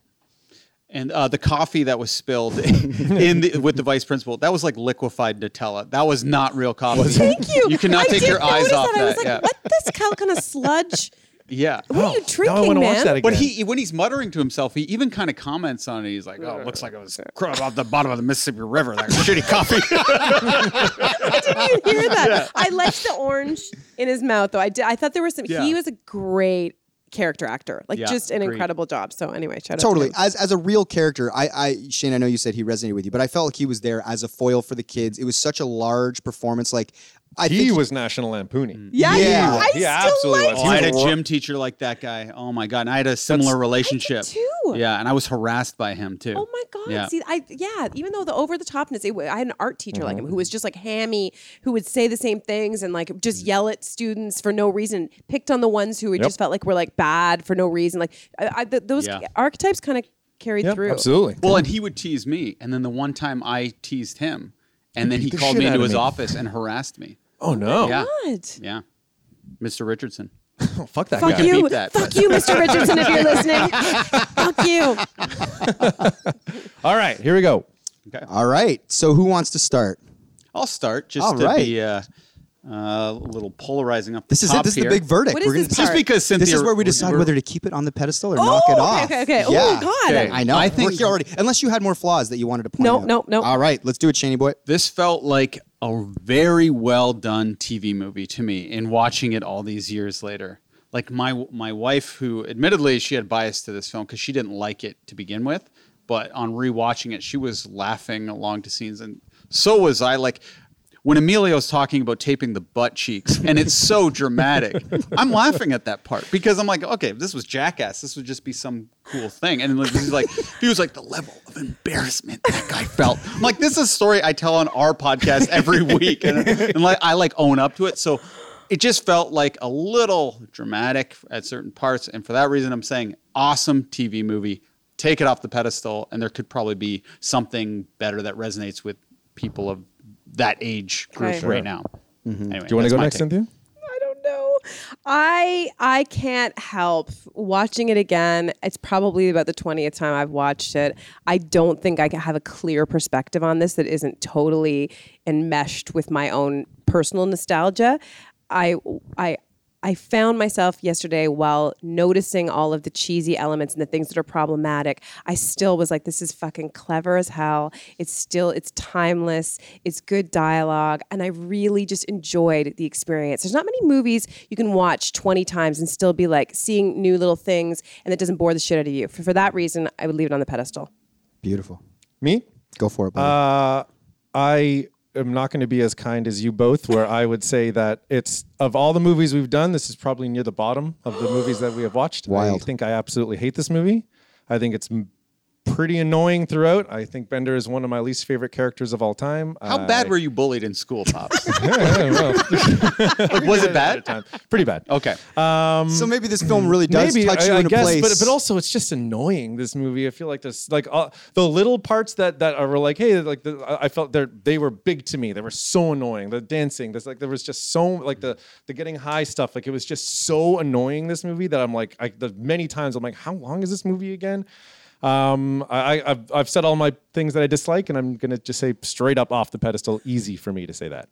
And uh, the coffee that was spilled in the, with the vice principal, that was like liquefied Nutella. That was not real coffee. Thank you. You cannot I take did your eyes notice off that. I was like, yeah. what this cow kind of sludge? yeah. What are you now Oh, I drinking, want to man? watch that again. But he, when he's muttering to himself, he even kind of comments on it. He's like, "Oh, it looks like it was crawling off the bottom of the Mississippi River. That shitty coffee." I didn't even hear that. I liked the orange in his mouth, though. I did. I thought there was some. Yeah. He was a great character actor, like Yeah, just an agreed. incredible job. So anyway, shout Totally. out As, as a real character, I, I Shane, I know you said he resonated with you, but I felt like he was there as a foil for the kids. It was such a large performance. Like I he think was National Lampoony. to him. Mm. Yeah, Yeah. yeah. I He still absolutely liked was. Oh, I him. had a gym teacher like that guy. Oh my god, and I had a similar relationship too. Yeah, and I was harassed by him too. Oh my God! Yeah. See, I yeah. Even though the over the topness, it, wa- I had an art teacher like him Mm-hmm. who was just like hammy, who would say the same things and like Mm. just yell at students for no reason. Picked on the ones who it just felt like were like bad for no reason. Like I, I, th- those Yeah. archetypes kind of carried Yep, through. absolutely. Well, and he would tease me, and then the one time I teased him, and then he beat the called shit me out into of his me. office and harassed me. Oh no! Yeah, God. yeah, Mr. Richardson. Oh, fuck that Fuck guy. you. beep that, Fuck but- you, Mr. Richardson, if you're listening. Fuck you. All right, here we go. all right. So who wants to start? I'll start just All to right. be uh, uh, a little polarizing up the This is it. top This is the here. big verdict. What is gonna this decide- Just because Cynthia, this is where we decide we're- whether to keep it on the pedestal or knock it okay, off. okay, okay. Oh, Yeah. God. Okay. I know. I I think- think you already. Unless you had more flaws that you wanted to point No, out. no, no. All right, let's do it, Shaney boy. this felt like a very well done TV movie to me in watching it all these years later. Like my my wife, who admittedly she had bias to this film because she didn't like it to begin with, but on rewatching it, she was laughing along to scenes, and so was I. Like when Emilio's talking about taping the butt cheeks, and it's so dramatic, I'm laughing at that part because I'm like, okay, if this was Jackass, this would just be some cool thing. And like, he's like, he was like the level of embarrassment that guy felt. I'm like, this is a story I tell on our podcast every week, and, and like I like own up to it. So it just felt like a little dramatic at certain parts, and for that reason, I'm saying awesome TV movie. Take it off the pedestal, and there could probably be something better that resonates with people of that age group Okay. right now. Anyway, Mm-hmm. Do you want to that's go my next, take. Cynthia? I don't know. I I can't help watching it again. It's probably about the 20th time I've watched it. I don't think I can have a clear perspective on this that isn't totally enmeshed with my own personal nostalgia. I I I found myself yesterday while noticing all of the cheesy elements and the things that are problematic. I still was like, this is fucking clever as hell. It's still, it's timeless. It's good dialogue. And I really just enjoyed the experience. There's not many movies you can watch 20 times and still be like seeing new little things and that doesn't bore the shit out of you. For, for that reason, I would leave it on the pedestal. Beautiful. Me? Go for it, buddy. Uh, I am not going to be as kind as you both, where I would say that it's of all the movies we've done, this is probably near the bottom of the movies that we have watched. Wild. I think I absolutely hate this movie. I think it's m- pretty annoying throughout. I think Bender is one of my least favorite characters of all time. How I- bad were you bullied in school, Pops? Yeah, well, like, was it bad? pretty bad. Okay. so maybe this film really does Maybe touch I, you I in a guess, place. but but also it's just annoying. This movie, I feel like this like uh, the little parts that that are like, hey, like the, I I felt they they were big to me. They were so annoying. The dancing, there's like there was just so like the the getting high stuff. Like it was just so annoying. This movie that I'm like, I, the many times I'm like, how long is this movie again? Um, I, I I've, I've said all my things that I dislike, and I'm gonna just say straight up off the pedestal. Easy for me to say that.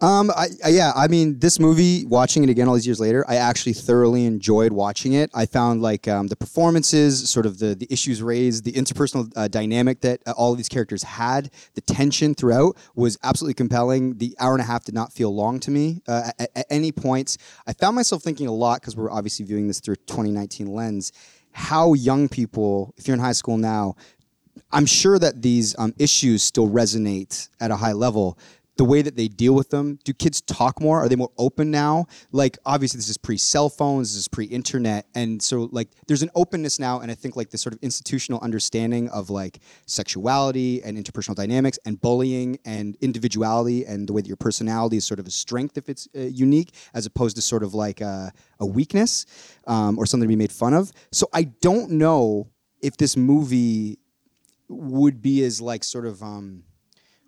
Um, I, I, yeah, I mean, this movie, watching it again all these years later, I actually thoroughly enjoyed watching it. I found like um, the performances, sort of the the issues raised, the interpersonal uh, dynamic that uh, all of these characters had, the tension throughout was absolutely compelling. The hour and a half did not feel long to me uh, at, at any points. I found myself thinking a lot because we're obviously viewing this through a 2019 lens. How young people, if you're in high school now, I'm sure that these um, issues still resonate at a high level. The way that they deal with them, do kids talk more? Are they more open now? Like, obviously, this is pre cell phones, this is pre internet. And so, like, there's an openness now. And I think, like, this sort of institutional understanding of like sexuality and interpersonal dynamics and bullying and individuality and the way that your personality is sort of a strength if it's uh, unique, as opposed to sort of like a, a weakness um, or something to be made fun of. So, I don't know if this movie would be as like sort of um,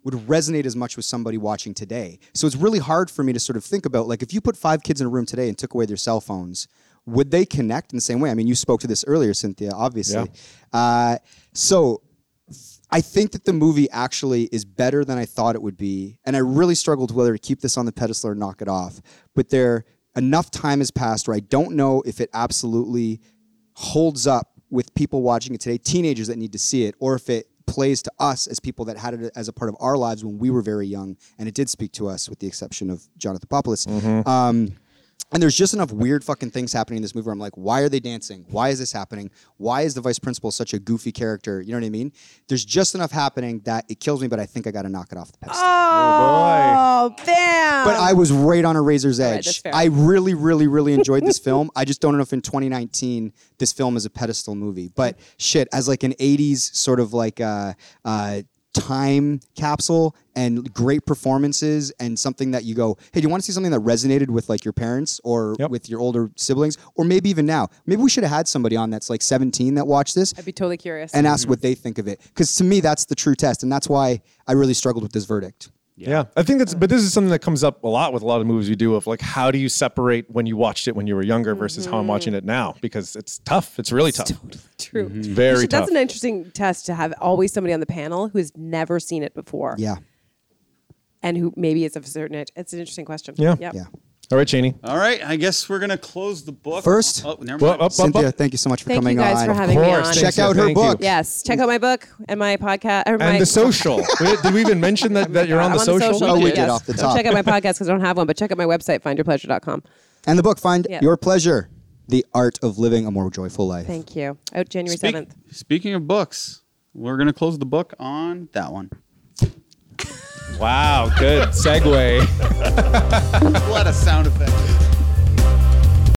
would resonate as much with somebody watching today. So it's really hard for me to sort of think about like if you put five kids in a room today and took away their cell phones, would they connect in the same way? I mean, you spoke to this earlier, Cynthia, obviously. Uh, so I think that the movie actually is better than I thought it would be. And I really struggled whether to keep this on the pedestal or knock it off. But there, enough time has passed where I don't know if it absolutely holds up with people watching it today, teenagers that need to see it, or if it plays to us as people that had it as a part of our lives when we were very young. And it did speak to us, with the exception of Jonathan Popoulos. Um, and there's just enough weird fucking things happening in this movie where I'm like, why are they dancing? Why is this happening? Why is the vice principal such a goofy character? You know what I mean? There's just enough happening that it kills me, but I think I got to knock it off the pedestal. Oh, bam! but I was right on a razor's edge. that's fair. I really, really, really enjoyed this film. I just don't know if in 2019 this film is a pedestal movie. But shit, as like an 80s sort of like uh, uh, time capsule and great performances and something that you go, hey, do you want to see something that resonated with like your parents or with your older siblings or maybe even now? Maybe we should have had somebody on that's like 17 that watched this I'd be totally curious. and asked what they think of it. Because to me, that's the true test, and that's why I really struggled with this verdict. Yeah. I think that's, but this is something that comes up a lot with a lot of movies we do of like, how do you separate when you watched it when you were younger versus how I'm Mm-hmm. watching it now? Because it's tough. It's really tough. True. It's very So tough. that's an interesting test to have always somebody on the panel who has never seen it before. Yeah. And who maybe is of a certain age. It's an interesting question. Yeah. Yep. Yeah. All right, Cheney. All right, I guess we're gonna close the book First- Oh, never Well, mind. up, up, Cynthia, up. thank you so much for Thank coming you guys on. for having me on. thank Check you, out her thank you. book. Yes. Check out my book and my podcast. Or my, And the social. We- Did we even mention that, that you're on I'm the social? Oh, we did yes. off the So top. check out my podcast because I don't have one, but check out my website, findyourpleasure.com. And the book, Find Yeah. Your Pleasure The Art of Living a More Joyful Life. Thank you. Oh, Out January Speak- 7th. Speaking of books, we're gonna close the book on that one. Wow, good segue. A lot of sound effects.